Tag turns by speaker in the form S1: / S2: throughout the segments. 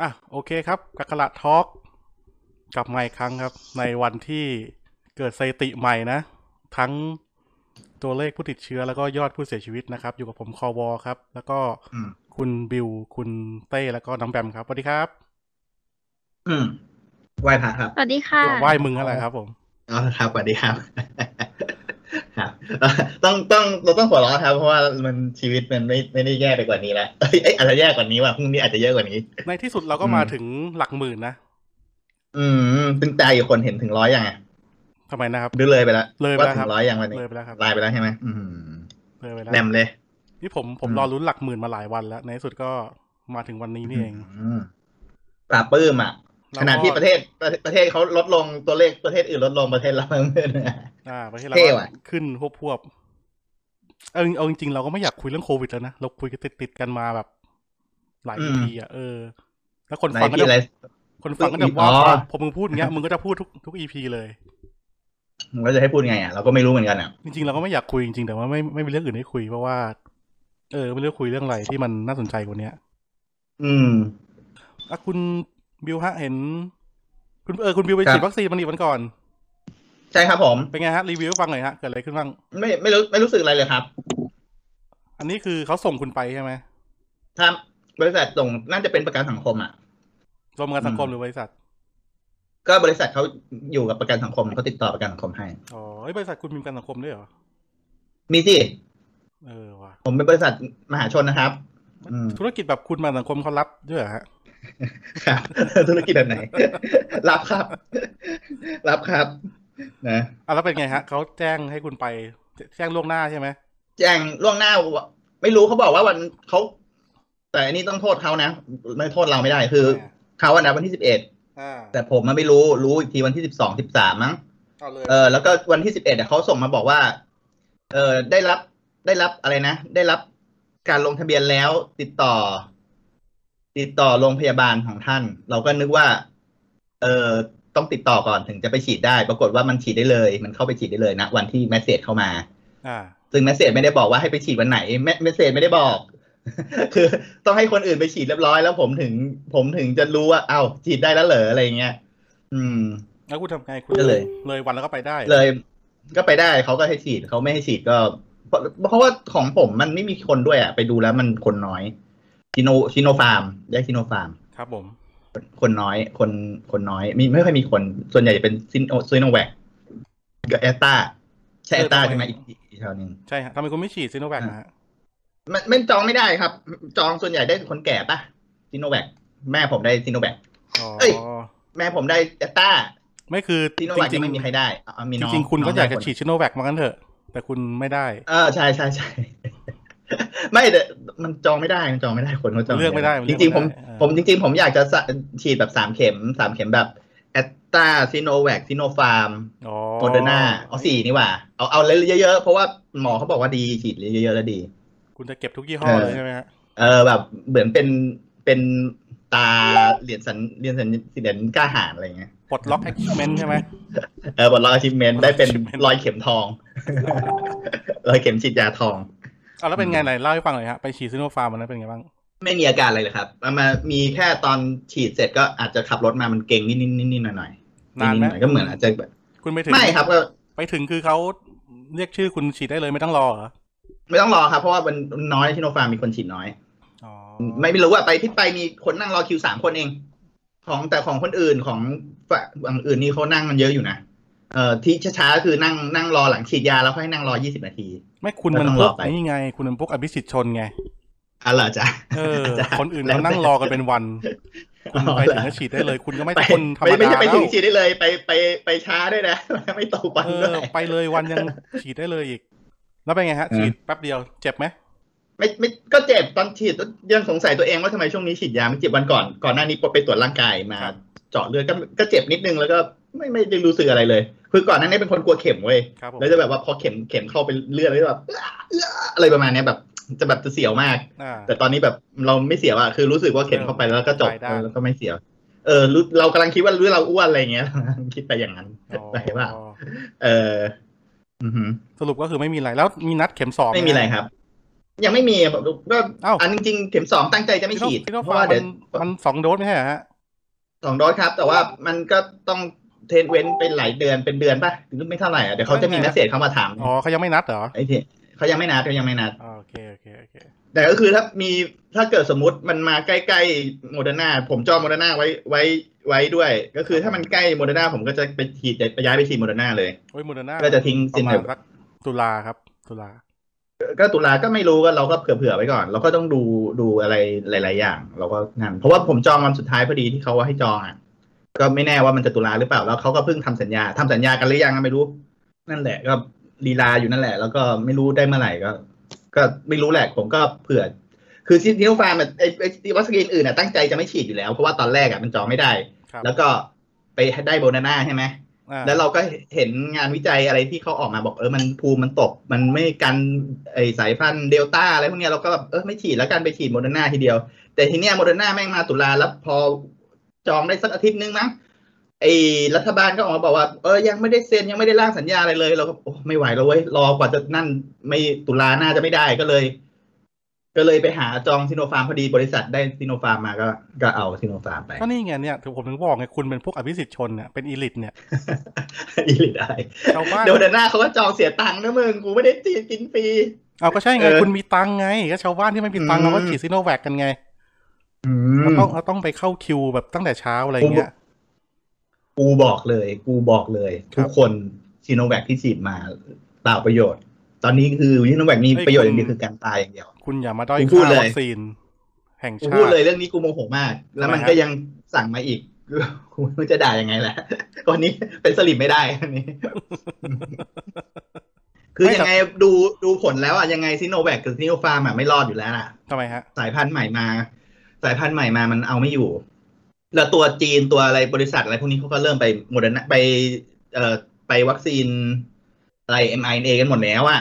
S1: อ่ะโอเคครับกักละทอล์กกลับมาอีกครั้งครับ ในวันที่เกิดสถิติใหม่นะ ทั้งตัวเลขผู้ติดเชื้อแล้วก็ยอดผู้เสียชีวิตนะครับ อยู่กับผมคอวอครับ แล้วก็
S2: อืม
S1: คุณบิว คุณเต้แล้วก็น้องแบมครับสวัสดีครับ
S2: อืมไหว้พระครับ
S3: สวัสดีค่ะ
S1: ไหว้มึงอะไรครับผม
S2: อ๋อครับสวัสดีครับ ครับต้องต้องเราต้องหัวเราะครับ เพราะว่ามันชีวิตมันไม่ไม่ได้แย่ไปกว่านี้ละเอ้ยเอ้ยอาจจะแย่กว่านี้ว่ะพรุ่งนี้อาจจะเยอะกว่านี้
S1: ในที่สุดเราก็มาถึงหลักหมื่นนะ
S2: อืมตึงตายอยู่คนเห็นถึงร้อยยังไง
S1: ทำไมนะครับ
S2: ดูเลยไปละ
S1: เลยไป
S2: ว่า
S1: แล้วค
S2: ถึ
S1: รับ
S2: งร้อยยังวันนี้
S1: เลยไปแล้วครับ
S2: ลายไปแล้วใช่ไหมอืม
S1: เลยไปแล้ว
S2: แหลมเลย
S1: นี่ผมผม
S2: อืม
S1: รอลุ้นหลักหมื่นมาหลายวันแล้วในที่สุดก็มาถึงวันนี้นี่เอง
S2: อืมปราบปลื้มอ่ะขณะที่ประเทศประเทศประเทศเขาลดลงตัวเลขประเทศอื่นลดลงประเทศเราเพิ่มขึ้น
S1: อ่าประเทศเรา
S2: เท่
S1: ก็
S2: ว่ะ
S1: ขึ้นพวบพวบๆเอาจริงเอาจริงๆเราก็ไม่อยากคุยเรื่องโควิดแล้วนะ เราคุยกันติดติดๆกันมาแบบ หลาย EP อ่ะเออ แล้วคน
S2: ไหน
S1: ฟังก็
S2: ที่อะไร
S1: จะคนฟังก็จะว่า
S2: อ๋อ
S1: พอมึงพูดอย่างเงี้ยมึงก็จะพูดทุกทุก EP เลย
S2: เราจะให้พูดไงอ่ะเราก็ไม่รู้เหมือนกันอ่ะ
S1: จริงๆเราก็ไม่อยากคุยจริงๆแต่ว่าไม่ไม่มีเรื่องอื่นให้คุยเพราะว่า เออไม่เลือกคุยเรื่องอะไรที่มันน่าสนใจกว่าเนี้ย
S2: อืม
S1: อ่ะคุณบิวฮะเห็น คุณเออคุณบิวไป
S2: ครับ
S1: ฉีดวัคซีนมันอีกวันก่อน
S2: ใช่ครับผม
S1: เป็นไงฮะ รีวิวให้ฟังหน่อยฮะ เกิดอะไรขึ้นบ้าง
S2: ไม่ไม่รู้ไม่รู้สึกอะไรเลยครับ
S1: อันนี้คือเขาส่งคุณไปใช่ไหม
S2: ถ้าบริษัทส่งน่าจะเป็นประกันสังคมอ่ะ
S1: รวมกันสังคม
S2: อืม
S1: หรือบริษัท
S2: ก็บริษัทเขาอยู่กับประกันสังคมเขาติดต่อประกันสังคมให้
S1: อ๋อเอ้ยบริษัทคุณมีประกันสังคมด้วยเหรอ
S2: มีสิ
S1: เออว่ะ
S2: ผมเป็นบริษัทมหาชนนะครับ อืม
S1: ธุรกิจแบบคุณประกันสังคมเขารับด้วยเหรอฮะ
S2: ครับ ธุรกิจแบบไหน รับครับ รับครับ นะ
S1: อ่ะแล้วเป็นไงฮะเขาแจ้งให้คุณไป แจ้งล่วงหน้าใช่ไหม
S2: แจ้งล่วงหน้าว่าไม่รู้เขาบอกว่าวันเขาแต่อันนี้ต้องโทษเขานะไม่โทษเราไม่ได้คือเขาวันนัดวันที่สิบเอ็ด
S1: อ่า
S2: แต่ผมมันไม่รู้รู้อีกทีวันที่สิบสองสิบสามมั้ง
S1: เอาเลย
S2: เออแล้วก็วันที่สิบเอ็ดเขาส่งมาบอกว่า เออได้รับได้รับอะไรนะ ได้รับการลงทะเบียนแล้วติดต่อ ติดต่อโรงพยาบาลของท่าน เราก็นึกว่า เออต้องติดต่อก่อนถึงจะไปฉีดได้ ปรากฏว่ามันฉีดได้เลย มันเข้าไปฉีดได้เลยนะวันที่แมสเซจเข้ามา
S1: อ่า
S2: ซึ่งแมสเซจไม่ได้บอกว่าให้ไปฉีดวันไหนแมแมสเซจไม่ได้บอก คือต้องให้คนอื่นไปฉีดเรียบร้อยแล้วผมถึง ผมถึงจะรู้ว่าเอ้าฉีดได้แล้วเหรออะไรอย่างเงี้ยอืม
S1: แล้วคุณทำไงคุณ
S2: ก็เลย
S1: เลยวันแล้วก็ไปได้
S2: เลยก็ไปได้เขาก็ให้ฉีดเขาไม่ให้ฉีดก็เพราะเพราะว่าของผมมันไม่มีคนด้วยอ่ะ ไปดูแล้วมันคนน้อยชิโนชิโนฟาร์ม ได้ชิโนฟาร์ม
S1: ครับผม
S2: คนน้อย คนคนน้อยมีไม่ค่อยมีคน ส่วนใหญ่จะเป็นซินโอซิโนแวคกับแอสตาใช่แอสตา
S1: เออทำไม
S2: ใช่ไหมอีกอีกอีกแถวหนึ่ง
S1: ใช่ฮะทำไมคุณไม่ฉีดซีโนแวคฮะ
S2: มันมันจองไม่ได้ครับ จองส่วนใหญ่ได้คนแก่ปะซิโนแวคแม่ผมได้ซิโนแวค
S1: อ๋อ
S2: เอ้ย แม่ผมได้แอสตา
S1: ไม่คือ
S2: ซิโน
S1: จ
S2: แวค
S1: ริง
S2: ยังไม่มี
S1: ๆ
S2: ใครได้อ๋อมี
S1: จ
S2: น้อ
S1: ริงๆ คุณ
S2: น้
S1: ก็อยากจะ
S2: คน
S1: ฉีดชิโนแวคมากันเถอะ แต่คุณไม่ได้
S2: เออใช่ใช่ใช่ ไม่แต่มันจองไม่ได้มันจองไม่ได้คนเขาจอง
S1: เลือกไม่ได้มัน
S2: จ
S1: เลือก
S2: ริงๆผม
S1: ไม่ได้เออ
S2: ผมจริง ๆ ผมอยากจะสะฉีดแบบสามเข็มสามเข็มแบบแอตตาซิโนแวคซิโนฟาร์ม
S1: อ๋อ
S2: โมเดอร์นาเอาสี่นี่หว่า เอาเอาเลยเยอะๆ เพราะว่าหมอเขาบอกว่าดีฉีดเยอะๆแล้วดี
S1: คุณจะเก็บทุกยี่ห้อ
S2: เออ
S1: เลยใช่ไหมฮะ
S2: เออแบบเหมือนเป็นเป็นตาเหรียญสันเหรียญสันเหรียญกล้าหาญอะไรเงี้ย
S1: ปลดล็อกแอคชั่นเมนใช่ไหม
S2: เออบทลอกอาชิเมน
S1: Unlock
S2: ได้เป็น
S1: achievement
S2: รอยเข็มทอง รอยเข็มฉีดยาทอง
S1: เอาแล้วเป็นไงไหนเล่าให้ฟังหน่อยฮะ ไปฉีดซิโนฟาร์มมันนั้นเป็นไงบ้าง
S2: ไม่มีอาการอะไรเลยครับเอามามีแค่ตอนฉีดเสร็จก็อาจจะขับรถมามันเก่งนิดนิดนิดนิดหน่อยหน่อย
S1: นานไหม
S2: ดๆหอยๆก็เหมือนอาจจะแบบ
S1: คุณไปถึง
S2: ไม่ครับก็
S1: ไปถึงคือเขาเรียกชื่อคุณฉีดได้เลยไม่ต้องรอเหรอ
S2: ไม่ต้องรอครับเพราะว่ามันน้อยที่โนฟาร์มมีคนฉีดน้อย
S1: อ๋อ
S2: ไม่ไม่รู้ว่าไปที่ไปมีคนนั่งรอคิวสามคนเอง ของแต่ของคนอื่นของฝั่งอื่นนี่เขานั่งมันเยอะอยู่นะเอ่อที่ช้าๆคือนั่งนั่งรอหลังฉีดยาแล้วค่อยนั่งรอยี่สิบนาที
S1: ไม่คุณ
S2: ไม่
S1: มัน
S2: ต้อง
S1: พ
S2: ร
S1: ว
S2: อก ไป
S1: นี่ไง คุณมันพวกอภิสิทธิ์ชนไง
S2: อ่ะเหรอจ๊ะ
S1: เออ
S2: จ้ะ
S1: คนอื่น
S2: แล้ว
S1: เขานั่งรอกันเป็นวัน คุณ
S2: อ๋อ
S1: ไปถึง
S2: เหร
S1: ก็
S2: อ
S1: ฉีดได้เลย คุณก็ไม่
S2: ไป
S1: ใช่คนธรรม
S2: ไม่ไม่
S1: ดา
S2: ใช่ไป
S1: แล้ว
S2: ถึงฉีดได้เลยไปไปไปช้าด้วยนะ ไม่ตกวัน
S1: เอ
S2: ด้ว
S1: อย ไปเลยวันยังฉีดได้เลยอีก แล้วเป็นไงฮะ
S2: อืม
S1: ฉีดแป๊บเดียวเจ็บไหม
S2: ไม่ไม่ก็เจ็บตอนฉีดยังสงสัยตัวเองว่าทำไมช่วงนี้ฉีดยาไม่เจ็บวันก่อนก่อนหน้านี้ไปตรวจร่างกายมา
S1: ครับ
S2: เจาะเลือดก็ก็เจ็บนิดนึงแล้วก็ไม่ไม่ได้รู้สึกอะไรเลย คือก่อนหน้านี้เป็นคนกลัวเข็มเว้ย
S1: ครับผม
S2: แล้วจะแบบว่าพอเข็มเข็มเข้าไปเลือดแล้วจะแบบเอื้ อเอื้ออะไรประมาณเนี้ยแบบ จะแบบจะเสียวมาก
S1: อ่า
S2: แต่ตอนนี้แบบเราไม่เสียวอะคือรู้สึกว่าเข็มเข้าไปแล้วก็จบ
S1: ได้ได้
S2: เออแล้วก็ไม่เสียวเออรู้เรากำลังคิดว่ารู้เราอ้วนอะไรอย่างเงี้ย คิดไปอย่างนั้น
S1: อ๋อ
S2: ไปว่าเอออือหือ
S1: สรุปก็คือไม่มีอะไรแล้วมีนัดเข็มสอง
S2: ไม่มีอะไร
S1: ห
S2: ครับ ยังไม่มีก็
S1: เอ้า
S2: อันจริงๆเข็มสองตั้งใจจะไม่ฉีด
S1: พี่โน
S2: เพ
S1: ฟา
S2: ราะว่า
S1: มั
S2: เดี๋ย
S1: น
S2: ว
S1: มันสองโดสไม่ใช่เหรอฮะ
S2: สองโดสครับ แต่ว่ามันก็ต้องเทนเว้นเป็นหลายเดือนเป็นเดือนป่ะถึงไม่เท่าไหร่อ่ะเดี๋ยวเขาจะมี
S1: ไม่แน่
S2: เมสเซจเข้ามาถาม
S1: อ๋อเขายังไม่นัดเหรอ
S2: ไอ้ที่เขายังไม่นัดเขายังไม่นัด
S1: อ่าโอเคโอเคโอเค
S2: แต่ก็คือถ้ามีถ้าเกิดสมมติมันมาใกล้ๆโมเดอร์นาผมจองโมเดอร์นาไว้ไว้ไว้ด้วย ก็คือถ้ามันใกล้โมเดอร์นาผมก็จะไปฉีดไปย้ายไปฉีดโมเดอร์นาเลย
S1: โอ้ยมูเดอร์นา
S2: ก็จะทิ้ง
S1: ประ
S2: ซิน
S1: มา
S2: เน
S1: ณ
S2: อร์
S1: สักตุลาครับ ตุลา
S2: ก็ตุลาก็ไม่รู้ก็เราก็เผื่อๆไว้ก่อน เราก็ต้องดูดูอะไรหลาย ๆ อย่าง เราก็นั่นเพราะว่าผมจองวันสุดท้ายพอดีที่เขาว่าให้จองอ่ะก็ไม่แน่ว่ามันจะตุลาหรือเปล่าแล้วเขาก็เพิ่งทำสัญญาทำสัญญากันหรือยังก็ไม่รู้ นั่นแหละ ก็ลีลาอยู่นั่นแหละ แล้วก็ไม่รู้ได้เมื่อไหร่ก็ ก็ไม่รู้แหละผมก็เผื่อ คือซินิโนฟาร์มอะไอไอไอ้วัคซีนอื่นอ่ะตั้งใจจะไม่ฉีดอยู่แล้ว เพราะว่าตอนแรกอ่ะมันจองไม่ได้
S1: ครับ
S2: แล้วก็ไปได้โบนาน่าใช่ไหม
S1: อ่า
S2: แล้วเราก็เห็นงานวิจัยอะไรที่เขาออกมาบอกเออมันภูมิมันตก มันไม่กันไอสายพันธุ์เดลต้าอะไรพวกเนี้ยเราก็แบบเออไม่ฉีดแล้วกันไปฉีดโมเดอร์นาทีเดียว แต่ทีเนี้ยโมเดอร์นาแม่งมาตุลาแล้วพอจองได้สักอาทิตย์นึงมั้งไอรัฐบาลก็ออกมาบอกว่าเออยังไม่ได้เซ็นยังไม่ได้ร่างสัญญาอะไรเลยเราก็โอ้ไม่ไหวแล้วเว้ยรอกว่าจะนั่นไม่ตุลาน่าจะไม่ได้ก็เลย ก็เลยไปหาจองซิโนฟาร์มพอดีบริษัทได้ซิโนฟาร์มมาก็ก็เอาซิโนฟาร์มไป
S1: ก็นี่ไงเนี่ยถึงผมถึงบอกไงคุณเป็นพวกอภิสิทธิ์ชนเนี่ยเป็นอีลิท เนี่ย
S2: อีลิตอะไร
S1: ชาวบ้าน
S2: เดี๋ยวเดือนหน้าเขาก็จองเสียตังค์นะมึง กูไม่ได้จีนกินฟรี
S1: เอาก็ใช่ไง
S2: เออ
S1: คุณมีตังค์ไงก็ชาวบ้านที่ไม่มีตังค์
S2: อืม
S1: เราก็ฉีดซิโนแวคกันไงเราต้องเราต้องไปเข้าคิวแบบตั้งแต่เช้าอะไรเงี้ย
S2: กูบอกเลย กูบอกเลย
S1: ครับ
S2: ทุกคนซีโนแวคที่ฉีดมาเปล่าประโยชน์ ตอนนี้คือซีโนแวคมีประโยชน์อย่างเดียวคือการตายอย่างเดียว
S1: คุณอย่ามาด้อย
S2: ผมพูด
S1: ค่า
S2: เลย
S1: วัคซีนแห่ง
S2: กู
S1: ชา
S2: พูด
S1: ติ
S2: เลยเรื่องนี้กูโมโหมาก แล้วมัน
S1: ทำไมฮะ
S2: ก็ยังสั่งมาอีก กูไม่รู้จะด่ายังไงแหละวันนี้เป็นสลิปไม่ได้ อันนี้ คือยังไงดูดูผลแล้วอ่ะยังไงซีโนแวคกับซีโนฟาร์มอ่ะไม่รอดอยู่แล้วอ่ะ
S1: ทำไมฮะ
S2: สายพันธุ์ใหม่มา สายพันธุ์ใหม่มามันเอาไม่อยู่ แล้วตัวจีนตัวอะไรบริษัทอะไรพวกนี้เขาก็เริ่มไปโมเดอร์นาไปเอ่อไปวัคซีนอะไร mRNA กันหมดแล้วอะ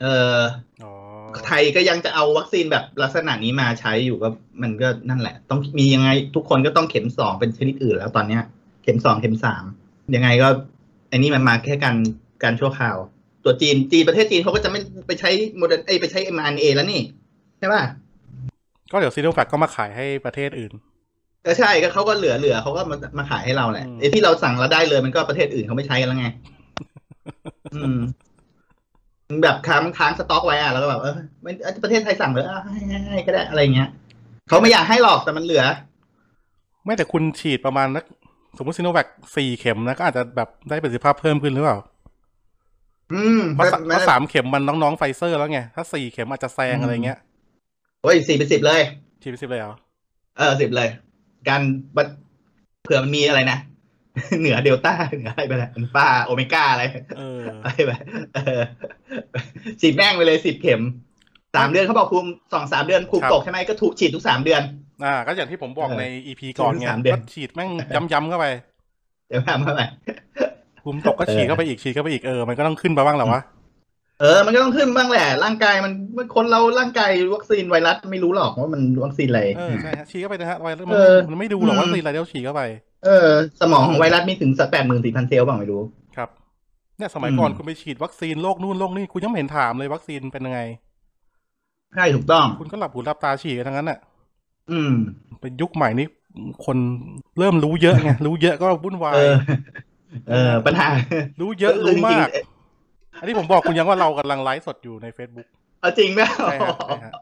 S2: เออ
S1: อ๋อ
S2: ไทยก็ยังจะเอาวัคซีนแบบลักษณะนี้มาใช้อยู่ก็มันก็นั่นแหละ ต้องมียังไงทุกคนก็ต้องเข็มสองเป็นชนิดอื่นแล้วตอนเนี้ย เข็มสองเข็มสามยังไงก็ไอ้นี่มันมาแค่การการชั่วคราว ตัวจีนจีนประเทศจีนเขาก็จะไม่ไปใช้โมเดอร์เอยไปใช้ mRNA แล้วนี่ใช่ป่ะ
S1: ก็เดี๋ยวซีโนแวคก็มาขายให้ประเทศอื่น
S2: ก็ใช่ก็เขาก็เหลือเหลือเขาก็มามาขายให้เราแหละ
S1: อืม
S2: ไอ้ที่เราสั่งแล้วได้เลยมันก็ประเทศอื่นเขาไม่ใช้ กันแล้วไง อืมมันแบบค้างค้างสต็อกไว้อะแล้วก็แบบเออไม่เอ้ยประเทศไทยสั่งเลยอ่ะให้ให้ให้ก็ได้อะไรเงี้ยเขาไม่อยากให้หรอกแต่มันเหลือ
S1: ไม่แต่คุณฉีดประมาณนักสมมติซีโนแวคสี่เข็มนะก็อาจจะแบบได้ประสิทธิภาพเพิ่มขึ้นหรือเปล่า
S2: อืม
S1: เพราะสาม
S2: มัน
S1: เพราะสามเข็มมันน้องๆไฟเซอร์แล้วไง ถ้าสี่เข็มอาจจะแซงอะไรเงี้ย
S2: โอ้ยสี่เป็นสิบเลย
S1: ฉีดไปสิบเลยเหรอ
S2: เออสิบเลย การบัดเผื่อมันมีอะไรนะ เหนือเดลต้าเหนืออะไรไปแล้วอัลฟาโอเมก้าอะไร
S1: เออ
S2: อะไรแบบเอ อฉีดแม่งไปเลยสิบเข็มสามเดือนเขาบอกคุมสองสามเดือนคุม
S1: ครับ
S2: ตกใช่ไหมก็ถูกฉีดทุกสามเดือน
S1: อ่า ก็อย่างที่ผมบอก
S2: เออ
S1: ในอีพีก่อนไง
S2: สามเดือน
S1: ก็ฉีดแม่งย้ำๆเข้าไป
S2: เดี๋ยวทำเท่าไหร่
S1: ภูมิตกก็
S2: เออ
S1: ฉีดเข้าไปอีกฉีดเข้าไปอีกเออมันก็ต้องขึ้นมาบ้างแหละวะ
S2: เออ มันก็ต้องขึ้นบ้างแหละ ร่างกายมันมันคนเราร่างกายวัคซีนไวรัสไม่รู้หรอกว่ามันวัคซีนอะไร
S1: เออใช่ฮะฉีดเข้าไปนะฮะไวรัสมัน
S2: เอ
S1: ไม่
S2: อ
S1: มันไม่ดูหรอกว่า
S2: อืม
S1: สีอะไรเดี๋ยวฉีดเข้าไป
S2: เออ สมองของไวรัสมีถึงสักแปดหมื่นสี่พันเซลล์บ้างไม่รู้
S1: ครับเนี่ยสมัยก่อน
S2: อืม
S1: คุณไปฉีดวัคซีนโรคนู่นโรคนี่คุณยังไม่เห็นถามเลยวัคซีนเป็นยังไง
S2: ใช่ถูกต้อง
S1: คุณก็หลับหูหลับตาฉีดกันทั้งนั้นน่ะ
S2: อืม
S1: เป็นยุคใหม่นี้คนเริ่มรู้เยอะไงรู้เยอะก็วุ่นวาย
S2: เออ เออ ปัญหา
S1: รู้เยอะรู้มาก
S2: เออ
S1: อันนี้ผมบอกคุณยังว่าเรากำลังไลฟ์สดอยู่ใน Facebook
S2: เอาจริงไหม
S1: ใช่ฮะใช่ฮะ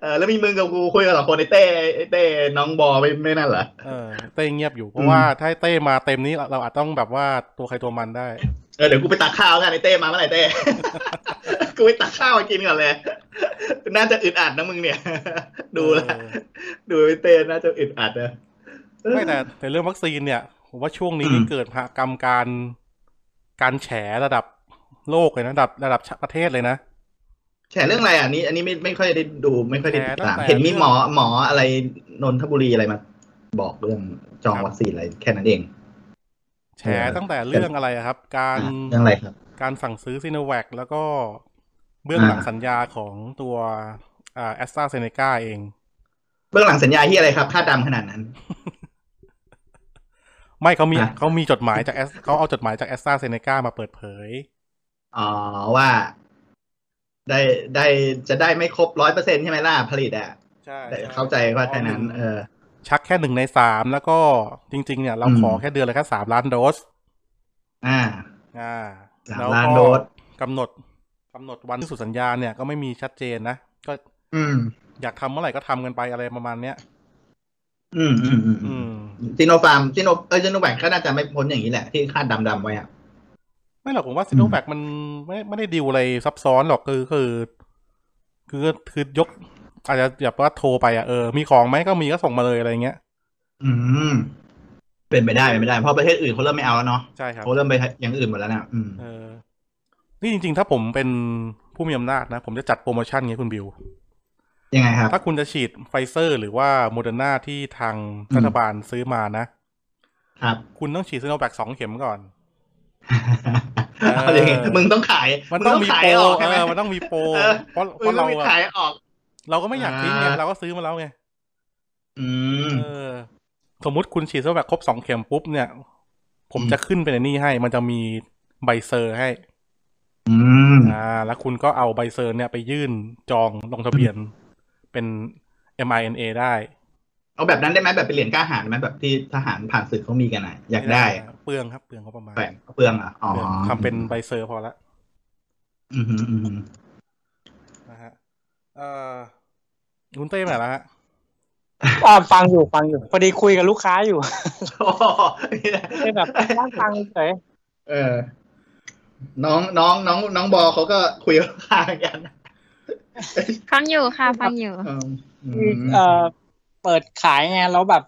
S2: เออ แล้วมีมึงกับกูคุยกันสองคนไอ้เต้ไอ้เต้น้องบอไม่ไม่นั่นเหรอ
S1: เออเต้เงียบอยู่ เพ
S2: อื
S1: ราะ
S2: ม
S1: ว่าถ้าเต้มาเต็มนี้เราเราอาจต้องแบบว่าตัวใครตัวมันได้
S2: เออเดี๋ยวกูไปตักข้าวกันไอ้เต้มาเมื่อ ไหร่เต้ กูไปตักข้าวมากินก่อนเลย น่าจะอึดอัดนะมึงเนี่ย ดูแลว
S1: เออ
S2: ดูไอ้เต้น่าจะอึดอัดนะ
S1: ไม่แต่แต่เรื่องวัคซีนเนี่ย ผมว่าช่วงนี้
S2: อืม
S1: นี่เกิดมหากรรมการ การแฉระดับโลกเลยนะระดับระดับประเทศเลยนะ
S2: แฉเรื่องอะไรอ่ะอันนี้ อันนี้ไม่ไม่ค่อยได้ดูไม่ค่อยได้ติดตาม
S1: แฉตั้งแต่
S2: เห็นมีหมอหมออะไรนนทบุรีอะไรมาบอกเรื่องจองวัคซีนอะไรแค่นั้นเอง
S1: แฉ
S2: เออ
S1: ตั้งแต่เรื่องอะไรอะครับ การ
S2: อ่ะเรื่องอะไรครับ
S1: การสั่งซื้อซีโนแวคแล้วก็เบื้องหลังสัญญาของตัวแอสตราเซเนกาเอง
S2: เบื้องหลังสัญญาที่อะไรครับ ค่าดำขนาดนั้น
S1: ไม่เขามี
S2: อ่ะ
S1: เขามีจดหมายจาก S เขาเอาจดหมายจากแอสตราเซเนกามาเปิดเผย
S2: อ๋อว่า ได้ได้จะได้ไม่ครบร้อยเปอร์เซ็นใช่ไหมล่ะผลิตอ่ะ
S1: ใช่
S2: แต่เข้าใจว่าแค่นั้น เออ
S1: ชักแค่หนึ่งในสามแล้วก็จริง ๆ เนี่ย เรา
S2: อืม
S1: ขอแค่เดือนละแค่สามล้านโดส
S2: อ่า
S1: อ่า
S2: สาม
S1: แล้ว
S2: ล้าน
S1: ก็
S2: โดส
S1: กำหนดกำหนดวันที่สุดสัญญาเนี่ยก็ไม่มีชัดเจนนะ ก็
S2: อืม
S1: อยากทำเมื่อไหร่ก็ทำกันไปอะไรประมาณเนี้ย
S2: อืมอืมอืม
S1: อืม
S2: ซิโนฟาร์มซิโนเออซิโนแวคก็น่าจะไม่พ้นอย่างนี้แหละที่คาดดำๆไว้อ่ะ
S1: ไม่หรอกผมว่าซีโนแวคมันไม่ไม่ได้ดีลอะไรซับซ้อนหรอกคือคือ คือคือยก อาจจะแบบว่าโทรไปอ่ะเออมีของไหมก็มีก็ส่งมาเลยอะไรเงี้ย
S2: อืม เป็นไปได้เป็นไปได้ เพราะประเทศอื่นเขาเริ่มไม่เอาแล้วเนาะ
S1: ใช่ครับ
S2: เขาเริ่มไปอย่างอื่นหมดแล้วนะอืม
S1: เออ นี่จริง ๆ ถ้าผมเป็นผู้มีอำนาจนะ ผมจะจัดโปรโมชั่นไงคุณบิว
S2: ยังไงครับ
S1: ถ้าคุณจะฉีดไฟเซอร์หรือว่าโมเดอร์นาที่ทางรัฐบาลซื้อมานะ
S2: ครับ
S1: คุณต้องฉีดซีโนแวคสองเข็มก่อน
S2: เอาอย่างงี้มึงต้องขาย
S1: มันต้องมี
S2: ขาย
S1: โปร
S2: ออก
S1: เอ
S2: ใช่ไหม
S1: อมันต้องมีโปร
S2: เออ
S1: เพราะเพ
S2: มึง
S1: ราะ
S2: ต้อ
S1: เรา
S2: งมี
S1: อะ
S2: ขายออก
S1: เราก็ไม่อยากทิ้งไง
S2: อ่า
S1: เราก็ซื้อมาแล้วไง
S2: อืม
S1: เออสมมุติคุณฉีดซีโนแวคครบสองเข็มปุ๊บเนี่ย ผมจะขึ้นเป็นไอ้นี่ให้ มันจะมีใบเซอร์ให้
S2: อืม
S1: อ่า แล้วคุณก็เอาใบเซอร์เนี่ยไปยื่นจองลงทะเบียนเป็น MINA ได้
S2: เอาแบบนั้นได้ไหมแบบเป็นเหรียญกล้าหาญไหมแบบที่ทหารผ่านศึกเขามีกันอ่ะอยากได้
S1: ม่เปลืองครับเปลืองเขาประมาณ
S2: แปะเปลืองอ่ะอ๋อ
S1: เปลืองทำเป็นใบเซอร์พอละ
S2: อืมอืมอืม
S1: นะฮะเออคุณเต้มาแล้วฮะ
S3: อ่าฟังอยู่ฟังอยู่พอดีคุยกับลูกค้าอยู่
S2: โอ้โห
S3: ได้แบบนั่งฟังเฉย
S2: เออ น้องน้องน้องน้องบอเขาก็คุยกับข้ากัน
S4: ฟังอยู่ค่ะฟังอยู่
S2: อืมอืม
S3: เออเปิดขายไงแล้วแบบ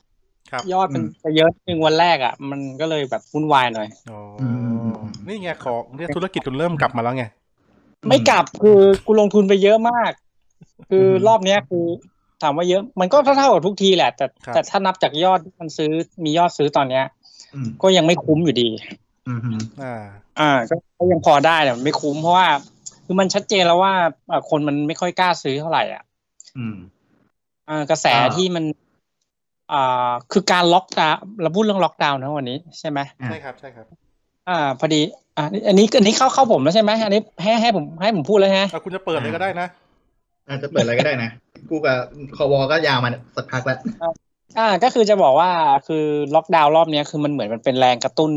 S1: ครับ
S3: ยอดมัน
S2: อืม
S3: จะเยอะนึงวันแรกอ่ะ มันก็เลยแบบวุ่นวายหน่อย
S1: อ๋ออ
S2: ม
S1: นี่ไงของเนี่ยธุรกิจคุณเริ่มกลับมาแล้วไง
S3: ไม่กลับคือกูลงทุนไปเยอะมาก คืออ
S2: ม
S3: รอบเนี้ยคือถามว่าเยอะ มันก็เท่าๆกับทุกทีแหละ แต่
S1: ครับ
S3: แต่ถ้านับจากยอดที่มันซื้อมียอดซื้อตอนเนี้ย
S2: อืม
S3: ก็ยังไม่คุ้มอยู่ดี
S2: อืมอืม
S1: อ่า
S3: อ่าก็ก็ยังพอได้แต่มันไม่คุ้มเพราะว่าคือมันชัดเจนแล้วว่าเอ่อคนมันไม่ค่อยกล้าซื้อเท่าไหร่อ่ะ
S2: อืม
S3: อ่ากระแส
S2: อ่า
S3: ที่มันอ่าคือการล็อกดาวน์เราพูดเรื่องล็อกดาวน์นะวันนี้ใช่ไหม
S2: อ่ะ
S1: ใช่ครับใช่ครับ
S3: อ่า พอดีอ่าอันนี้อันนี้เข้าเข้าผมแล้วใช่ไหมอันนี้ให้ให้ผมให้ผมพูดแล้วฮะ
S1: เอาคุณจะเปิดเลยก็ได้นะ
S2: อาจจะเปิดอะไรก็ได้นะ กูกับคอวอก็ยาวมาสักพักแล้ว
S3: อ่า ก็คือจะบอกว่าคือล็อกดาวน์รอบเนี้ยคือมันเหมือนมันเป็นแรงกระตุ้น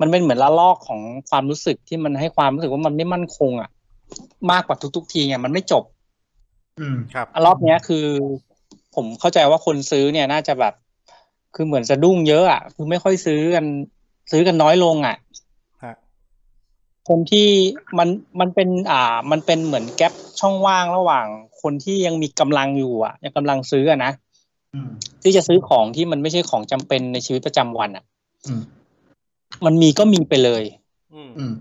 S3: มันเป็นเหมือนละลอกของความรู้สึกที่มันให้ความรู้สึกว่ามันไม่มั่นคงอ่ะมากกว่าทุก ๆ ทีไงมันไม่จบ
S2: อืม
S1: ครับ
S3: อ่ะรอบเนี้ยคือ ผมเข้าใจว่าคนซื้อเนี่ยน่าจะแบบ คือเหมือนสะดุ้งเยอะอ่ะคือไม่ค่อยซื้อกัน ซื้อกันน้อยลงอ่ะ
S1: ฮะ
S3: คนที่มันมันเป็น อ่า มันเป็นเหมือนแกลบช่องว่างระหว่าง คนที่ยังมีกำลังอยู่อ่ะ ยังกำลังซื้ออ่ะนะ
S2: อืม
S3: ที่จะซื้อของที่มันไม่ใช่ของจำเป็นในชีวิตประจำวันอ่ะ
S2: อืม
S3: มันมีก็มีไปเลย
S1: อืม
S2: อืม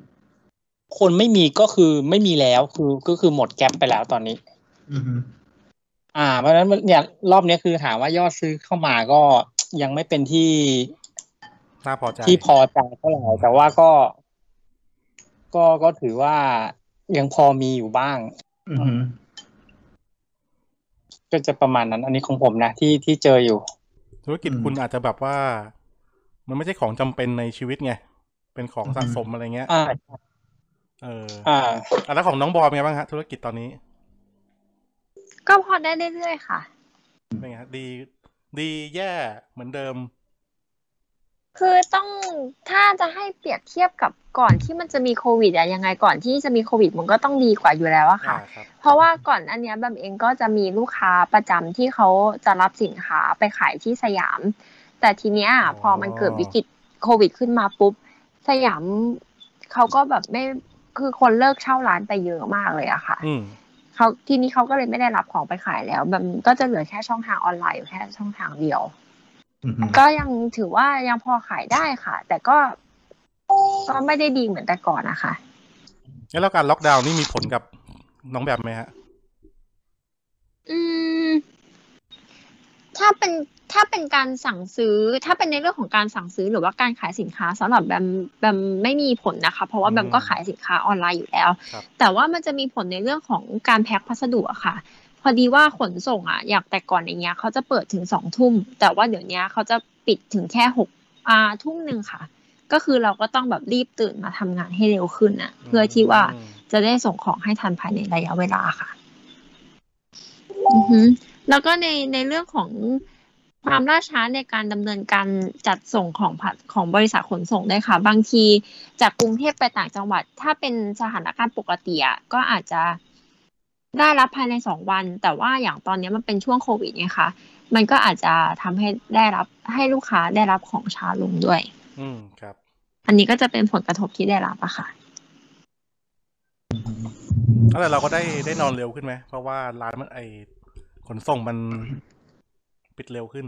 S3: คนไม่มีก็คือไม่มีแล้วคือก็คือหมดแกลบไปแล้วตอนนี้
S2: อืม
S3: อ่าเพราะฉะนั้นเนี่ยรอบเนี้ยคือถามว่ายอดซื้อเข้ามาก็ ยังไม่เป็นที่
S1: น่าพอใจ
S3: ที่พอใจเท่าไหร่แต่ว่าก็ ก็ก็ถือว่ายังพอมีอยู่บ้าง
S2: อืม
S3: ก็จะประมาณนั้น อันนี้ของผมนะที่ที่เจออยู่
S1: ธุรกิจคุณอาจจะแบบว่า มันไม่ใช่ของจำเป็นในชีวิตไง เป็นของสะสมอะไรเงี้ย
S3: อ่า
S1: เออ
S3: อ่า
S1: อ่ะแล้วของน้องบอมเป็นไงบ้างฮะธุรกิจตอนนี้
S4: ก็พอได้เรื่อยๆค่ะ
S1: เป็นไงฮะดี ดีแย่เหมือนเดิม
S4: คือต้องถ้าจะให้เปรียบเทียบกับก่อนที่มันจะมีโควิดอะยังไงก่อนที่จะมีโควิดมันก็ต้องดีกว่าอยู่แล้วอะ
S1: อ่า
S4: ค่ะ
S1: ครับ
S4: เพราะว่าก่อนอันเนี้ยแบมเองก็จะมีลูกค้าประจำที่เขาจะรับสินค้าไปขายที่สยาม แต่ทีเนี้ย
S1: อ๋อ
S4: พอมันเกิดวิกฤตโควิดขึ้นมาปุ๊บ สยามเขาก็แบบไม่คือคนเลิกเช่าร้านไปเยอะมากเลยอะค่ะ
S1: อืม
S4: เขาทีนี้เขาก็เลยไม่ได้รับของไปขายแล้ว แบบก็จะเหลือแค่ช่องทางออนไลน์อยู่แค่ช่องทางเดียว
S2: อืม
S4: ก็ยังถือว่ายังพอขายได้ค่ะ แต่ก็ก็ไม่ได้ดีเหมือนแต่ก่อนนะคะ
S1: แล้วการล็อกดาวน์นี่มีผลกับน้องแบบไหมฮะ
S4: อืม ถ้าเป็นถ้าเป็นการสั่งซื้อ ถ้าเป็นในเรื่องของการสั่งซื้อหรือว่าการขายสินค้าสำหรับแบมแบมไม่มีผลนะคะ เพราะว่า
S1: อืม
S4: แบมก็ขายสินค้าออนไลน์อยู่แล้ว
S1: ครับ
S4: แต่ว่ามันจะมีผลในเรื่องของการแพ็คพัสดุอะค่ะ พอดีว่าขนส่งอะอย่างแต่ก่อนอย่างเงี้ยเขาจะเปิดถึงสองทุ่ม แต่ว่าเดี๋ยวเนี้ยเขาจะปิดถึงแค่หกอ่าทุ่มหนึ่งค่ะ ก็คือเราก็ต้องแบบรีบตื่นมาทำงานให้เร็วขึ้นอะเพื่อที่ว่า
S1: อืม
S4: จะได้ส่งของให้ทันภายในระยะเวลาค่ะอือฮึแล้วก็ในในเรื่องของความล่าช้าในการดำเนินการจัดส่งของผัดของบริษัทขนส่งด้วยค่ะ บางทีจากกรุงเทพไปต่างจังหวัด ถ้าเป็นสถานการณ์ปกติอะก็อาจจะได้รับภายในสองวัน แต่ว่าอย่างตอนเนี้ยมันเป็นช่วงโควิดไงคะมันก็อาจจะทำให้ได้รับให้ลูกค้าได้รับของช้าลงด้วย
S1: อืมครับ
S4: อันนี้ก็จะเป็นผลกระทบที่ได้รับอะค่ะ
S1: แต่เราก็ได้ได้นอนเร็วขึ้นไหม เพราะว่าร้านมันไอขนส่งมันปิดเร็วขึ้น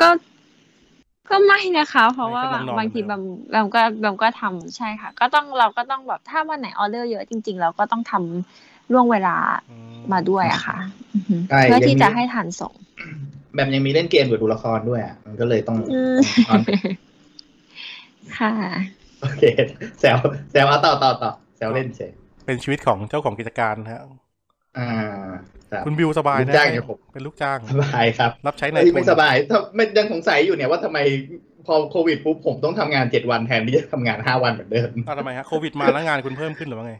S4: ก็ก็ไม่นะคะ เพราะว่า
S1: ไม่ก็ต้องนอน
S4: บางที
S1: เหมือ
S4: แบ
S1: น
S4: ม
S1: เดิม
S4: แบมก็แบมก็ทำใช่ค่ะ ก็ต้องเราก็ต้องแบบถ้าวันไหนออเดอร์เยอะจริง ๆ เราก็ต้องทำล่วงเวลา
S1: อื
S4: มาด้วยอะค่ะอือฮึ
S2: ใช่
S4: เพื่อที่
S2: ยังมี
S4: จะให้ทันส่ง
S2: แบบยังมีเล่นเกมกับดูละครด้วยอ่ะมันก็เลยต้อง
S4: อืม
S2: นอน
S4: ค่ะ
S2: โอเคแซวแซวเอาต่อต่อต่อแซวเล่นเฉย
S1: เป็นชีวิตของเจ้าของกิจการนะฮะ
S2: อ่าครับ
S1: คุณบิวสบาย
S2: ลู
S1: นะ
S2: กจ้างครับผม
S1: เป็นลูกจ้าง
S2: สบายครับ
S1: รับใช้ในาย
S2: ไม่
S1: ทุ
S2: ไม่
S1: น
S2: สบายถ้าไม่ยังสงสัยอยู่เนี่ยว่าทำไมพอโควิดปุ๊บผมต้องทำงานเจ็ดวันแทนที่จะทำงานห้าวันเหมือนเดิม
S1: อ้าวทำไมฮะโควิดมาแล้วงานคุณเพิ่มขึ้นหรือว่าไง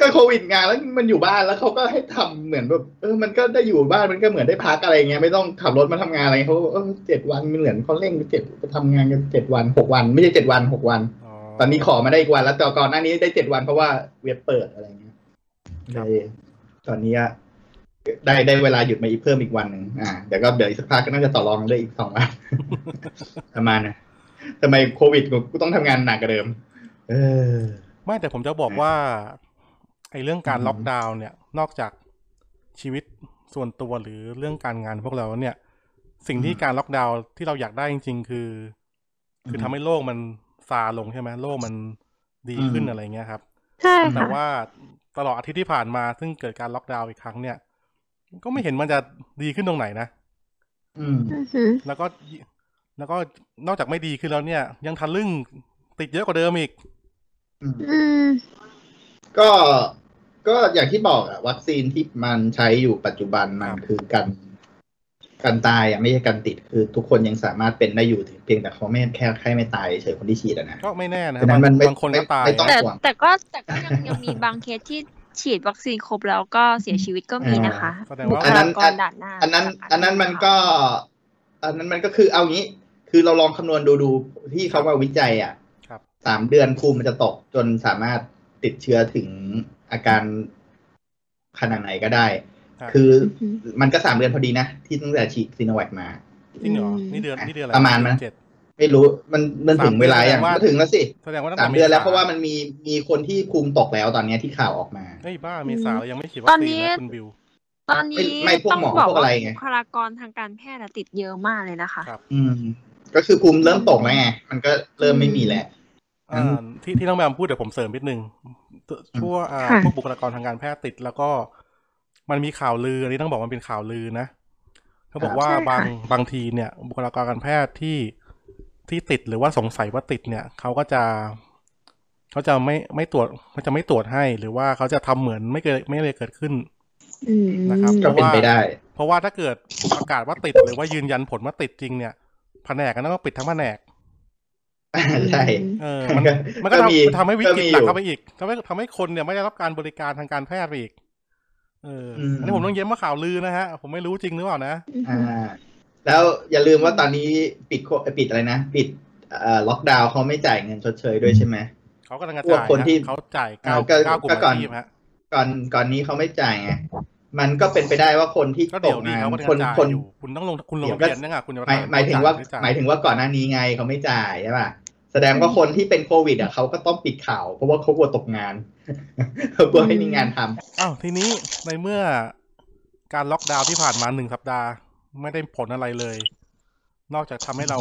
S2: ก็โควิดงานแล้วมันอยู่บ้านแล้วเขาก็ให้ทำเหมือนแบบเออมันก็ได้อยู่บ้านมันก็เหมือนได้พักอะไรเงี้ยไม่ต้องขับรถมาทำงานอะไรเขาก็บอกเออเจ็ดวันมันเหมือนเขาเร่งไปเจ็ดไปทำงานกันเจ็ดวันหกวัน ไม่ใช่เจ็ดวันหกวัน ตอนนี้ขอมาได้อีกวันแล้วแต่ก่อนหน้านี้ได้เจ็ดวันเพราะว่าเว็บเปิดอะไรเงี้ย
S1: ครับ
S2: เลยตอนนี้อะได้ได้เวลาหยุดมาอีกเพิ่มอีกวันหนึ่งอ่าเดี๋ยวก็เดี๋ยวอีกสักพักก็น่าจะต่อรองได้อีกสอง วัน ประมาณนะทำไมโควิดกูต้องทำงานหนักกว่าเดิม เออ
S1: ไม่แต่ผมจะบอกว่าไอ้เรื่องการ
S2: อืม
S1: ล็อกดาวน์เนี่ย นอกจากชีวิตส่วนตัวหรือเรื่องการงานพวกเราเนี่ย สิ่งที่การล็อกดาวน์ที่เราอยากได้จริง ๆ คือ คือทำให้โลกมันซาลงใช่ไหมโลกมันดีขึ้นอะไรเงี้ยครับ
S4: ใช่
S1: แต่
S4: ค่ะ
S1: ว่าตลอดอาทิตย์ที่ผ่านมาซึ่งเกิดการล็อกดาวน์อีกครั้งเนี่ย ก็ไม่เห็นมันจะดีขึ้นตรงไหนนะ
S2: อืม
S4: อือฮึ
S1: แล้วก็ยิแล้วก็นอกจากไม่ดีขึ้นแล้วเนี่ย ยังทะลึ่งติดเยอะกว่าเดิมอีก
S2: อืม
S4: อืม
S2: ก็ก็อย่างที่บอกอะวัคซีนที่มันใช้อยู่ปัจจุบันมันคือกันกันตายอะไม่ใช่กันติดคือทุกคนยังสามารถเป็นได้อยู่ถึงเพียงแต่เขาไม่แค่แค่ไม่ตายเฉยคนที่ฉีดอะนะ
S1: ก็ไม่แน่นะค
S2: ฉะนั้
S1: รั
S2: น
S1: บ
S2: มันไม่
S1: บางคนก็
S2: ไม่
S1: ตาย
S2: ไม่ต้อง
S4: แต่
S2: ห่วง
S4: แต่ก็แต่ก็ยังยังมีบางเคสที่ฉีดวัคซีนครบแล้วก็เสียชีวิตก็มีนะคะ
S1: อ่าแสดงว่า
S4: บุคลากรด่านหน้า
S2: อันนั้น
S4: จาการ
S2: อันนั้นมันก็ อันนั้นมันก็คือเอางี้ คือเราลองคำนวณดูดูที่เขามาวิจัยอะ
S1: ครับ
S2: สามเดือนภูมิมันจะตกจนสามารถติดเชื้อถึงอาการขนาดไหนก็ได้
S1: รับ
S2: คือ
S4: อือฮึ
S2: มันก็สามเดือนพอดีนะ ที่ตั้งแต่ฉีดซีโนแวคมา
S1: จริงเหรอนี่เดือนนี่เดือนอะไร
S2: ประมาณนะ
S1: เจ็ด
S2: ไม่รู้มันมันถึงเวลาอย่าง
S1: สามเดือนแปลว่า
S2: ก็ถึงแล้วสิ
S1: แสดงว่าตั้ง
S2: สา
S1: แต่
S2: มเดือนแล้ว
S1: ษ
S2: เพราะว่ามันมีมีคนที่ภูมิตกแล้วตอนเนี้ยที่ข่าวออกมา
S1: เฮ้ยบ้าเมษาเรายังไม่ฉีดวั
S4: ต
S1: ค
S4: อน
S1: ซี
S4: นี้
S1: นนะคุณบิว
S4: ตอนนี้
S2: ไม่ไม่พวก
S4: ต้อง
S2: หมอบ
S4: อ
S2: พ
S4: ก
S2: วก
S4: ว่า
S2: อะไรไง
S4: บุคลากรทางการแพทย์อะติดเยอะมากเลยนะคะ
S1: ครับ
S2: อืม ก็คือภูมิเริ่มตกแล้วไง มันก็เริ่มไม่มีแล้ว อืม
S1: อ่าที่ที่น้องแบมพูดเดี๋ยวผมเสริมนิดนึงตัวชั่วอ่า
S4: ค่ะ
S1: พวกบุคลากรทางการแพทย์ติด แล้วก็มันมีข่าวลืออันนี้ต้องบอกมันเป็นข่าวลือนะเขาบอก
S2: ครับ
S1: ว่าบางบางทีเนี่ย บุคลากรการแพทย์ที่ที่ติดหรือว่าสงสัยว่าติดเนี่ยเขาก็จะเขาจะไม่ไม่ตรวจเขาจะไม่ตรวจให้ หรือว่าเขาจะทำเหมือนไม่เกิดไม่เลยเกิดขึ้น
S4: อืม
S1: นะครับ
S2: ก็เป็นไปได้
S1: เพราะว่าถ้าเกิดประกาศว่าติดหรือว่ายืนยันผลว่าติดจริงเนี่ยแผนกนั้นต้องปิดทั้งแผนก
S2: ใช่
S1: เออมัน
S2: ก็
S1: มันก็
S2: ก็
S1: ทำ
S2: มี
S1: มันทำให้วิกฤตหนัก
S2: ก็มีอยู่
S1: เข้าไปอีกทำให้ทำให้คนเนี่ยไม่ได้รับการบริการทางการแพทย์ไปอีก เอออ
S2: ม
S1: อันนี้ผมต้องเย้มว่าข่าวลือนะฮะ ผมไม่รู้จริงหรือเปล่านะ
S2: อ่า แล้วอย่าลืมว่าตอนนี้ปิดโคปิดอะไรนะ ปิดเอ่อล็อกดาวน์เขาไม่จ่ายเงินชดเชยด้วยใช่ไหม
S1: เขากำลังจะ
S2: พวก
S1: จ่าย
S2: คนที่
S1: ฮะเขาจ่ายเก้า
S2: เออก็
S1: เก้ากลุ่ม
S2: ก็ก่อน
S1: อาชีพฮะ
S2: ก่อนก่อนนี้เขาไม่จ่ายไง มันก็เป็นไปได้ว่าคนที่
S1: ก็
S2: ต
S1: เดี๋ยว
S2: ก
S1: ดี
S2: งาน
S1: เขาก็จะ
S2: คน
S1: จ่าย
S2: คน
S1: อยู่ คุณต้องลงคุณลง
S2: เดี๋ย
S1: ทะ
S2: วก็
S1: เบียนนะงะคุณจะ
S2: หมายหมายถึงว่า
S1: ไจ่
S2: หมายถึงว่าก่อนหน้านี้ไงเขาไม่จ่ายใช่ป่ะ แสดงว่าคนที่เป็นโควิดอ่ะเขาก็ต้องปิดข่าว เพราะว่าเขากลัวตกงาน เขากลัวไม่มีงานทำ
S1: อ้าวทีนี้ในเมื่อการล็อกดาวน์ที่ผ่านมาหนึ่งสัปดาห์ไม่ได้ผลอะไรเลย นอกจากทำให้เรา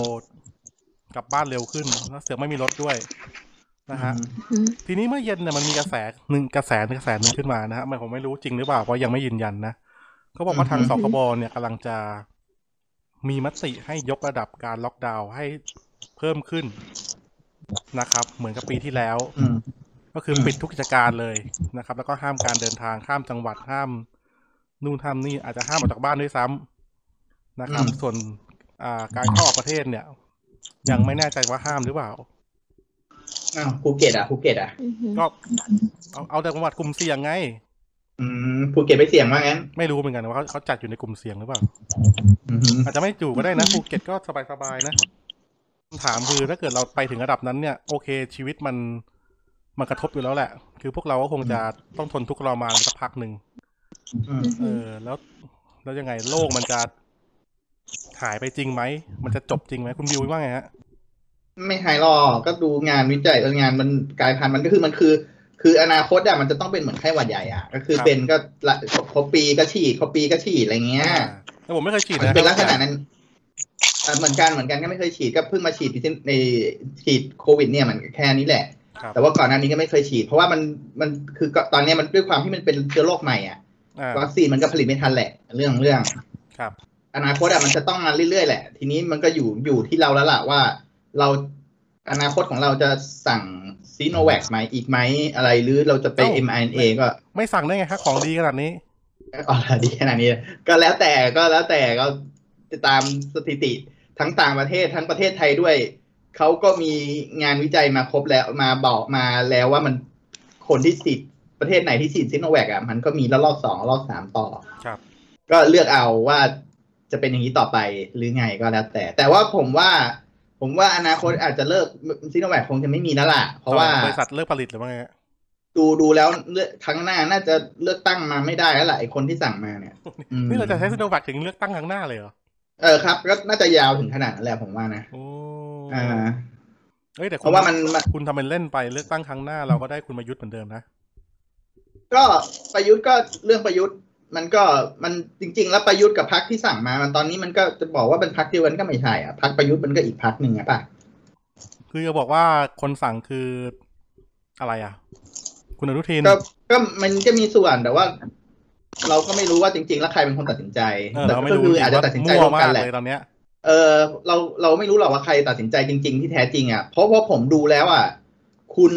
S1: กลับบ้านเร็วขึ้นแล้วเสือกไม่มีรถด้วยนะฮะ ทีนี้เมื่อเย็นเนี่ยมันมีกระแสหนึ่งกระแสหนึ่งกระแสหนึ่งขึ้นมานะฮะมันผมไม่รู้จริงหรือเปล่าเพราะยังไม่ยืนยันนะเขาบอกว่าทาง
S2: อือ
S1: ส
S2: ฮึ
S1: คบเนี่ยกำลังจะมีมติให้ยกระดับการล็อกดาวน์ให้เพิ่มขึ้นนะครับ เหมือนกับปีที่แล้ว
S2: อืม
S1: ก็คือ
S2: อืม
S1: ปิดทุกกิจการเลยนะครับ แล้วก็ห้ามการเดินทางข้ามจังหวัดห้ามนู่นห้ามนี่อาจจะห้ามออกจากบ้านด้วยซ้ำนะครับ ส่วนอ่าการเข้าออกประเทศเนี่ย ยังไม่แน่ใจว่าห้ามหรือเปล่า
S2: อ้าวภูเก็ตอ่ะภูเก็ตอ่ะ
S4: อือฮึ
S1: ก็เอาเอาแต่จังหวัดกลุ่มเสี่ยงไง
S2: อืมภูเก็ตไปเสี่ยงว่างั้น
S1: ไม่รู้เหมือนกันว่าเขาเขาจัดอยู่ในกลุ่มเสี่ยงหรือเปล่า
S2: อือหือ
S1: อาจจะไม่อยู่ก็ได้นะภูเก็ตก็สบายสบายๆนะคำถามคือถ้าเกิดเราไปถึงระดับนั้นเนี่ย โอเค ชีวิตมันมันกระทบอยู่แล้วแหละ คือพวกเราก็คงจะต้องทนทุกข์ทรมานสักพักหนึ่ง
S2: อืม
S4: อือ
S1: เออ
S4: ฮึ
S1: แล้วแล้วยังไงโลกมันจะหายไปจริงไหม มันจะจบจริงไหมคุณบิวว่าไงฮะ
S2: ไม่หายหรอกก็ดูงานวิจัยเอองานมันกลายพันธุ์มันก็คือมันคือ คืออนาคตอะมันจะต้องเป็นเหมือนไข้หวัดใหญ่อะก็คือ
S1: ครับ
S2: เป็นก็ละครบปีก็ฉีดครบปีก็ฉีดอะไรเงี้ย
S1: แต่ผมไม่เคยฉีด
S2: มัน
S1: นะ
S2: เป็นลักษณะนั้นเอ่อเหมือนกันเหมือนกันก็ไม่เคยฉีดก็เพิ่งมาฉีดที่ในฉีดโควิด เนี่ยมันแค่นี้แหละ
S1: ครับ
S2: แต่ว่าก่อนหน้านี้ก็ไม่เคยฉีด เพราะว่ามันมันคือก็ตอนเนี้ยมันด้วยความที่มันเป็นเชื้อโรคใหม่อ่ะ
S1: อ่า
S2: วัคซีนมันก็ผลิตไม่ทันแหละ เรื่องเรื่อง
S1: ครับ
S2: อนาคตอะมันจะต้องมาเรื่อยๆแหละ ทีนี้มันก็อยู่อยู่ที่เราแล้วล่ะว่า เราอนาคตของเราจะสั่งซีโนแวคไหมอีกไหมอะไรหรือเราจะไป mRNA ก็
S1: ไม่สั่งได้ไงฮะของดีขนาดนี้
S2: อ๋อดีขนาดนี้ ก็แล้วแต่ก็แล้วแต่ก็ติดตามสถิติทั้งต่างประเทศทั้งประเทศไทยด้วย เขาก็มีงานวิจัยมาครบแล้วมาบอกมาแล้วว่ามันคนที่ฉีดประเทศไหนที่ฉีดซีโนแวคอะมันก็มีระลอกสองระลอกสามต่อ
S1: ครับ
S2: ก็เลือกเอาว่าจะเป็นอย่างนี้ต่อไปหรือไงก็แล้วแต่ แต่ว่าผมว่า ผมว่าอนาคตอาจจะเลิกซิโนแวคคงจะไม่มีแล้วล่ะ เพราะว่า
S1: บริษัทเลิกผลิตหรือว่าไงฮะ
S2: ดูดูแล้วเลือกครั้งหน้าน่าจะเลือกตั้งมาไม่ได้แล้วล่ะไอคนที่สั่งมาเนี่ยอืม
S1: นี่เราจะใช้ซิโนแวคถึงเลือกตั้งครั้งหน้าเลยเหรอ
S2: เออครับก็น่าจะยาวถึงขนาดนั้นแหละผมว่านะ
S1: โอ้
S2: อ่า
S1: เอ้ยแต่
S2: เพราะว่ามันมัน
S1: คุณทำเป็นเล่นไปเลือกตั้งครั้งหน้าเราก็ได้คุณมายุทธเหมือนเดิมนะ
S2: ก็ประยุทธ์ก็เรื่องประยุทธ์ มันก็มันจริง ๆ แล้วประยุทธ์กับพรรคที่สั่งมา มันตอนนี้มันก็จะบอกว่าเป็นพรรคเดียวกันก็ไม่ใช่อ่ะพรรคประยุทธ์มันก็อีกพรรคหนึ่งอ่ะป่ะ
S1: คือจะบอกว่าคนสั่งคืออะไรอ่ะ คุณอนุทิน
S2: ก็ก็มันก็มีส่วนแต่ว่า เราก็ไม่รู้ว่าจริง ๆ แล้วใครเป็นคนตัดสินใจ
S1: เออ
S2: แต่
S1: เราไม่
S2: ก็
S1: รู้
S2: คื
S1: จ
S2: อ
S1: ริง
S2: อาจจะตัดสินใจ
S1: มั่
S2: ร่
S1: ว
S2: วม
S1: มา
S2: กั
S1: ก
S2: นแหละ
S1: เลยตอนเนี้ย
S2: เออเราเราไม่รู้หรอกว่าใครตัดสินใจจริง ๆ ที่แท้จริงอ่ะเพราะเพราะผมดูแล้วอ่ะคุณ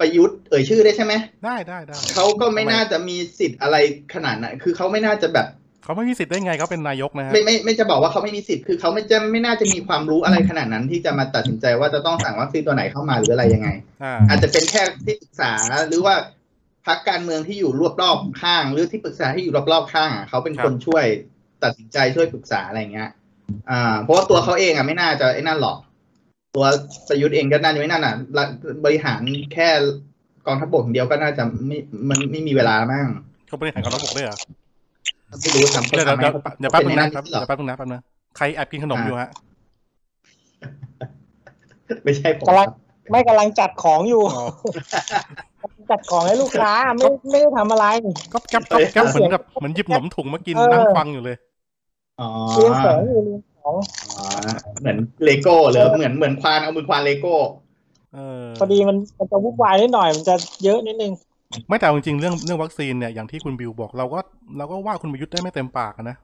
S2: ประยุทธ์เอ่ยชื่อได้ใช่ไหม
S1: ได้ได้ได้
S2: เขาก็ไม่น่าจะมีสิทธิ์อะไรขนาดนั้นคือเขาไม่น่าจะแบบ
S1: เขาไม่มีสิทธิ์ได้ไงเขาเป็นนายกนะฮะ
S2: ไม่ไม่ไม่จะบอกว่าเขาไม่มีสิทธิ์คือเขาไม่จะไม่น่าจะมีความรู้อะไรขนาดนั้น ที่จะมาตัดสินใจว่าจะต้องสั่งวัคซีนตัวไหนเข้ามาหรืออะไรยังไง
S1: อ่า
S2: อาจจะเป็นแค่ที่ปรึกษาหรือว่าพักการเมืองที่อยู่รอบรอบๆข้าง หรือที่ปรึกษาที่อยู่รอบรอบๆข้างอะเขาเป็นคนช่วยตัดสินใจช่วยปรึกษาอะไรเงี้ย อ่า เพราะว่าตัวเขาเองอ่ะไม่น่าจะไอ้นั่นหรอก ตัวประยุทธ์เองก็น่าจะไม่น่าน่ะรัฐบริหารแค่กองทัพบกอย่างเดียวก็น่าจะไม่มันไม่มีเวลามั่ง
S1: เขาบริหารกองทัพบกด้วยเหรอ
S2: ไม่รู้ทำ
S1: เดี๋ยวเดี๋ยวเดี๋ยวเดี๋ยวแป๊บนึงนะ
S2: เป็ไอ้
S1: ครับ
S2: หรอ
S1: เดี๋ยวแป๊บนึงนะแป๊บนึงใครแอบกินขนมอยู่ฮะ
S2: ไม่ใช่ผม
S3: กำ
S2: ค
S3: ลั
S2: รั
S3: ง
S2: บ
S3: ไม่กำลังจัดของอยู่
S1: อ๋อ
S3: จัดของให้ลูกค้าไม่ไม่ได้ทำอะไร
S1: ก็แก๊บก็แก๊บเหมือนแบบเหมือนหยิบขนมถุงมากิน
S3: เออ
S1: นั่งฟังอยู่เลย
S2: อ๋อ
S3: เรียนของอยู่เรียนของ
S2: อ๋อเหมือนเลโก้หรือเหมือนเหมือนควานเอามือควานเลโก้
S1: เออ
S3: พอดีมันมันจะวุ่นวายนิดหน่อยมันจะเยอะนิดนึง
S1: ไม่แต่เอาจริงๆเรื่องเรื่องวัคซีนเนี่ยอย่างที่คุณบิวบอกเราก็เราก็ว่าคุณประยุทธ์ได้ไม่เต็มปากอะนะ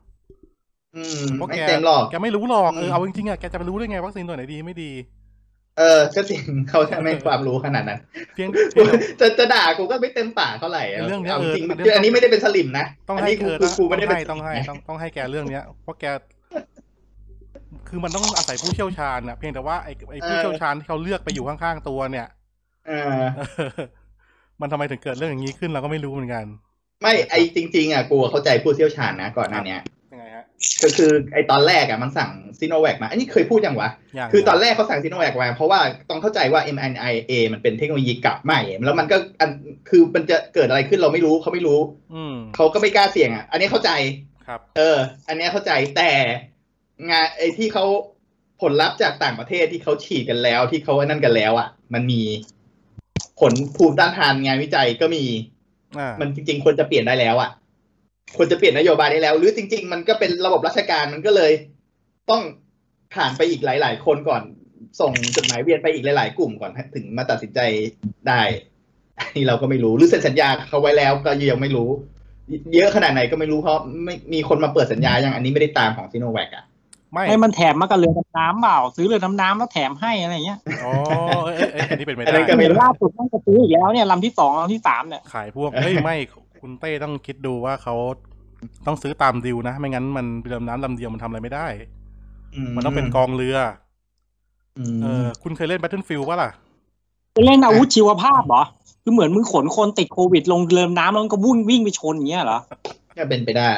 S2: อืม
S1: เพราะ
S2: ไม่
S1: แก
S2: เต็มหรอก
S1: แกไม่รู้หรอกเอ
S2: อื
S1: อ
S2: ม
S1: เอาจริงๆอะแกจะไปรู้ได้ไงวัคซีนตัวไหนดีไม่ดี
S2: เออ ก็จริงเขาจะไม่ความรู้ขนาด นั้น
S1: เพียงเพียง
S2: จะจะด่ากูก็ไม่เต็มปากเท่าไหร่ะ
S1: เรื่องเนี้ย
S2: าจริง
S1: เออ
S2: คืออันนี้ไม่ได้เป็นสลิมนะ
S1: ต้อง
S2: น
S1: ให้
S2: นี้
S1: เธอ
S2: กู
S1: นะ
S2: กูไม่ได้
S1: ต้อง
S2: เป็น
S1: ให้ต้องให้ต้องต้องให้แกเรื่องเนี้ย เพราะแก คือมันต้องอาศัยผู้เชี่ยวชาญนะเพียงแต่ว่าไอ้ไอ้ผู้เชี่ยวชาญที่เขาเลือกไปอยู่ข้างๆตัวเนี่ย
S2: เออ
S1: เออมันทำไมถึงเกิดเรื่องอย่างนี้ขึ้นเราก็ไม่รู้เหมือนกัน
S2: ไม่ไอจริง ๆอ่ะกูเข้าใจผู้เชี่ยวชาญนะก่อนหน้าเนี้ย
S1: ยังไงฮะ
S2: ก็คือไอตอนแรกอ่ะมันสั่งซีโนแวคมา อันนี้เคยพูดยังวะ
S1: อย่าง
S2: คือตอนแรกเขาสั่งซีโนแวคมาเพราะว่าต้องเข้าใจว่า mRNA มันเป็นเทคโนโลยีเก่าใหม่ แล้วมันก็อันคือมันจะเกิดอะไรขึ้นเราไม่รู้เขาไม่รู้
S1: อืม
S2: เขาก็ไม่กล้าเสี่ยงอ่ะ อันนี้เข้าใจ
S1: ครับ
S2: เออ อันนี้เข้าใจ แต่งานไอ้ที่เขาผลลัพธ์จากต่างประเทศที่เขาฉีดกันแล้ว ที่เขาไอ้นั่นกันแล้วอ่ะ มันมีผลภูมิต้านทานงานวิจัยก็มี
S1: อ่า
S2: มันจริง ๆ ควรจะเปลี่ยนได้แล้วอ่ะ ควรจะเปลี่ยนนโยบายได้แล้ว หรือจริง ๆ มันก็เป็นระบบราชการมันก็เลย ต้องผ่านไปอีกหลาย ๆ คนก่อน ส่งจดหมายเวียนไปอีกหลาย ๆ กลุ่มก่อนถึงมาตัดสินใจได้อันนี้เราก็ไม่รู้ หรือเซ็นสัญญาเขาไว้แล้วก็ยังไม่รู้ เยอะขนาดไหนก็ไม่รู้เพราะไม่มีคนมาเปิดสัญญายังอันนี้ไม่ได้ตามของซีโนแวคอ่ะ
S1: ไม่
S3: ให้มันแถมมากับเรือดำน้ำเปล่า ซื้อเรือดำน้ำแล้วแถมให้อะไรเงี้ย
S1: อ๋อเอ้ยเอ้ยเอ้ยอันนี้เป็นไป
S2: อัน
S1: ได้
S2: นั้นก็
S3: เห็นล่าสุดต้องจะซื้ออีกแล้วเนี่ยลำที่สองลำที่สามเนี่ย
S1: ขายพวกเฮ้ยไม่คุณเต้ต้องคิดดูว่าเขาต้องซื้อตามดิวนะ ไม่งั้นมันเรือดำน้ำลำเดียวมันทำอะไรไม่ได้ มันต้องเป็นกองเรืออ
S2: อืม
S1: เออคุณเคยเล่น Battlefield ป่ะล่ะ
S3: ไปเล่นอาวุธชีวภาพเหรอ คือเหมือนมึงขนคนติดโควิดลงเรือน้ำแล้วก็วุ่นวิ่งไปชนอย่างเงี้ยเหรอ
S2: ก็เป็นไปได้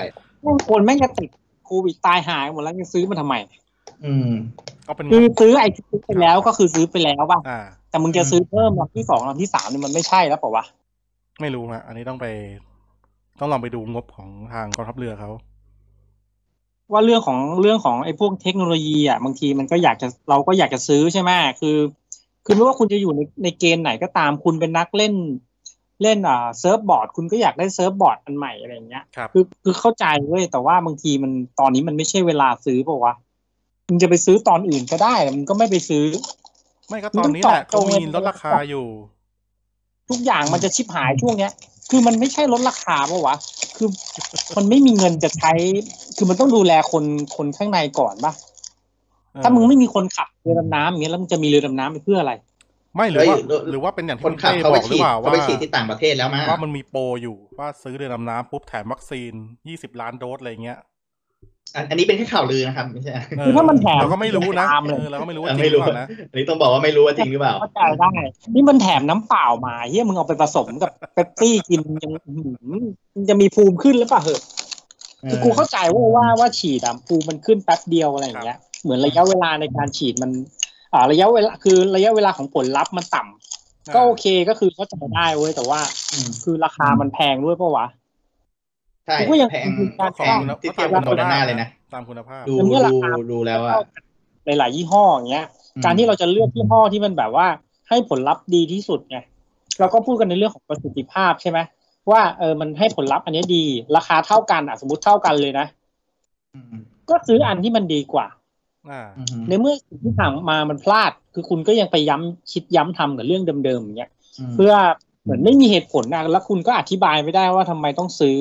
S3: แม่งคนแม่งจะติดโควิดตายหายหมดแล้วจะซื้อมาทำไม
S2: อืม
S1: ก็เป็น
S3: คือซื้อไอ้ที่ซื้อไปแล้วก็คือซื้อไปแล้วป่ะ
S1: อ่า
S3: แต่มึงจะซื้อเพิ่มลำที่สองลำที่สามเนี่ยมันไม่ใช่แล้วเปล่าวะ
S1: ไม่รู้นะอันนี้ต้องไป ต้องลองไปดูงบของทางกองทัพเรือเขา
S3: ว่าเรื่องของเรื่องของไอ้พวกเทคโนโลยีอ่ะบางทีมันก็อยากจะเราก็อยากจะซื้อใช่ไหมคือ คือไม่ว่าคุณจะอยู่ในในเกณฑ์ไหนก็ตามคุณเป็นนักเล่น เล่นอ่าเซิร์ฟบอร์ดคุณก็อยากได้เซิร์ฟบอร์ดอันใหม่อะไรอย่างเงี้ย
S1: ครับ
S3: คือคือเข้าใจเว้ยแต่ว่าบางทีมันตอนนี้มันไม่ใช่เวลาซื้อเปล่าวะมึงจะไปซื้อตอนอื่นก็ได้แต่มึงก็ไม่ไปซื้อ
S1: ไม่ก็ตอนนี้แหละเขามีลดราคาอยู่
S3: ทุกอย่างมันจะชิบหายช่วงเนี้ย คือมันไม่ใช่ลดราคาปะวะ คือมันไม่มีเงินจะใช้ คือมันต้องดูแลคนคนข้างในก่อนปะ
S1: เออ
S3: ถ้ามึงไม่มีคนขับเรือดำน้ำอย่างเงี้ยแล้วมึงจะมีเรือดำน้ำไปเพื่ออะไร
S1: ไม่หรือว่า
S2: เอ้ย
S1: หรือว่าเป็นอย่างที่
S2: คน
S1: คุณ
S2: ขับ
S1: เต้
S2: เขา
S1: บ
S2: ไป
S1: อกหรือ
S2: ฉีด
S1: เปล่า
S2: เขา
S1: ว่า
S2: ไปฉีดที่ต่างประเทศแล้วมา
S1: ว่ามันมีโปรอยู่ว่าซื้อเรือดำน้ำปุ๊บแถมวัคซีนยี่สิบล้านโดสอะไรเงี้ย
S2: อันอันนี้เป็นแค่ข่าวลือนะครับ ไม่ใช่
S1: เ
S3: คือถ้ามันแถม
S1: เราก็ไม่รู้นะ
S3: ตามเลย
S1: เออเราก็ไม่รู้ว่า
S2: อ่ะ
S1: จริง
S2: ไม่
S1: หรือ
S2: รู้
S1: เปล่านะ
S2: อันนี้ต้องบอกว่าไม่รู้ว่าจริงหรือเปล่า
S3: เข้าใจได้ นี่มันแถมน้ำเปล่ามาเฮียมึงเอาไปผสมกับเป๊ปซี่กินยังอื้อหือมันจะมีภูมิขึ้นหรือเปล่าเหอะ คือกูเข้าใจว่าว่าว่าฉีดอะภูมิมันขึ้นแป๊บเดียวอะไรอย่างเงี้ย เหมือนระยะเวลาในการฉีดมัน อ่าระยะเวลาคือระยะเวลาของผลลัพธ์มันต่ำก็โอเคก็คือเข้าใจได้เว้ยแต่ว่า
S2: อืม
S3: คือราคามันแพงด้วยปะวะ
S2: ใช่
S3: กูก็ยัง
S2: แพง
S3: ก็
S2: แพ
S3: ขอบ
S2: ง
S3: คุณนะ
S2: ที่เทียบกับโมเดอร์นาเลยนะ
S1: ตามคุณภาพ
S2: ดู
S3: แล้วเมื่อรา
S2: ดู
S3: คา
S2: ดูแล้วอ่ะ
S3: ในหลายยี่ห้ออย่างเงี้ย การที่เราจะเลือกยี่ห้อที่มันแบบว่าให้ผลลัพธ์ดีที่สุดไงเราก็พูดกันในเรื่องของประสิทธิภาพใช่ไหมว่าเออมันให้ผลลัพธ์อันเนี้ยดี ราคาเท่ากันอ่ะสมมติเท่ากันเลยนะ
S2: อืม
S3: ก็ซื้ออันที่มันดีกว่า
S1: อ่า
S2: อืมอืม
S3: ในเมื่อสิ่งที่ผ่านมามันพลาด คือคุณก็ยังไปย้ำคิดย้ำทำกับเรื่องเดิมๆอย่างเงี้ย
S2: ม
S3: เพื่อเหมือนไม่มีเหตุผลนะแล้วคุณก็อธิบายไม่ได้ว่าทำไมต้องซื้อ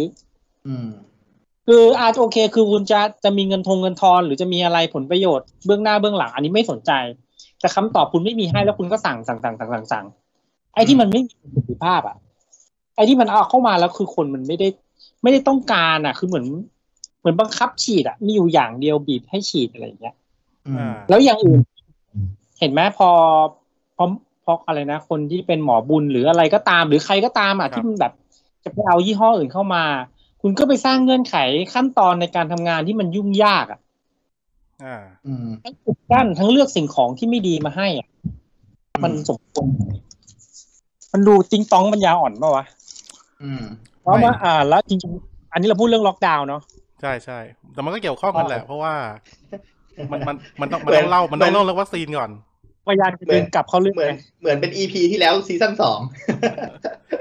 S2: ม
S3: คืออาจโอเค คือคุณจะจะมีเงินทงเงินทอนหรือจะมีอะไรผลประโยชน์เบื้องหน้าเบื้องหลัง อันนี้ไม่สนใจ แต่คำตอบคุณไม่มีให้แล้วคุณก็สั่งสั่งสั่งสั่งสั่งสั่งไอ้ที่มันไม่มีประสิทธิภาพอ่ะ ไอ้ที่มันเอาเข้ามาแล้วคือคนมันไม่ได้ ไม่ได้ต้องการอ่ะ คือเหมือน เหมือนบังคับฉีดอ่ะมีอยู่อย่างเดียวบีบให้ฉีดอะไรอย่างเงี้ย
S2: อืม
S1: อ่า
S3: แล้วอย่างอื่น เห็นไหมพอพอพออะไรนะ คนที่เป็นหมอบุญหรืออะไรก็ตาม หรือใครก็ตามอ่ะ
S1: ครับ
S3: ที่มันแบบจะไปเอายี่ห้ออื่นเข้ามา คุณก็ไปสร้างเงื่อนไขขั้นตอนในการทำงานที่มันยุ่งยากอ่ะ
S1: อ่า
S2: อืม
S3: ทั้งอุดกั้นทั้งเลือกสิ่งของที่ไม่ดีมาให้อ่ะมันสมควรไหมมันดูติงตองปัญญาอ่อนปะวะ
S2: อืม
S3: เพราะว่า
S1: ไม่
S3: อ่า แล้วจริงๆอันนี้เราพูดเรื่องล็อกดาวน์เนาะ
S1: ใช่ใช่แต่มันก็เกี่ยวข้องกันแหละ เพราะว่ามันมันมันต้อง
S2: เหมื
S1: มัน
S2: อน
S1: ต้องเล่ามันต้อง
S2: เหมือน
S1: เล่าเรื่องวัคซีนก่อน
S3: พยายามจะดึงกลับเข้าเรื่อง
S2: เหมือน
S3: ไง
S2: เหมือนเป็นอีพีที่แล้วซีซั่นสอง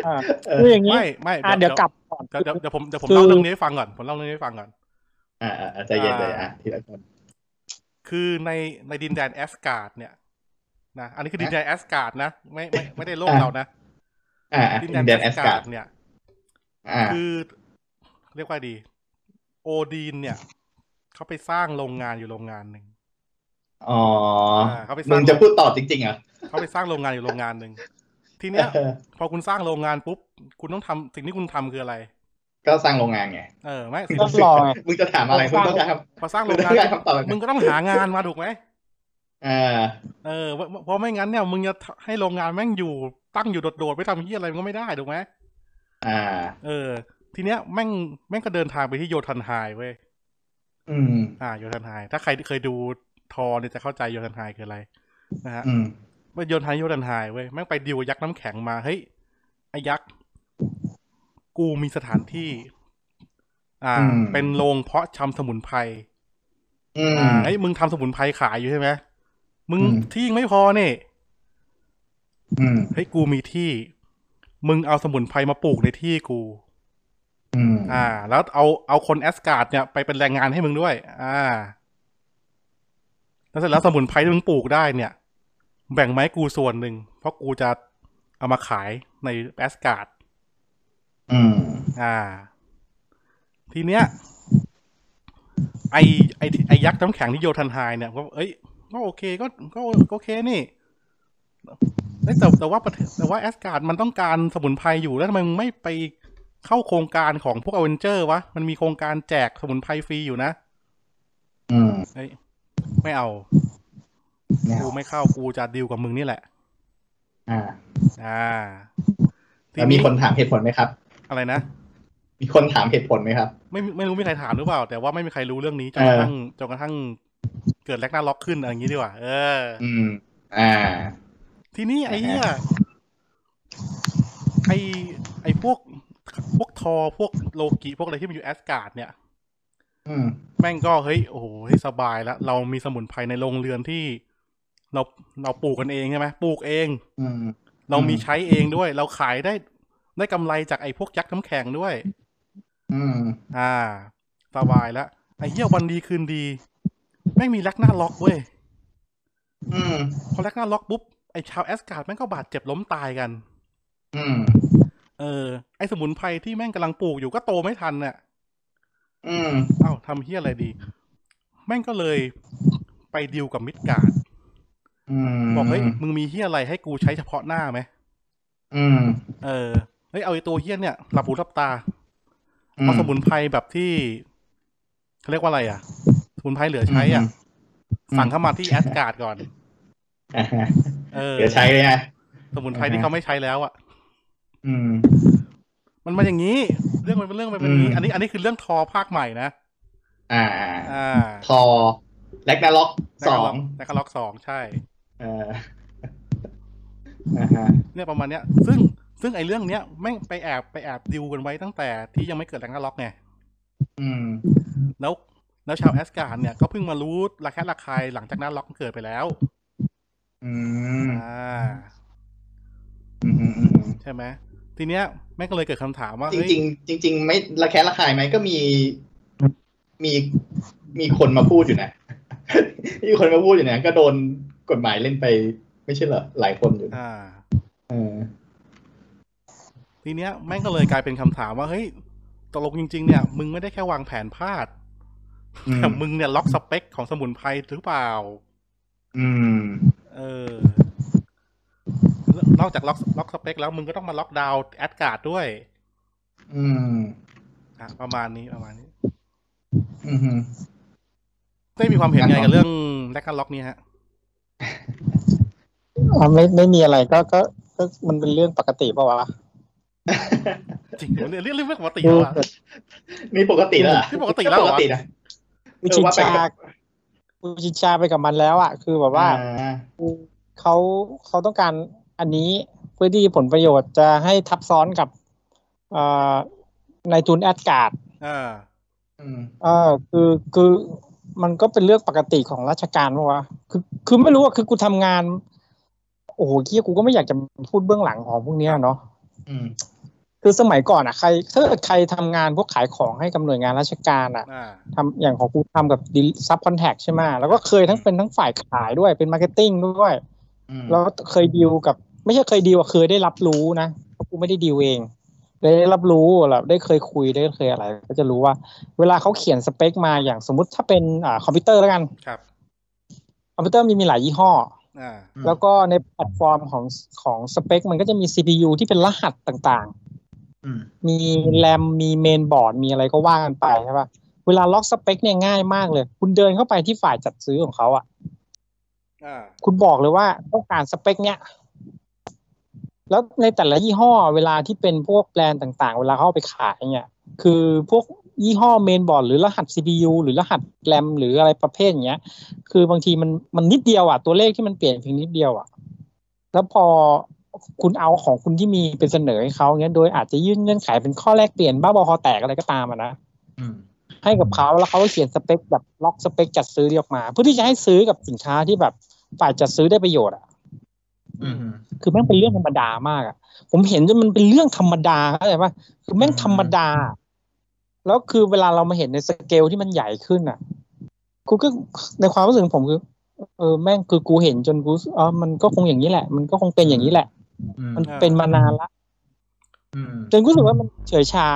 S3: อ่า
S2: เออ
S3: คืออย่างนี้
S1: ไม่ไม่
S3: อ่าเดี๋ยวกลับก่อน
S1: เดี๋ยวเดี๋ยวเดี๋ยวผมเดี๋ยวผม
S3: คือ
S1: เล่าเรื่องนี้ให้ฟังก่อนผมเล่าเรื่องนี้ให้ฟังก่อน
S2: อ่าอ่าอ่าใจเย็นใจเย็นอ่ะทีละคน
S1: คือในในดินแดนแอสการ์ดเนี่ยนะอันนี้คือดินแดนแอสการ์ดนะไม่ไม่ไม่ได้โลก
S2: อ่ะ
S1: เรานะ
S2: อ่าอ่ะ
S1: ดิน
S2: อิน
S1: แด
S2: เดีย
S1: น
S2: น
S1: แอ
S2: แอ
S1: ส
S2: สกา
S1: กา์
S2: รร์
S1: ด
S2: ด
S1: เนี่ย
S2: อ่า
S1: คือเรียกว่าดี โอดีนเนี่ย เขาไปสร้างโรงงานอยู่โรงงานหนึ่ง
S2: อ๋ออา
S1: เขาไปสร้าง
S2: มึงจะพูดตอบจริงๆเหรอ
S1: เขาไปสร้างโรงงานอยู่โรงงานหนึ่งทีเนี้ย
S2: เออ
S1: พอคุณสร้างโรงงานปุ๊บ คุณต้องทำสิ่งที่คุณทำคืออะไร
S2: ก็สร้างโรงงานไง
S1: เออไม่สิ
S3: ก็รอไง
S2: มึงจะถามอะไรมึงต้องการ
S1: พอสร้าง
S2: มึ
S1: โรง งงาน
S2: ต้องการคำตอบแบบ
S1: มึ
S2: นั้
S1: ง
S2: น
S1: ก็ต้องหางานมาถูกไหม
S2: อ่า
S1: เออเพราะเพราะไม่งั้นเนี่ยมึงจะให้โรงงานแม่งอยู่ตั้งอยู่โดดๆไปทำที่อะไรมันก็ไม่ได้ถูกไหม
S2: อ่า
S1: เออ ทีเนี้ยแม่งแม่งก็เดินทางไปที่โยธันไฮเว้ย
S2: อืม
S1: อ่าโยธันไฮถ้าใครเคยดูทอเนี่ยจะเข้าใจโยธันไฮคืออะไรนะฮะ
S2: อืม
S1: มันโยนไฮโยนไฮเว้ยแม่งไปดิวยักษ์น้ำแข็งมา เฮ้ย ไอ้ยักษ์ กูมีสถานที่ อ่า
S2: อืม
S1: เป็นโรงเพาะชำสมุนไพร
S2: อืม
S1: อ่าเฮ้ยมึงทำสมุนไพรขายอยู่ใช่ไหมมึง
S2: อืม
S1: ที่ยังไม่พอเนี่ย
S2: อืม
S1: เฮ้ยกูมีที่ มึงเอาสมุนไพรมาปลูกในที่กู
S2: อืม
S1: อ่า แล้วเอาเอาคนแอสการ์ดเนี่ยไปเป็นแรงงานให้มึงด้วย อ่า แล้วเสร็จแล้วสมุนไพรที่มึงปลูกได้เนี่ย แบ่งไมาให้กูส่วนหนึ่ง เพราะกูจะเอามาขายในแอสการ์ด
S2: อืม
S1: อ่า ทีเนี้ย ไอไอที่ไอยักษ์น้ำแข็งที่โยทันไฮเนี่ยก็เอ้ยก็โอเคก็ก็ก็โอเคนี่เอ้ยแต่แต่ว่าประเทศแต่ว่าแอสการ์ดมันต้องการสมุนไพรอยู่แล้วทำไมมึงไม่ไปเข้าโครงการของพวกอเวนเจอร์วะ มันมีโครงการแจกสมุนไพรฟรีอยู่นะ
S2: อืม
S1: เฮ้ย ไม่เอา
S2: เนี่ย
S1: กูไม่เข้ากูจะดีลกับมึงนี่แหละ
S2: อ่า
S1: อ่า
S2: แล้วมีคนถามเหตุผลไหมครับ
S1: อะไรนะ
S2: มีคนถามเหตุผลไหมครับ
S1: ไม่ไม่รู้มีใครถามหรือเปล่า แต่ว่าไม่มีใครรู้เรื่องนี้จน
S2: เออ
S1: กระทั่งจนกระทั่งเกิดแลกหน้าล็อกขึ้นอะไรอย่างนี้ดีกว่าเอออ
S2: อืม อ่า
S1: ทีนี้ไอ้
S2: อ่าฮะ
S1: เหี้ยไอ้ไอ้พวกพวกทอพวกโลกิพวกอะไรที่มันอยู่แอสการ์ดเนี่ย
S2: อืม
S1: แม่งก็เฮ้ยโอ้โหสบายแล้ว เรามีสมุนไพรในโรงเรือนที่ เราเราปลูกกันเองใช่ไหมปลูกเอง
S2: อืม
S1: เรามี
S2: อืม
S1: ใช้เองด้วย เราขายได้ได้กำไรจากไอ้พวกยักษ์น้ำแข็งด้วย
S2: อืม
S1: อ่า สบายแล้วไอ้เหี้ยวันดีคืนดี แม่งมีแลกหน้าล็อกเว้ย
S2: อืม
S1: พอแลกหน้าล็อกปุ๊บ ไอ้ชาวแอสการ์ดแม่งก็บาดเจ็บล้มตายกัน
S2: อืม
S1: เออ ไอ้สมุนไพรที่แม่งกำลังปลูกอยู่ก็โตไม่ทันน่ะ
S2: อืม
S1: เอ้าทำเฮี้ยอะไรดี แม่งก็เลยไปดิวกับมิดการ์ด
S2: อืม
S1: บอกเฮ้ยมึงมีเฮี้ยอะไรให้กูใช้เฉพาะหน้าไหม
S2: อืม
S1: เออเฮ้ยเอาไอ้ตัวเฮี้ยเนี่ยหลับหูหลับตา
S2: อื
S1: เอาสมุนไพรแบบที่เขาเรียกว่าอะไรอ่ะ สมุนไพรเหลือใช้อ่ะ สั่งเข้ามาที่แอสการ์ดก่อน
S2: อ่าฮะ
S1: เออ
S2: เดี๋ยวใช้เลยนะ
S1: สมุนไพรที่เขาไม่ใช้แล้วอ่ะ
S2: อืม
S1: มันมาอย่างนี้ เรื่องมันเป็นเรื่องมันเป็นอย่างนี้
S2: อืม
S1: อันนี้อันนี้คือเรื่องทอภาคใหม่นะ
S2: อ่า
S1: อ่า
S2: ทอแลกนาล็อกสอง
S1: แล้วก็ล็อกสองใช่
S2: เอออ่าฮะ
S1: เนี่ยประมาณเนี้ย ซึ่งซึ่งไอ้เรื่องเนี้ยแม่งไปแอบไปแอบดิวกันไว้ตั้งแต่ที่ยังไม่เกิดแรงกาล็อกไง
S2: อืม
S1: แล้วแล้วชาวแอสการ์ดเนี่ยก็เพิ่งมารู้ระแคะระคายหลังจากนั้นล็อกเกิดไปแล้ว
S2: อืม
S1: อ่า
S2: อืมอืมอืม
S1: ใช่ไหมทีเนี้ยแม่งก็เลยเกิดคำถามว่า
S2: จ
S1: เฮ้ย
S2: ริงๆจริง ๆ ไม่ระแคะระคายไหมก็มี มีมีคนมาพูดอยู่นะ มีคนมาพูดอยู่นะก็โดนกฎหมายเล่นไป ไม่ใช่เหรอหลายคนอยู่นะ
S1: อ่า
S2: เออ
S1: ทีเนี้ยแม่งก็เลยกลายเป็นคำถามว่าเฮ้ยตกลงจริง ๆ เนี่ย มึงไม่ได้แค่วางแผนพลาด
S2: อืม
S1: แต่มึงเนี่ยล็อกสเปคของสมุนไพรหรือเปล่า
S2: อืม
S1: เออ นอกจากล็อกล็อกสเปคแล้วมึงก็ต้องมาล็อกดาวน์แอสการ์ดด้วย
S2: อืม
S1: อ่ะประมาณนี้ประมาณนี้
S2: อืมฮึ
S1: ได้มีความเห็นไง
S2: ครับ
S1: กับเรื่องแลกกันล็อกนี้ฮะ
S3: อ่ะไม่ไม่มีอะไรก็ก็ก็มันเป็นเรื่องปกติเปล่าวะ
S1: จริงเหรอเรื่องเรื่องปกติแล้วอะ
S2: นี่ปกติแล้วเหรอ
S1: นี่ปกติแล้วเหร
S2: ป
S1: อ
S2: กตินะ
S3: กูชินชากูชินชาไปกับมันแล้วอ่ะคือแบบว่า
S2: อ่า
S3: เขาเขาต้องการอันนี้เพื่อที่ผลประโยชน์จะให้ทับซ้อนกับเอ่อในทุนแอดการ์ด
S1: อ่า
S2: อืม
S3: เออคือคือมันก็เป็นเรื่องปกติของราชการปะวะคือคือไม่รู้ว่าคือกูทำงาน โอ้โหเคียกูก็ไม่อยากจะพูดเบื้องหลังของพวกเนี้ยเนาะ
S2: อืม
S3: คือสมัยก่อนอ่ะใครถ้าเกิดใครทำงานพวกขายของให้กับหน่วยงานราชการอ่ะ
S1: อ่า
S3: ทำอย่างของกูทำกับซับคอนแทคใช่ไหมแล้วก็เคยทั้งเป็นทั้งฝ่ายขายด้วยเป็นมาร์เก็ตติ้งด้วย
S2: อืม
S3: แล้วเคยดีลกับ ไม่ใช่เคยดีลอะเคยได้รับรู้นะเพราะกูไม่ได้ดีลเองได้รับรู้แบบได้เคยคุยได้เคยอะไร ก็จะรู้ว่า เวลาเขาเขียนสเปคมาอย่างสมมุติถ้าเป็นอ่าคอมพิวเตอร์แล้วกัน
S1: ครับ
S3: คอมพิวเตอร์มันมีหลายยี่ห้อ
S1: อ่า
S3: แล้วก็ในแพลตฟอร์มของของสเปค มันก็จะมี CPU ที่เป็นรหัสต่าง
S2: อืม
S3: ๆ มีแรมมีเมนบอร์ดมีอะไรก็ว่ากันไปใช่ปะเวลาล็อกสเปคเนี่ยง่ายมากเลย คุณเดินเข้าไปที่ฝ่ายจัดซื้อของเขาอ่ะ
S1: อ่า
S3: คุณบอกเลยว่าต้องการสเปคเนี้ย แล้วในแต่ละยี่ห้อเวลาที่เป็นพวกแบรนด์ต่างๆ เวลาเขาเอาไปขายเนี่ย คือพวกยี่ห้อเมนบอร์ดหรือรหัส CPU หรือรหัสแรมหรืออะไรประเภทอย่างเงี้ย คือบางทีมันมันนิดเดียวอ่ะ ตัวเลขที่มันเปลี่ยนเพียงนิดเดียวอ่ะ แล้วพอคุณเอาของคุณที่มีเป็นเสนอให้เขาเงี้ย โดยอาจจะยื่นเงื่อนไขเป็นข้อแลกเปลี่ยนบ้าบอคอแตกอะไรก็ตามอ่ะนะ
S2: อืม
S3: ให้กับเขาแล้วเขาก็เขียนสเปคแบบล็อกสเปคจัดซื้อเรียกมา เพื่อที่จะให้ซื้อกับสินค้าที่แบบฝ่ายจัดซื้อได้ประโยชน์อ่ะ
S2: อืม
S3: คือแม่งเป็นเรื่องธรรมดามากอะผมเห็นจนมันเป็นเรื่องธรรมดาเข้าใจปะคือแม่ง
S2: อืม
S3: ธรรมดา แล้วคือเวลาเรามาเห็นในสเกลที่มันใหญ่ขึ้นอะกูก็ในความรู้สึกของผมคือ เออแม่งคือกูเห็นจนกูรู้สึกเออมันก็คงอย่างนี้แหละ มันก็คงเป็นอย่างนี้แหละ
S2: อืม
S3: มันเป็นมานานละ
S2: อืม
S3: จนกูรู้สึกว่ามันเฉยชา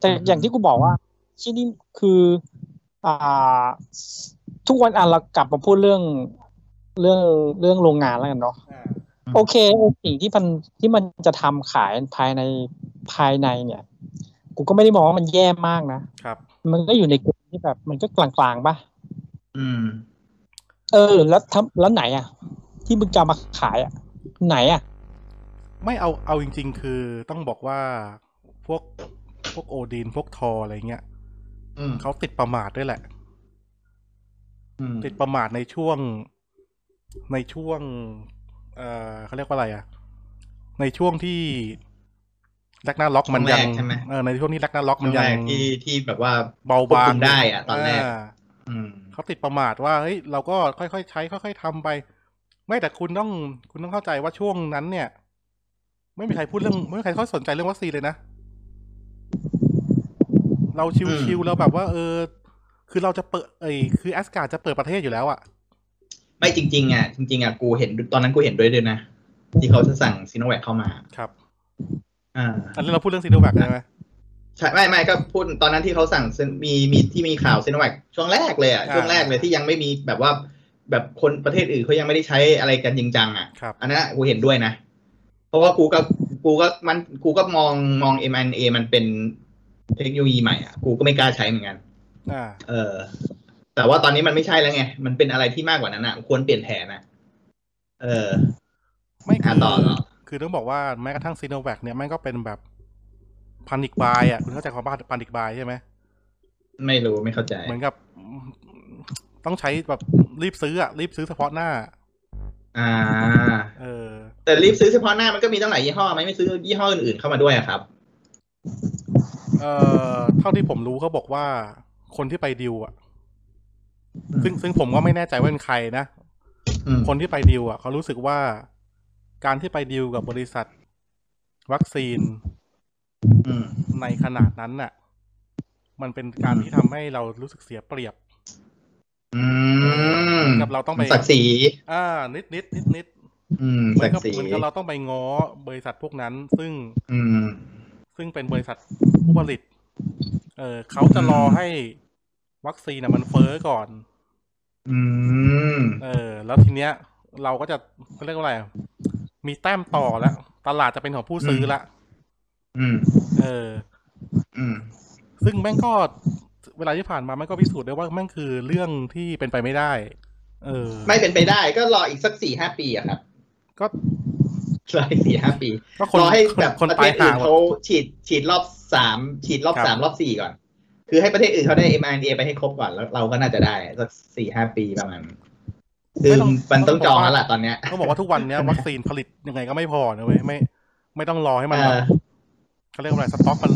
S3: แต่
S2: อืม
S3: อย่างที่กูบอกว่าที่นี่คือ อ่า ทุกวันอ่ะเรากลับมาพูดเรื่องเรื่องเรื่องโรงงานแล้วกันเนาะ
S1: อ่า
S3: โอเคไอ้สิ่งที่มันที่มันจะทำขายภายในภายในเนี่ย กูก็ไม่ได้มองว่ามันแย่มากนะ
S1: ครับ
S3: มันก็อยู่ในกลุ่มที่แบบ มันก็กลางๆปะ
S2: อืม
S3: เออ แล้วทำแล้วไหนอ่ะ ที่มึงจะเอามาขายอ่ะ ไหนอ่ะ
S1: ไม่เอาเอาจริง ๆ คือต้องบอกว่าพวกพวกโอดีนพวกทออะไรเงี้ย
S2: อืม
S1: เขาติดประมาทด้วยแหละ
S2: อืม
S1: ติดประมาทในช่วงในช่วง เอ่อเขาเรียกว่าอะไรอะในช่วงที่แลกหน้าล็อกมันยังเออในช่วงที่แลกหน้าล็อก
S2: มั
S1: มัน น
S2: แร
S1: ยัง
S2: กที่ที่แบบว่า
S1: เบาบา
S2: ควบคุ
S1: ง
S2: มได้อะตอนแรก
S1: เ
S2: อืม
S1: เขาติดประมาทว่าเฮ้ยเราก็ค่อยๆใช้ค่อยๆทำไป ไม่แต่คุณต้องคุณต้องเข้าใจว่าช่วงนั้นเนี่ย ไม่มีใครพูดเรื่อง ไม่มีใครเขาสนใจเรื่องวัคซีนเลยนะ เราชิวๆเราแบบว่า เออ คือเราจะเปิดเอยคือแอสการ์จะเปิดประเทศอยู่แล้วอะ
S2: ไม่จริงๆอ่ะจริงๆอ่ะกูเห็นตอนนั้นกูเห็นด้วยด้วยนะ ที่เขาจะสั่งซีโนแวคเข้ามา
S1: ครับ
S2: อ่า
S1: อันนี้เราพูดเรื่องซีโนแวคใช่ไหม
S2: ใช่ไม่ไม่ก็พูดตอนนั้นที่เขาสั่ง Sin- มีมีที่มีข่าวซีโนแวคช่วงแรกเลยอ่ะช่วงแรกเลยที่ยังไม่มีแบบว่า แบบคนประเทศอื่นเขายังไม่ได้ใช้อะไรกันจริงจังอ่ะ
S1: ครับ
S2: อันนั้นอะกูเห็นด้วยนะ เพราะว่ากูก็กูก็มันกูก็มองมอง m อ a มันเป็นเทคโนโลยีใหม่อ่ะกูก็ไม่กล้าใช้เหมือนกัน
S1: อ่า
S2: เออ แต่ว่าตอนนี้มันไม่ใช่แล้วไง มันเป็นอะไรที่มากกว่านั้นอ่ะควรเปลี่ยนแผนนะเออ
S1: ไม่คื
S2: อ่ะ
S1: อ
S2: ต่อต่อ
S1: คือต้องบอกว่าแม้กระทั่งซีโนแวคเนี่ยแม่งก็เป็นแบบพันิกบายอ่ะคุณเข้าใจคำว่าพันิกบายใช่ไหม
S2: ไม่รู้ไม่เข้าใจ
S1: เหมือนกับอืมต้องใช้แบบรีบซื้ออะรีบซื้อเฉพาะหน้า
S2: อ่า
S1: เออ
S2: แต่รีบซื้อเฉพาะหน้ามันก็มีตั้งหลายยี่ห้อไหมไม่ซื้อยี่ห้ออื่นๆเข้ามาด้วยอะครับ
S1: เออเท่าที่ผมรู้เขาบอกว่าคนที่ไปดิวอะ
S2: อืม
S1: ซึ่งซึ่งผมก็ไม่แน่ใจว่าเป็นใครนะ
S2: อืม
S1: คนที่ไปดิวอะเขารู้สึกว่าการที่ไปดิวกับบริษัท วัคซีน
S2: อืม
S1: ในขนาดนั้นน่ะ มันเป็นการ
S2: อืม
S1: ที่ทำให้เรารู้สึกเสียเปรียบ
S2: อืม
S1: กับเราต้องไป
S2: ศักดิ์ศรี
S1: อ่า นิดนิดนิดนิด
S2: อืม
S1: เหมื
S2: ศั
S1: อก นกับ
S2: ดิ์ศรี
S1: เหมือนกับเราต้องไปง้อบริษัทพวกนั้น ซึ่ง
S2: อืม
S1: ซึ่งเป็นบริษัทผู้ผลิต เออเขาจะรอให้วัคซีนน่ะมันเฟ้อก่อน
S2: อืม
S1: เออ แล้วทีเนี้ย เราก็จะเขาเรียกว่าอะไรอ่ะมีแต้มต่อแล้ว ตลาดจะเป็นของผู้ซื้อละ
S2: อืม
S1: เออ
S2: อืม
S1: ซึ่งแม่งก็เวลาที่ผ่านมาแม่งก็พิสูจน์ได้ว่าแม่งคือเรื่องที่เป็นไปไม่ได้ เออ
S2: ไม่เป็นไปได้ก็รออีกสักสี่ห้าปีอะครับ
S1: ก็
S2: รออีกสี่ห้าปี
S1: ก็คน
S2: รอให้แบบ
S1: คน
S2: ประ
S1: ตา
S2: เท
S1: ย
S2: ศ
S1: ห่า
S2: อื่
S1: งหม
S2: น
S1: ด
S2: เขาฉีดฉีดรอบสามฉีดรอบ
S1: ครับ
S2: สามรอบสี่ก่อน คือให้ประเทศอื่นเขาได้ mRNA ไปให้ครบก่อนแล้วเราก็น่าจะได้สักสี่ห้าปีประมาณนั้นคือมันต้องจองแล้วล่ะตอนเนี้ย
S1: ต้องบอกว่าทุกวันเนี้ยวัคซีนผลิตยังไงก็ไม่พอนะเว้ยไม่ ไม่ต้องรอให้มัน
S2: เออ
S1: เขาเรียกว่าอะไรสต็อกมัน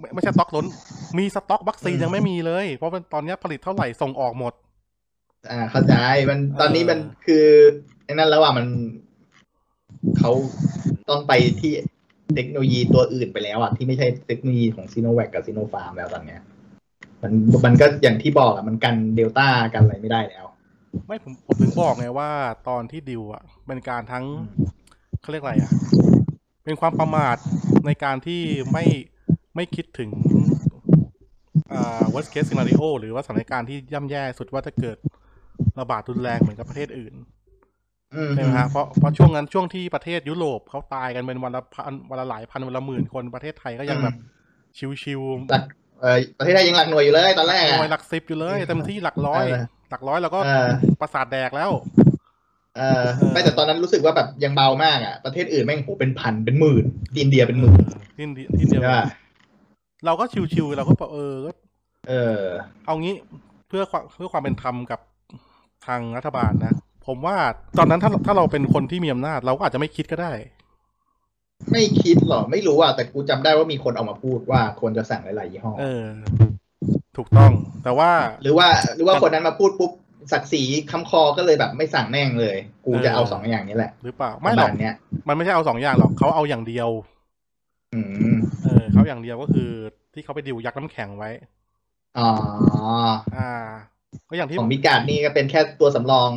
S1: ไม่ไม่ใช่สต็อกล้น มีสต็อกวัคซีนยังไม่มีเลย เพราะมันตอนเนี้ยผลิตเท่าไหร่ส่งออกหมด
S2: อ่าเข้าใจมันตอนนี้มันคือไอ้นั่นแล้วอ่ะมันเขาต้องไปที่เทคโนโลยีตัวอื่นไปแล้วอ่ะที่ไม่ใช่เทคโนโลยีของซีโนแวคกับซีโนฟาร์มแล้วตอนเนี้ย มันมันก็อย่างที่บอกอ่ะมันกันเดลต้ากันอะไรไม่ได้แล้ว
S1: ไม่ผมผมถึงบอกไงว่าตอนที่ดิวอ่ะเป็นการทั้งเขาเรียกอะไรอ่ะ เป็นความประมาทในการที่ไม่ไม่คิดถึงอ่า worst case scenario หรือว่าสถานการณ์ที่ย่ำแย่สุดว่าจะเกิดระบาดรุนแรงเหมือนกับประเทศอื่น
S2: อืม
S1: ใช่ไหมฮะเพราะเพราะช่วงนั้นช่วงที่ประเทศยุโรปเขาตายกันเป็นวันละพันวันละหลายพันวันละหมื่นคนประเทศไทยก็ยังแบบชิวๆ
S2: หลักเออประเทศไทยยังหลักหน่วยอยู่เลยตอนแรก
S1: ห
S2: อ่ะ
S1: น่วยหลักสิบอยู่เลยเต็มที่หลักร้อย
S2: เออ
S1: หลักร้อยเราก็
S2: เออ
S1: ประสาทแดกแล้ว
S2: เออไม่แต่ตอนนั้นรู้สึกว่าแบบยังเบามากอ่ะประเทศอื่นแม่งโหเป็นพันเป็นหมื่นอินเดียเป็นหมื่น
S1: ที่เดียที่เดียว
S2: ใช่ป่ะ
S1: เราก็ชิวๆเราก็แบบเออก็
S2: เออ
S1: เอางี้เพื่อความเพื่อความเป็นธรรมกับทางรัฐบาลนะ ผมว่าตอนนั้นถ้าถ้าเราเป็นคนที่มีอำนาจ เราก็อาจจะไม่คิดก็ได้
S2: ไม่คิดหรอไม่รู้อ่ะแต่กูจำได้ว่ามีคนออกมาพูดว่าควรจะสั่งหลายๆยี่ห้อ
S1: เออ ถูกต้องแต่ว่า
S2: หรือว่าหรือว่าคนนั้นมาพูดปุ๊บศักดิ์ศรีคำคอก็เลยแบบไม่สั่งแม่งเลย กูจะเอา
S1: เออ
S2: สองอย่างนี้แหละ
S1: หรือเปล่า
S2: ป
S1: ไม่
S2: ระ
S1: หร
S2: มา
S1: อก
S2: ณเนี้ย
S1: มันไม่ใช่เอาสองอย่างหรอกเขาเอาอย่างเดียว
S2: อืม
S1: เออเขาอย่างเดียวก็คือที่เขาไปดิวยักษ์น้ำแข็งไว้
S2: อ๋อ
S1: อ่า ก็อย่างที่
S2: ของพิกาดนี่ก็เป็นแค่ตัวสำรอง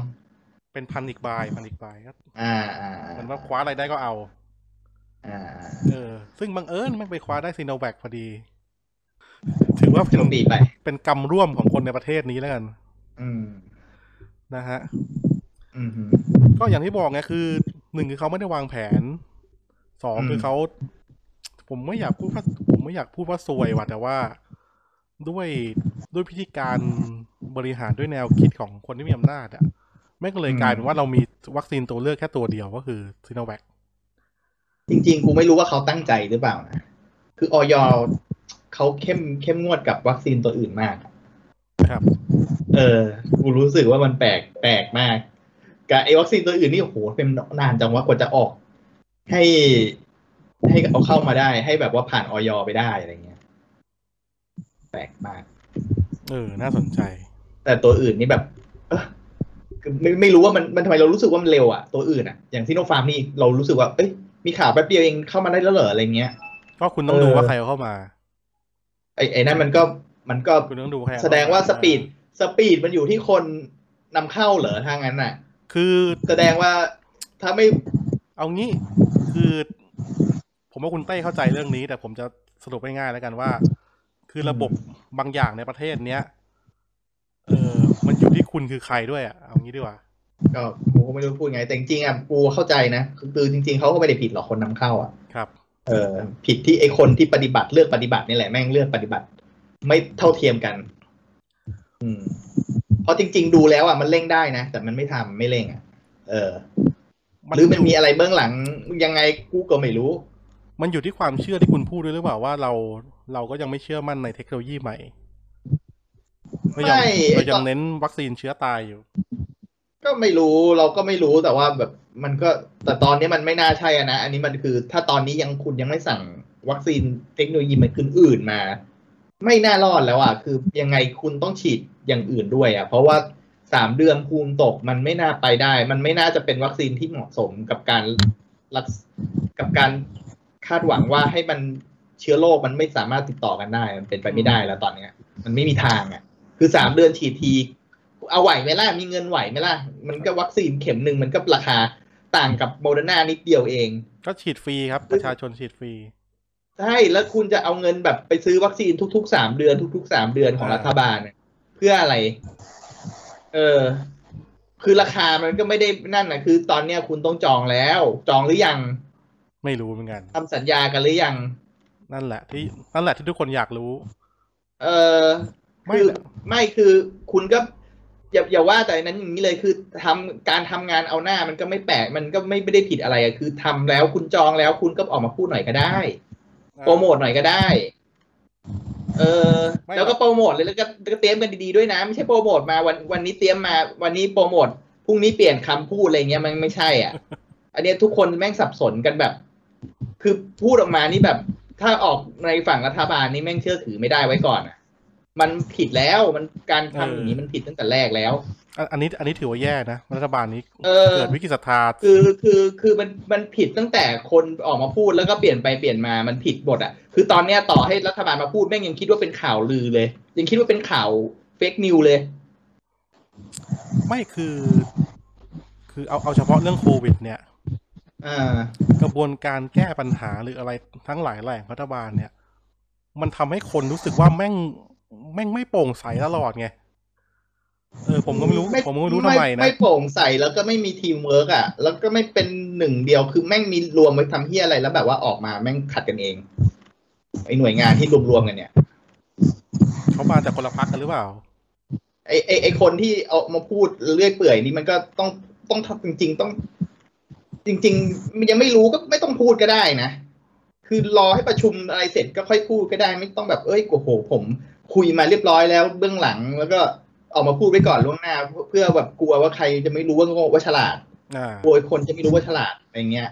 S1: เป็นพันอีกบายพันอีกบายก็
S2: อ่าอ่า
S1: เหมือนว่าคว้าอะไรได้ก็เอา
S2: อ่า
S1: เออ ซึ่งบังเอิญแมันไปคว้าได้ซีโนแวคพอดี ถือว่าเป็
S2: โช
S1: น
S2: คดีไป
S1: เป็นกรรมร่วมของคนในประเทศนี้แล้วกัน
S2: อืม
S1: นะฮะ
S2: อืมฮึ
S1: ก็อย่างที่บอกไงคือหนึ่งคือเขาไม่ได้วางแผนสอง
S2: อืม
S1: คือเขา ผมไม่อยากพูดว่าผมไม่อยากพูดว่าซวยว่ะแต่ว่าด้วยด้วยพิธีการบริหารด้วยแนวคิดของคนที่มีอำนาจอะ ไม่ก็เลยกลายเป็นว่าเรามีวัคซีนตัวเลือกแค่ตัวเดียวก็คือซิโนแวค
S2: จริง ๆ กูไม่รู้ว่าเขาตั้งใจหรือเปล่านะ คือออยเขาเข้มเข้มงวดกับวัคซีนตัวอื่นมาก
S1: ครับ
S2: เออ กูรู้สึกว่ามันแปลกแปลกมาก กับไอ้วัคซีนตัวอื่นนี่โอ้โหเป็นนานจังว่ากว่าจะออก ให้ให้เอาเข้ามาได้ ให้แบบว่าผ่านออยไปได้อะไรเงี้ย แปลกมาก
S1: เออ น่าสนใจ
S2: แต่ตัวอื่นนี่แบบเอ้อคือไม่ไม่รู้ว่ามันมันทำไมเรารู้สึกว่ามันเร็วอ่ะตัวอื่นอ่ะอย่างซิโนฟาร์มนี่เรารู้สึกว่าเอ้ยมีข่าวแป๊บเดียวเองเข้ามาได้แล้วเหรออะไรเงี้ย
S1: ก็คุณต้อง
S2: เออ
S1: ดูว่าใครเอาเข้ามา
S2: ไอ้ไอ้นั่นมันก็มันก็
S1: คุณต้องดูใครเอเข้ม
S2: แสดงว่าสปีดสปีดมันอยู่ที่คนนำเข้าเหรอถ้างั้นน่ะ
S1: คือ
S2: แสดงว่าถ้าไม่
S1: เอางี้ คือ ผมว่าคุณเต้เข้าใจเรื่องนี้ แต่ผมจะสรุปง่ายๆแล้วกันว่า คือระบบบางอย่างในประเทศเนี้ย เออ มันอยู่ที่คุณคือใครด้วยอ่ะ เอางี้ดีกว่า
S2: ก็กูก็ไม่รู้พูดไง แต่จริงๆอ่ะกูเข้าใจนะคือคือจริง ๆเขาก็ไม่ได้ผิดหรอกคนนำเข้าอ่ะ
S1: ครับ
S2: เออผิดที่ไอ้คนที่ปฏิบัติเลือกปฏิบัตินี่แหละแม่งเลือกปฏิบัติ ไม่เท่าเทียมกัน อืมเพราะจริง ๆ ดูแล้วอ่ะมันเร่งได้นะแต่มันไม่ทำไม่เร่งอ่ะเออ หรือมันมีอะไรเบื้องหลังยังไงกูก็ไม่รู้
S1: มันอยู่ที่ความเชื่อที่คุณพูดด้วยหรือเปล่าว่าเราเราก็ยังไม่เชื่อมั่นในเทคโนโลยีใหม่เรายัง
S2: ไม่
S1: เรายั
S2: ก็
S1: งเน้นวัคซีนเชื้อตายอยู่
S2: ก็ไม่รู้เราก็ไม่รู้แต่ว่าแบบมันก็แต่ตอนนี้มันไม่น่าใช่อะนะอันนี้มันคือ ถ้าตอนนี้ยังคุณยังไม่สั่งวัคซีนเทคโนโลยีมันอื่นๆมา ไม่น่ารอดแล้วอ่ะคือยังไงคุณต้องฉีดอย่างอื่นด้วยอ่ะเพราะว่าสามเดือนภูมิตกมันไม่น่าไปได้ มันไม่น่าจะเป็นวัคซีนที่เหมาะสมกับการรักษกับการคาดหวังว่าให้มันเชื้อโรคมันไม่สามารถติดต่อกันได้ มันเป็นไปไม่ได้แล้วตอนเนี้ย มันไม่มีทางอ่ะ คือสามเดือนฉีดที เอาไหวไหมล่ะ มีเงินไหวไหมล่ะ มันก็วัคซีนเข็มหนึ่งมันก็ราคาต่างกับโมเดอร์นานิดเดียวเอง
S1: ก็ฉีดฟรีครับ ประชาชนฉีดฟรี
S2: ใช่ แล้วคุณจะเอาเงินแบบไปซื้อวัคซีนทุกๆสามเดือน ทุกๆสามเดือนของ
S1: อ่า
S2: รัฐบาลน่ะเพื่ออะไร เออ คือราคามันก็ไม่ได้นั่นนะคือตอนเนี้ยคุณต้องจองแล้ว จองหรือยัง
S1: ไม่รู้เหมือนกัน
S2: ทำสัญญากันหรือยัง
S1: นั่นแหละที่นั่นแหละที่ทุกคนอยากรู้
S2: เออ
S1: ไม่
S2: คือ
S1: แต่
S2: ไม่คือคุณก็อย่าอย่าว่าแต่นั้นอย่างนี้เลยคือทำการทำงานเอาหน้ามันก็ไม่แปลกมันก็ไม่ไม่ได้ผิดอะไรอะคือทำแล้วคุณจองแล้วคุณก็ออกมาพูดหน่อยก็ได้ โปรโมทหน่อยก็ได้ เออ
S1: ไม่
S2: แล้วก็โปรโมทเลยแล้วก็แล้วก็เตรียมกันดีๆด้วยนะไม่ใช่โปรโมทมาวันวันนี้เตรียมมา วันนี้โปรโมทพรุ่งนี้เปลี่ยนคำพูดอะไรเงี้ยมันไม่ใช่อ่ะ อันเนี้ยทุกคนแม่งสับสนกันแบบ คือพูดออกมานี่แบบ ถ้าออกในฝั่งรัฐบาลนี่แม่งเชื่อถือไม่ได้ไว้ก่อนอ่ะ มันผิดแล้วมันการทำ
S1: เออ
S2: อ
S1: อ
S2: ย่างนี้มันผิดตั้งแต่แรกแล้ว
S1: อันอันนี้อันนี้ถือว่าแย่นะ รัฐบาลนี้
S2: เออ
S1: เกิดวิกฤตศรัทธา
S2: คือคือคือมันมันผิดตั้งแต่คนออกมาพูดแล้วก็เปลี่ยนไปเปลี่ยนมามันผิดบทอ่ะ คือตอนเนี้ยต่อให้รัฐบาลมาพูดแม่งยังคิดว่าเป็นข่าวลือเลย ยังคิดว่าเป็นข่าวเฟกนิวเลย
S1: ไม่คือ คือเอาเอาเฉพาะเรื่องโควิด เนี่ย
S2: อ่าก
S1: ระบวนการแก้ปัญหาหรืออะไรทั้งหลายแหล่งรัฐบาลเนี่ย มันทำให้คนรู้สึกว่าแม่งแม่งไม่โปร่งใสตลอดไงเออผมก็ไม่รู้ ผมก็ไม่รู้ทำไมนะ
S2: ไม่โปร่งใสแล้วก็ไม่มีทีมเวิร์กอ่ะ แล้วก็ไม่เป็นหนึ่งเดียวคือแม่งมีรวมไว้ทำเฮียอะไรแล้วแบบว่าออกมาแม่งขัดกันเองไอหน่วยงานที่รวมๆกันเนี่ย
S1: เขามาจากคนละพักกันหรือเปล่า
S2: ไอไอไอคนที่เอามาพูดเรื่อยเปื่อยนี่มันก็ต้องต้องทำจริง ๆ ต้อง จริง ๆ ยังไม่รู้ก็ไม่ต้องพูดก็ได้นะ คือรอให้ประชุมอะไรเสร็จก็ค่อยพูดก็ได้ไม่ต้องแบบเอ้ยโอ้โหผม คุยมาเรียบร้อยแล้วเบื้องหลัง แล้วก็เออกมาพูดไว้ก่อนล่วงหน้า เพื่อเพื่อแบบกลัวว่าใครจะไม่รู้ว่าโง่ว่าฉลาด
S1: อ่า
S2: กลัวคนจะไม่รู้ว่าฉลาดอะไรเงี้ย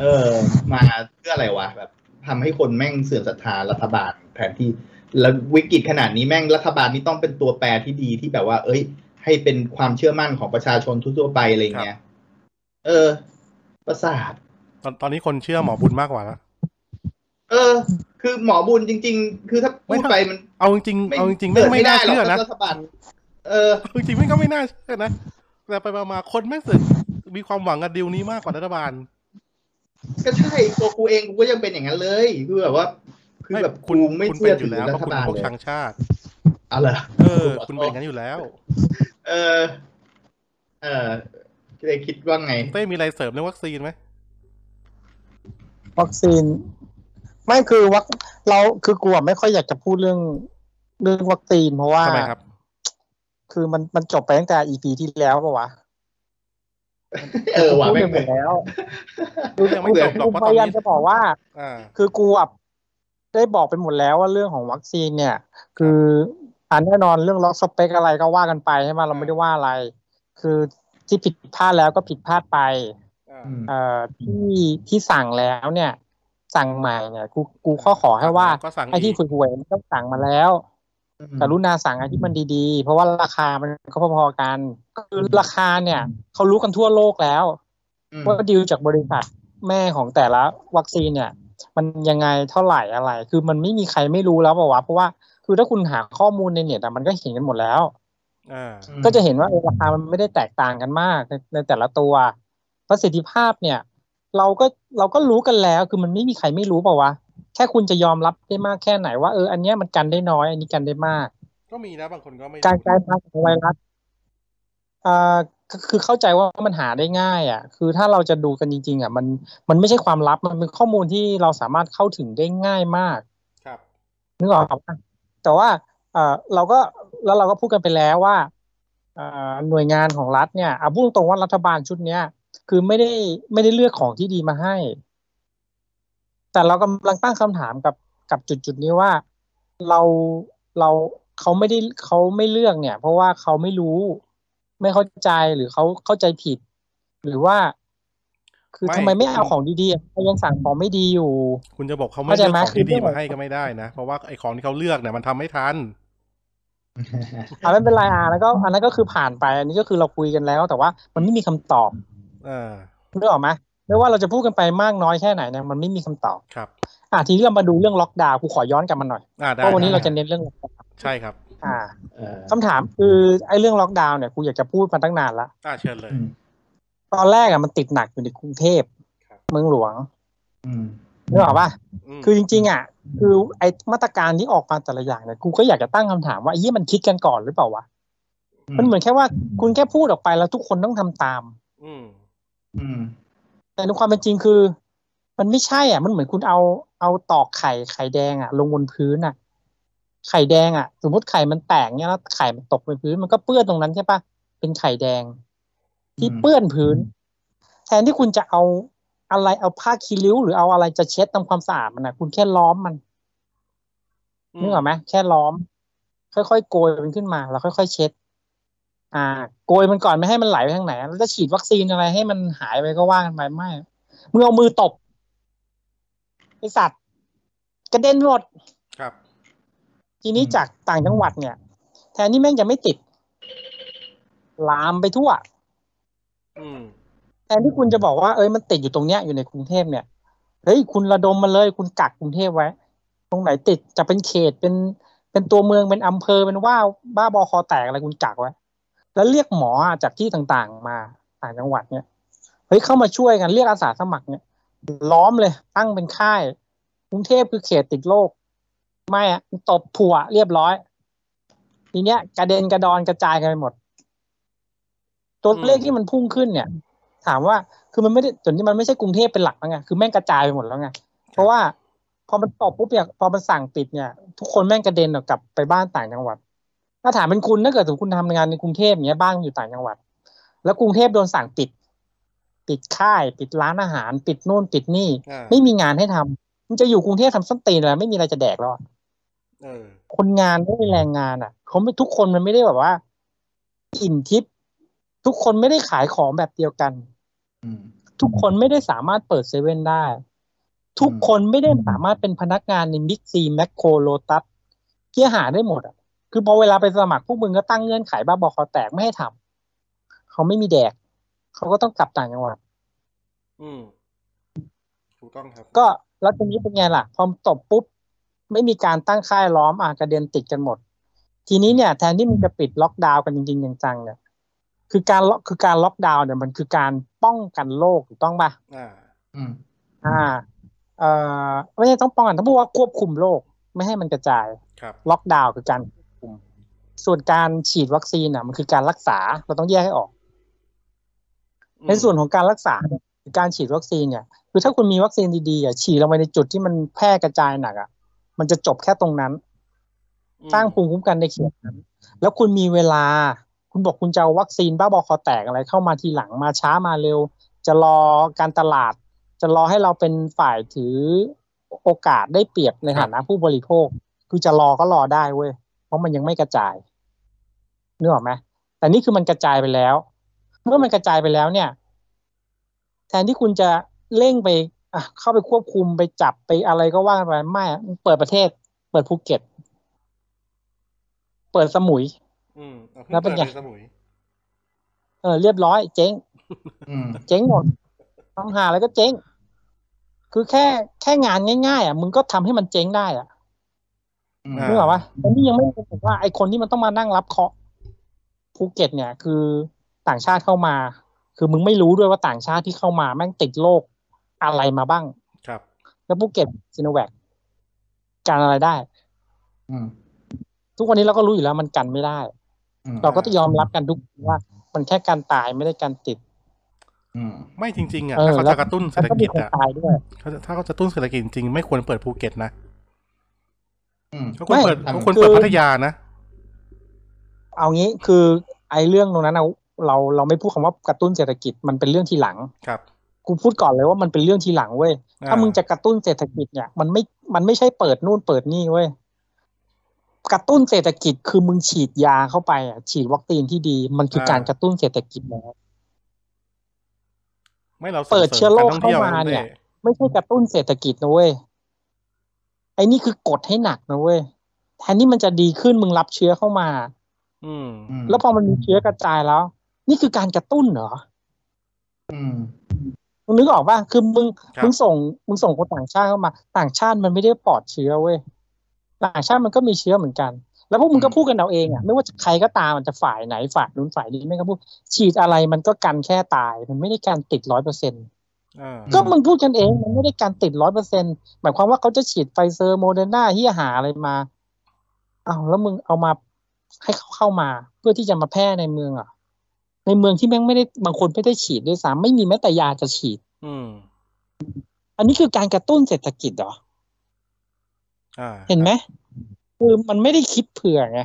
S2: เออ มาเพื่ออะไรวะแบบทำให้คนแม่งเสื่อมศรัทธารัฐบาลแทนที่ แล้ววิกฤตขนาดนี้แม่งรัฐบาลนี่ต้องเป็นตัวแปรที่ดีที่แบบว่า เอ้ย ให้เป็นความเชื่อมั่นของประชาชนทั่วๆไปอะไรเงี้ย เออ ประสาท
S1: ตอนตอนนี้คนเชื่อหมอบุญมากกว่าแล้ว
S2: เออ คือหมอบุญจริง ๆ คือถ้าพูดไปมัน
S1: เอาจริงๆเอาจริงๆไม่ไม่น่าเชื่อนะ
S2: รัฐบาล เออ
S1: จริงๆไม่ก็ไม่น่าเชื่อนะแต่ไปมาๆคนแม่งสึกมีความหวังกับดีลนี้มากกว่ารัฐบาล
S2: ก็ใช่ตัวกูเองกูก็ยังเป็นอย่างนั้นเลย คือแบบว่า คือ
S1: ไม่
S2: แบบ
S1: คุ
S2: กู
S1: ณ
S2: ไม่
S1: คุณ
S2: เชื่
S1: เป็
S2: อน
S1: อ
S2: ถื
S1: ยู่
S2: อ
S1: แล้ว
S2: รั
S1: เพราะ
S2: ฐ
S1: คุณเป็นพ
S2: บาล
S1: วก
S2: เลย
S1: ช้างชาติ
S2: เอาเหรอ
S1: เออ คุณเป็นอย่างนั้นอยู่แล้ว
S2: เออ เออเลยคิดว่าไง
S1: เต้มีอะไรเสริมเรื่องวัคซีนไหม
S3: วัคซีน ไม่คือวัคเราคือกลัวไม่ค่อยอยากจะพูดเรื่องเรื่องวัคซีนเพราะว่า
S1: ทำไมครับ
S3: คือมันมันจบไปตั้งแต่ EP ที่แล้วปะวะ
S2: เออว่ะ
S3: พูด
S2: แม่ง
S3: ไปหมดแล้ว
S1: พูดยังไม่จบหรอก
S3: กู
S1: เพราะ
S3: พ
S1: ตอน
S3: ยายาม
S1: นี้
S3: จะบอกว่า
S1: อ่า
S3: คือกูอ่ะได้บอกไปหมดแล้วว่าเรื่องของวัคซีนเนี่ย คืออันแน่นอนเรื่องล็อกสเปคอะไรก็ว่ากันไปใช่ไหมเราไม่ได้ว่าอะไร คือที่ผิดพลาดแล้วก็ผิดพลาดไป
S1: อ่า
S2: อืม
S3: เอ่อที่ที่สั่งแล้วเนี่ย สั่งใหม่เนี่ย กูกูก็ขอให้ว่า
S1: ก็สั่ง
S3: ไอ้ที่
S1: อีก
S3: ห่วยๆมันต้องสั่งมาแล้ว กรุณาสั่งไอ้ที่มันดีๆ เพราะว่าราคามันก็พอๆกัน คือราคาเนี่ยเขารู้กันทั่วโลกแล้ว
S2: อืม
S3: ว่าดีลจากบริษัทแม่ของแต่ละวัคซีนเนี่ย มันยังไงเท่าไหร่อะไร คือมันไม่มีใครไม่รู้แล้วบอกว่าวะเพราะว่าคือถ้าคุณหาข้อมูลในเน็ตอะมันก็เห็นกันหมดแล้ว
S1: อ่า
S2: อืม
S3: ก็จะเห็นว่าเออราคามันไม่ได้แตกต่างกันมากในในแต่ละตัว ประสิทธิภาพเนี่ย เราก็เราก็รู้กันแล้ว คือมันไม่มีใครไม่รู้เปล่าวะแค่คุณจะยอมรับได้มากแค่ไหนว่าเอออันเนี้ยมันกันได้น้อยอันนี้กันได้มาก
S1: ก็มีนะบางคนก็ไม่
S3: การกลาย
S1: รู้
S3: พันธุ์ของไวรัสเอ่อก็คือเข้าใจว่ามันหาได้ง่าย อ่ะ คือถ้าเราจะดูกันจริงๆอ่ะ มัน มันไม่ใช่ความลับ มันเป็นข้อมูลที่เราสามารถเข้าถึงได้ง่ายมาก
S1: ครับ
S3: นึกออกปะแต่ว่า เอ่อ เราก็ แล้วเราก็พูดกันไปแล้วว่า เอ่อ หน่วยงานของรัฐเนี่ยเอาพูดตรงๆว่ารัฐบาลชุดเนี้ย คือไม่ได้ ไม่ได้เลือกของที่ดีมาให้ แต่เรากำลังตั้งคำถามกับ กับจุดจุดนี้ว่า เรา เราเขาไม่ได้เขาไม่เลือกเนี่ย เพราะว่าเขาไม่รู้ ไม่เข้าใจ หรือเขาเข้าใจผิด หรือว่า คือ
S1: ไม่
S3: ทำไมไม่เอาของดีๆอะเขายังสั่งของไม่ดีอยู่
S1: คุณจะบอกเขาไม่เลือก
S3: เข้าใจไหม
S1: ของที่ดี
S3: คือเรื่อง
S1: มาให้ก็ไม่ได้นะ เพราะว่าไอ้ของที่เขาเลือกเนี่ยมันทำไม่ทัน
S3: อ่าไม่เป็นไรอ่าแล้วก็อันนั้นก็คือผ่านไป อันนี้ก็คือเราคุยกันแล้ว แต่ว่ามันไม่มีคำตอบ
S1: เออ
S3: นึกออกไหมไม่ว่าเราจะพูดกันไปมากน้อยแค่ไหนเนี่ยมันไม่มีคำตอบ
S1: ครับ
S3: อ่ะทีนี้เรามาดูเรื่องล็อกดาวน์กูขอย้อนกลับมาหน่อย
S1: อ่า
S3: เพ
S1: ได้
S3: ราะวันนี้เรา
S1: ได้
S3: จะเน้นเรื่องล็อกดาวน์
S1: ใช่ครับ
S3: อ่า
S2: เออ
S3: คำถามคือไอ้เรื่องล็อกดาวน์เนี่ยกูอยากจะพูดมาตั้งนานละ
S1: อ่าเชิญเลย
S2: อืม
S3: ตอนแรกอ่ะมันติดหนักอยู่ในกรุงเทพ
S1: ครับ
S3: เมืองหลวง
S2: อืม
S3: นึกออกปะ
S1: ม
S3: คือจริงๆอ่ะคือไอ้มาตรการที่ออกมาแต่ละอย่างเนี่ยกูก็อยากจะตั้งคำถามว่าไอ้ยี่มันคิดกันก่อนหรือเปล่าวะมันเหมือนแค่ว่าคุณแค่พูดออกไปแล้วทุกคนต้องทำตาม
S1: อืม
S2: อืม
S3: แต่ในความเป็นจริงคือ มันไม่ใช่อ่ะ มันเหมือนคุณเอาเอาตอกไข่ไข่แดงอ่ะ ลงบนพื้นอ่ะ ไข่แดงอ่ะ สมมติไข่มันแตกเนี่ยแล้วไข่มันตกบนพื้น มันก็เปื้อนตรงนั้นใช่ปะเป็นไข่แดง ที่เปื้อนพื้น แทนที่คุณจะเอาอะไรเอาผ้าคีริ้วหรือเอาอะไรจะเช็ดทำความสะอาดมันอ่ะ คุณแค่ล้อมมันนึกออกไหมแค่ล้อม ค่อยๆโกยมันขึ้นมาแล้วค่อย ๆ เช็ด อ่า โกยมันก่อนไม่ให้มันไหลไปทางไหนแล้วจะฉีดวัคซีนอะไรให้มันหายไปก็ว่ากันไปไม่มึงเอามือตบไอสัตว์กระเด็นหมด
S1: ครับ
S3: ทีนี้จากต่างจังหวัดเนี่ย แทนที่แม่งจะไม่ติด ลามไปทั่ว
S1: อืม
S3: แทนที่คุณจะบอกว่าเอ้ยมันติดอยู่ตรงเนี้ยอยู่ในกรุงเทพเนี่ยเฮ้ยคุณระดมมาเลย คุณกักกรุงเทพไว้ ตรงไหนติดจะเป็นเขตเป็นเป็นตัวเมืองเป็นอำเภอเป็นว่าบ้าบอคอแตกอะไรคุณกักไว้ แล้วเรียกหมอจากที่ต่างๆมาต่างจังหวัดเนี่ยเฮ้ยเข้ามาช่วยกันเรียกอาสาสมัครเนี่ย ล้อมเลย ตั้งเป็นค่าย กรุงเทพคือเขตติดโรคไม่อะตบผัวเรียบร้อย ทีเนี้ยกระเด็นกระดอนกระจายกันไปหมด ตัวเลขที่มันพุ่งขึ้นเนี่ย ถามว่าคือมันไม่ได้จนนี้มันไม่ใช่กรุงเทพเป็นหลักแล้วไงคือแม่งกระจายไปหมดแล้วไงเพราะว่าพอมันตบปุ๊บเนี่ยพอมันสั่งปิดเนี่ย ทุกคนแม่งกระเด็นออกกลับไปบ้านต่างจังหวัด ถ้าถามเป็นคุณถ้าเกิดสมมติคุณทำงานในกรุงเทพอย่างเงี้ยบ้านคุณอยู่ต่างจังหวัด แล้วกรุงเทพโดนสั่งปิด ปิดค่าย ปิดร้านอาหาร ปิดนู่นปิดนี่
S1: อ่า
S3: ไม่มีงานให้ทำมันจะอยู่กรุงเทพทำส้นตีนอะไรไม่มีอะไรจะแดกแล้วอะ
S1: เออ
S3: คนงานไม่มีแรงงานอ่ะเขาไม่ทุกคนมันไม่ได้แบบว่า อิ่มทิพย์ทุกคนไม่ได้ขายของแบบเดียวกัน
S2: อืม
S3: ทุกคนไม่ได้สามารถเปิดเซเว่นได้ ทุกคนไม่ได้สามารถเป็นพนักงานในบิ๊กซีแมคโครโลตัสเกี่ยหาได้หมดอ่ะ คือพอเวลาไปสมัครพวกมึงก็ตั้งเงื่อนไขบ้าบอคอแตกไม่ให้ทำเขาไม่มีแดก เขาก็ต้องกลับต่างจังหวัด
S1: อืมถูกต้องครับ
S3: ก็แล้วทีนี้เป็นไงล่ะ พอตบปุ๊บ ไม่มีการตั้งค่ายล้อมอ่ะกระเด็นติดกันหมด ทีนี้เนี่ย แทนที่มันจะปิดล็อกดาวน์กันจริงๆจังๆเนี่ยคือการล็อกคือการล็อกดาวน์เนี่ยมันคือการป้องกันโรคถูกต้องปะ
S1: อ่า
S2: อืม
S3: อ่า เอ่อไม่ใช่ต้องป้องกันต้องพูดว่าควบคุมโรคไม่ให้มันกระจาย
S1: ครับ
S3: ล็อกดาวน์คือการควบคุม ส่วนการฉีดวัคซีนน่ะมันคือการรักษาเราต้องแยกให้ออก
S1: อืม
S3: ในส่วนของการรักษาเนี่ยคือการฉีดวัคซีนเนี่ยคือถ้าคุณมีวัคซีนดีๆอ่ะฉีดลงไปในจุดที่มันแพร่กระจายหนักอ่ะมันจะจบแค่ตรงนั้น
S1: อืม
S3: สร้างภูมิคุ้มกันในเขตนั้นแล้วคุณมีเวลา คุณบอกคุณจะเอาวัคซีนบ้าบอคอแตกอะไรเข้ามาทีหลังมาช้ามาเร็ว จะรอการตลาด จะรอให้เราเป็นฝ่ายถือโอกาสได้เปรียบในฐานะผู้บริโภค คือจะรอก็รอได้เว้ย เพราะมันยังไม่กระจายนึกออกไหมแต่นี่คือมันกระจายไปแล้ว เมื่อมันกระจายไปแล้วเนี่ย แทนที่คุณจะเร่งไปอ่ะเข้าไปควบคุมไปจับไปอะไรก็ว่ากันไปไม่อ่ะเปิดประเทศ เปิดภูเก็ต เปิดสมุย
S1: อืมเอา
S3: แล้วเป็นไง
S1: พิ่ปิดสมุย
S3: เออเรียบร้อย เจ๊ง
S2: อืม
S3: เจ๊งหมดทำหาอะไรก็เจ๊ง คือแค่แค่งานง่ายๆอ่ะมึงก็ทำให้มันเจ๊งได้อ่ะ
S1: า
S3: นึกออกปะตอนนี้ยังไม่รู้ผมว่าไอคนที่มันต้องมานั่งรับเคราะห์ภูเก็ตเนี่ย คือต่างชาติเข้ามา คือมึงไม่รู้ด้วยว่าต่างชาติที่เข้ามาแม่งติดโรคอะไรมาบ้าง
S1: ครับ
S3: แล้วภูเก็ตซิโนแวคกันอะไรได้
S2: อืม
S3: ทุกวันนี้เราก็รู้อยู่แล้วมันกันไม่ได้
S2: อืม
S3: เราก็ต้องยอมรับกันทุกว่า มันแค่การตายไม่ได้การติด
S2: อืม
S1: ไม่จริง ๆ อ่ะ
S3: เออ
S1: ถ้าเขา
S3: แล้ว
S1: จะกระตุ้นเศร
S3: แล้
S1: ษฐ
S3: วก็
S1: กิ
S3: มี
S1: จ
S3: คน
S1: อ่ะ
S3: ตายด้วย
S1: เขาจะถ้าเขาจะกระตุ้นเศรษฐกิจจริงๆไม่ควรเปิดภูเก็ตนะ
S2: อืม
S1: เขาควรเปิด
S2: ไม่
S1: เขาควรเปิด
S3: คือ
S1: พัทยานะ
S3: เอางี้คือไอ้เรื่องตรงนั้นน่ะเราเราไม่พูดคำว่ากระตุ้นเศรษฐกิจมันเป็นเรื่องทีหลัง
S1: ครับ
S3: กูพูดก่อนเลยว่ามันเป็นเรื่องทีหลังเว้ยถ้ามึงจะกระตุ้นเศรษฐกิจเนี่ยมันไม่มันไม่ใช่เปิดนู่นเปิดนี่เว้ยกระตุ้นเศรษฐกิจคือมึงฉีดยาเข้าไปอ่ะฉีดวัคซีนที่ดี มันคืออา การกระตุ้นเศรษฐกิจแล้ว
S1: ไม่เราส่ง
S3: เปิดเชื้อโรค
S1: สริมกท่องที่ยว
S3: เข้ามาเนี่ย
S1: ต้
S3: ไม่ใช่กระตุ้นเศรษฐกิจนะเว้ยไอ้นี่คือกดให้หนักนะเว้ยแทนที่มันจะดีขึ้นมึงรับเชื้อเข้ามา
S1: อืม
S2: ม
S3: แล้วพอมันมีเชื้อกระจายแล้ว นี่คือการกระตุ้นเหรอ
S2: อืม
S3: มึงนึกออกป่ะ คือมึง
S1: ครับ
S3: มึงส่ง มึงส่งคนต่างชาติเข้ามา ต่างชาติมันไม่ได้ปลอดเชื้อเว้ย ต่างชาติมันก็มีเชื้อเหมือนกัน แล้วพวกมึงก็
S2: อืม
S3: พูดกันเอาเองอะไม่ว่าจะใครก็ตามมันจะฝ่ายไหนฝ่ายนู้นฝ่ายนี้ไม่งก็พูด ฉีดอะไรมันก็กันแค่ตาย มันไม่ได้การติดร้อยเปอร์เซ็น
S1: เออ
S3: ก็มึงพูดกันเอง มันไม่ได้การติดร้อยเปอร์เซ็นหมายความว่าเขาจะฉีดไฟเซอร์โมเดอร์นาเฮียหาอะไรมา อ้าวแล้วมึงเอามาให้เขาเข้ามา เพื่อที่จะมาแพร่ในเมืองเหรอ่ะ ในเมืองที่แม่งไม่ได้บางคนไม่ได้ฉีดด้วยซ้ำไม่มีแม้แต่ยาจะฉีด
S1: อืม
S3: อันนี้คือการกระตุ้นเศรษฐกิจเหรอ
S1: อ่า
S3: เห็นไหมคือมันไม่ได้คิดเผื่อไง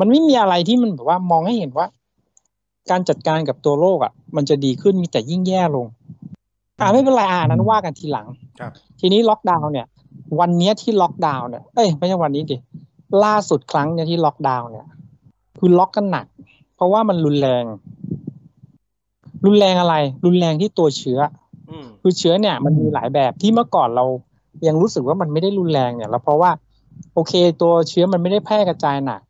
S3: มันไม่มีอะไรที่มันแบบว่ามองให้เห็นว่า การจัดการกับตัวโรคอ่ะ มันจะดีขึ้นมีแต่ยิ่งแย่ลง อ่าไม่เป็นไรอ่านั้นว่ากันทีหลัง
S1: ครับ
S3: ทีนี้ล็อกดาวน์เนี่ย วันเนี้ยที่ล็อกดาวน์เนี่ยเอ้ยไม่ใช่วันนี้ดิล่าสุดครั้งเนี่ยที่ล็อกดาวน์เนี่ย คือล็อกกันหนัก เพราะว่ามันรุนแรง รุนแรงอะไร รุนแรงที่ตัวเชื้อ
S1: อืม
S3: คือเชื้อเนี่ยมันมีหลายแบบที่เมื่อก่อนเรายังรู้สึกว่ามันไม่ได้รุนแรงเนี่ยแล้วเพราะว่า โอเค ตัวเชื้อมันไม่ได้แพร่กระจายหนัก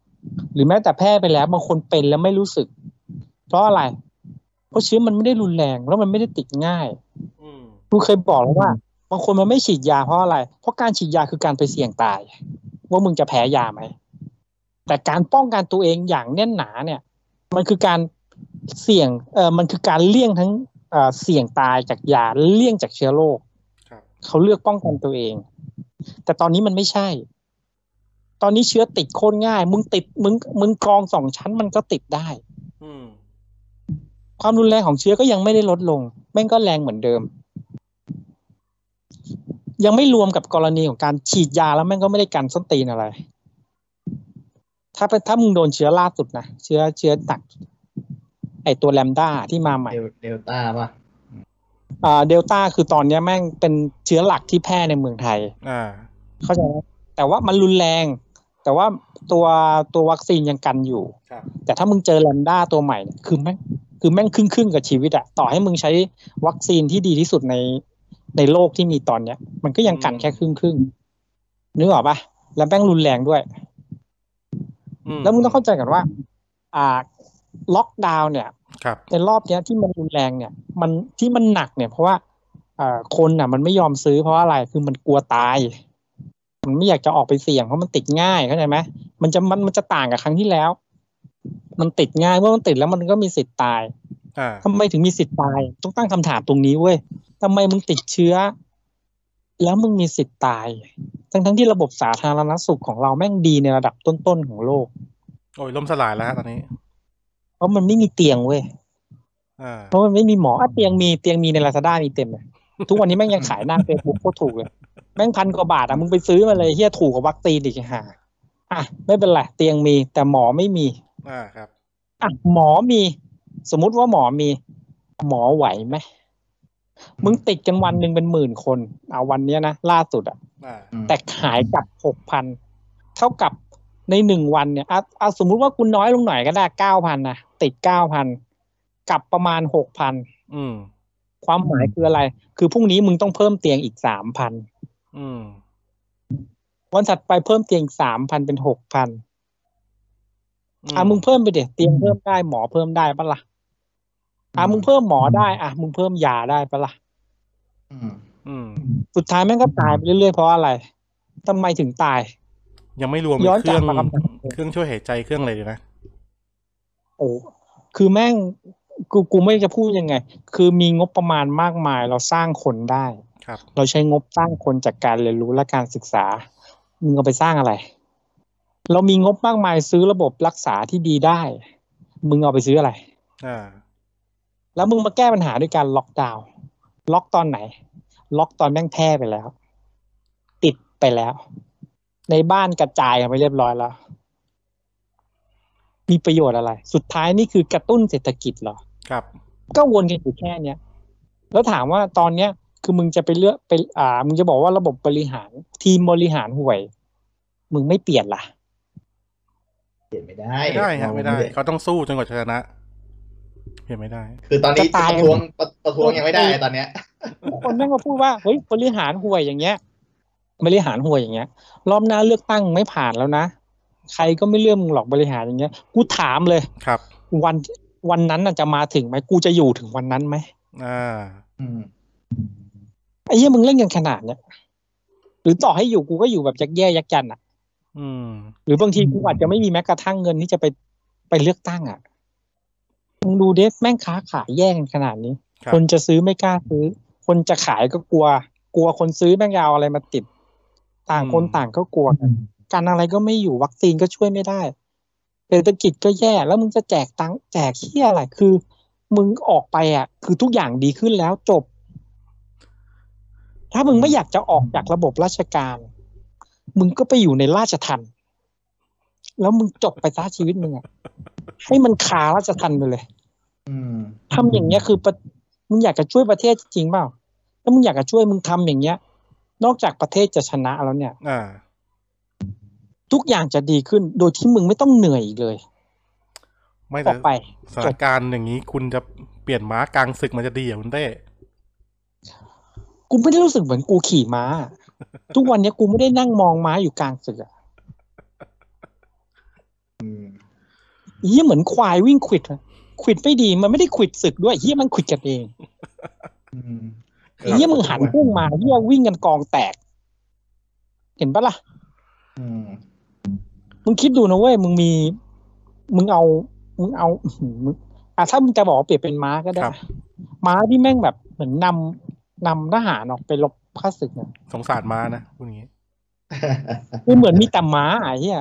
S3: หรือแม้แต่แพร่ไปแล้วบางคนเป็นแล้วไม่รู้สึก เพราะอะไร เพราะเชื้อมันไม่ได้รุนแรงแล้วมันไม่ได้ติดง่าย
S1: อืม
S3: ครูเคยบอกแล้วว่า บางคนมันไม่ฉีดยาเพราะอะไร เพราะการฉีดยาคือการไปเสี่ยงตาย ว่ามึงจะแพ้ยาไหมแต่การป้องกันตัวเองอย่างแน่นหนาเนี่ย มันคือการเสี่ยงเออมันคือการเลี่ยงทั้งเอ่อเสี่ยงตายจากยาเลี่ยงจากเชื้อโรค
S1: ครับ
S3: เขาเลือกป้องกันตัวเอง แต่ตอนนี้มันไม่ใช่ ตอนนี้เชื้อติดโคตรง่าย มึงติดมึงมึงกรองสองชั้นมันก็ติดได้
S1: อืม
S3: ความรุนแรงของเชื้อก็ยังไม่ได้ลดลง แม่งก็แรงเหมือนเดิม ยังไม่รวมกับกรณีของการฉีดยาแล้วแม่งก็ไม่ได้กันส้นตีนอะไร ถ้าเป็นถ้ามึงโดนเชื้อล่าสุดนะ เชื้อเชื้อตัก ไอตัวแลมด้าที่มาใหม่
S2: เดลเดลต้าป่ะ
S3: อ่าเดลต้าคือตอนเนี้ยแม่งเป็นเชื้อหลักที่แพร่ในเมืองไทย
S1: อ่า
S3: เข้าใจไหมแต่ว่ามันรุนแรง แต่ว่าตัวตัววัคซีนยังกันอยู่
S1: ครับ
S3: แต่ถ้ามึงเจอแลมด้าตัวใหม่เนี่ยคือแม่งคือแม่งครึ่งครึ่งๆกับชีวิตอะต่อให้มึงใช้วัคซีนที่ดีที่สุดในในโลกที่มีตอนเนี้ย มันก็ยังกันแค่ครึ่งครึ่งๆนึกออกปะแล้วแม่งรุนแรงด้วย แล้วมึงต้องเข้าใจก่อนว่า อ่าล็อกดาวน์เนี่ย
S1: ครับ
S3: ในรอบเนี้ยที่มันรุนแรงเนี่ย มันที่มันหนักเนี่ย เพราะว่าเอ่อคนน่ะ มันไม่ยอมซื้อเพราะอะไรคือมันกลัวตาย มันไม่อยากจะออกไปเสี่ยงเพราะมันติดง่ายเข้าใจไหมมันจะมันมันจะต่างกับครั้งที่แล้ว มันติดง่ายเมื่อมันติดแล้วมันก็มีสิทธิ์ตาย
S1: อ่า
S3: ทำไมถึงมีสิทธิ์ตาย ต้องตั้งคำถามตรงนี้เว้ยทำไมมึงติดเชื้อ แล้วมึงมีสิทธิ์ตาย ทั้งทั้งๆที่ระบบสาธารณสุขของเราแม่งดีในระดับต้นๆของโลก
S1: โอ้ยล่มสลายแล้วฮะตอนนี้
S3: เพราะมันไม่มีเตียงเว้ย
S1: อ่า
S3: เพราะมันไม่มีหมออ่ะเตียงมีเตียงมีในลาซาด้ามีเต็มเลยทุกวันนี้แม่งยังขายหน้าเฟซบุ๊กโคตรถูกเลย แม่งพันกว่าบาทอ่ะมึงไปซื้อมาเลยเฮียถูกกว่าวัคซีนอีกไอ้ห่า อ่ะไม่เป็นไรเตียงมี แต่หมอไม่มี
S1: อ่าครับ
S3: อ่ะหมอมี สมมุติว่าหมอมี หมอไหวไหมมึงติดกันวันหนึ่งเป็นหมื่นคนเอาวันเนี้ยนะล่าสุดอะ
S1: อ่า
S3: แต่ขายกลับหกพันเท่ากับในหนึ่งวันเนี่ยเอาเอาสมมุติว่าคุณน้อยลงหน่อยก็ได้เก้าพันนะติดเก้าพันกลับประมาณหกพัน
S1: อืม
S3: ความหมายคืออะไร คือพรุ่งนี้มึงต้องเพิ่มเตียงอีกสามพัน
S1: อืม
S3: วันถัดไปเพิ่มเตียงสามพันเป็นหกพันอ่ะมึงเพิ่มไปเด็เตียงเพิ่มได้หมอเพิ่มได้ปะละ่ะอ่ะมึงเพิ่มหมอได้อ่ะมึงเพิ่มยาได้ปะล่ะ
S2: อืม
S1: อืม
S3: สุดท้ายแม่งก็ตายไปเรื่อยๆเพราะอะไรทำไมถึงตาย
S1: ยังไม่รวม
S3: ย้อน
S1: เครื่อง
S3: กลับมาคำถาม
S1: เครื่องช่วยหายใจเครื่องอะไรเลยนะ
S3: โอ้คือแม่งกูกูไม่รู้จะพูดยังไง คือมีงบประมาณมากมายเราสร้างคนได้
S1: ครับ
S3: เราใช้งบสร้างคนจากการเรียนรู้และการศึกษา มึงเอาไปสร้างอะไร เรามีงบมากมายซื้อระบบรักษาที่ดีได้ มึงเอาไปซื้ออะไร
S1: อ่า
S3: แล้วมึงมาแก้ปัญหาด้วยการล็อกดาวน์ ล็อกตอนไหน ล็อกตอนแม่งแพร่ไปแล้ว ติดไปแล้ว ในบ้านกระจายกันไปเรียบร้อยแล้ว มีประโยชน์อะไร สุดท้ายนี่คือกระตุ้นเศรษฐกิจเหรอ
S1: ครับ
S3: ก็วนกันอยู่แค่เนี้ย แล้วถามว่าตอนเนี้ย คือมึงจะไปเลือกไป อ่า มึงจะบอกว่าระบบบริหาร ทีมบริหารห่วย มึงไม่เปลี่ยนล่ะ
S2: เปลี่ยนไม่ได้
S1: ไม่ได้ฮะไม่ได้
S2: เรา
S1: เขาต้องสู้จนกว่าจะชนะเปลี่ยนไม่ได้
S2: คือตอนนี้
S3: จะ
S2: ป
S3: ตาย
S2: ระท้วงประประท้วงยังไม่ได้ตอนเนี้ย
S3: ทุกคนแม่งมาพูดว่าเฮ้ยบริหารห่วยอย่างเงี้ย บริหารห่วยอย่างเงี้ย รอบหน้าเลือกตั้งไม่ผ่านแล้วนะ ใครก็ไม่เลื่อมมึงหรอกบริหารอย่างเงี้ย กูถามเลย
S1: ครับ
S3: วันวันนั้นน่ะจะมาถึงไหมกูจะอยู่ถึงวันนั้นไหม
S1: อ่า
S2: อืม
S3: ไอ้เหี้ยมึงเล่นกันขนาดเนี้ยหรือต่อให้อยู่กูก็อยู่แบบยักแย่ยักยันอ่ะ
S1: อืม
S3: หรือบางทีกูอาจจะไม่มีแม้กระทั่งเงินที่จะไปไปเลือกตั้งอ่ะมึงดูเดฟแม่งค้าขายแย่งกันขนาดนี้
S1: ครับ
S3: คนจะซื้อไม่กล้าซื้อ คนจะขายก็กลัว กลัวคนซื้อแม่งยาวอะไรมาติด ต่างคน
S1: อืม
S3: ต่างก็กลัวกันการอะไรก็ไม่อยู่วัคซีนก็ช่วยไม่ได้เศรษฐกิจก็แย่ แล้วมึงจะแจกตังค์แจกเที่ยอะไรคือ มึงออกไปอ่ะ คือทุกอย่างดีขึ้นแล้วจบ ถ้ามึงไม่อยากจะออกจากระบบราชการ มึงก็ไปอยู่ในราชทันแล้วมึงจบไปซะชีวิตมึงอ่ะให้มันคาราชทันไปเลย
S2: อืม
S3: ทำอย่างเงี้ยคือประมึงอยากจะช่วยประเทศจริงเปล่าถ้ามึงอยากจะช่วยมึงทำอย่างเงี้ย นอกจากประเทศจะชนะแล้วเนี่ย
S1: อ่า
S3: ทุกอย่างจะดีขึ้นโดยที่มึงไม่ต้องเหนื่อยอีกเลย
S1: ไม่
S3: อ
S1: แต่
S3: อกไป
S1: สถานการณ์อย่างนี้คุณจะเปลี่ยนม้ากลางศึกมันจะดีเหรอคุณเต้
S3: กูไม่ได้รู้สึกเหมือนกูขี่ม้า ทุกวันเนี้ยกูไม่ได้นั่งมองม้าอยู่กลางศึกอะ
S2: อืม
S3: เฮียเหมือนควายวิ่งขวิดอะขวิดไม่ดีมันไม่ได้ขวิดศึกด้วยเฮียมันขวิดกันเอง
S2: อืม
S3: เฮียมึงหันพุ่งมาเฮียวิ่งกันกองแตก เห็นปะล่ะ
S2: อืม
S3: มึงคิดดูนะเว้ย มึงมี มึงเอา มึงเอา อื้อหือมึงอ่ะถ้ามึงจะบอกว่าเปรียบเป็นม้าก็ได้
S1: ครับ
S3: ม้าที่แม่งแบบเหมือนนำนำทหารออกไปรบข้าศึกเนี่ย
S1: สงสารม้านะคุณอย่างนี้
S3: คือเหมือนมีแต่ม้าไอ้เหี้ย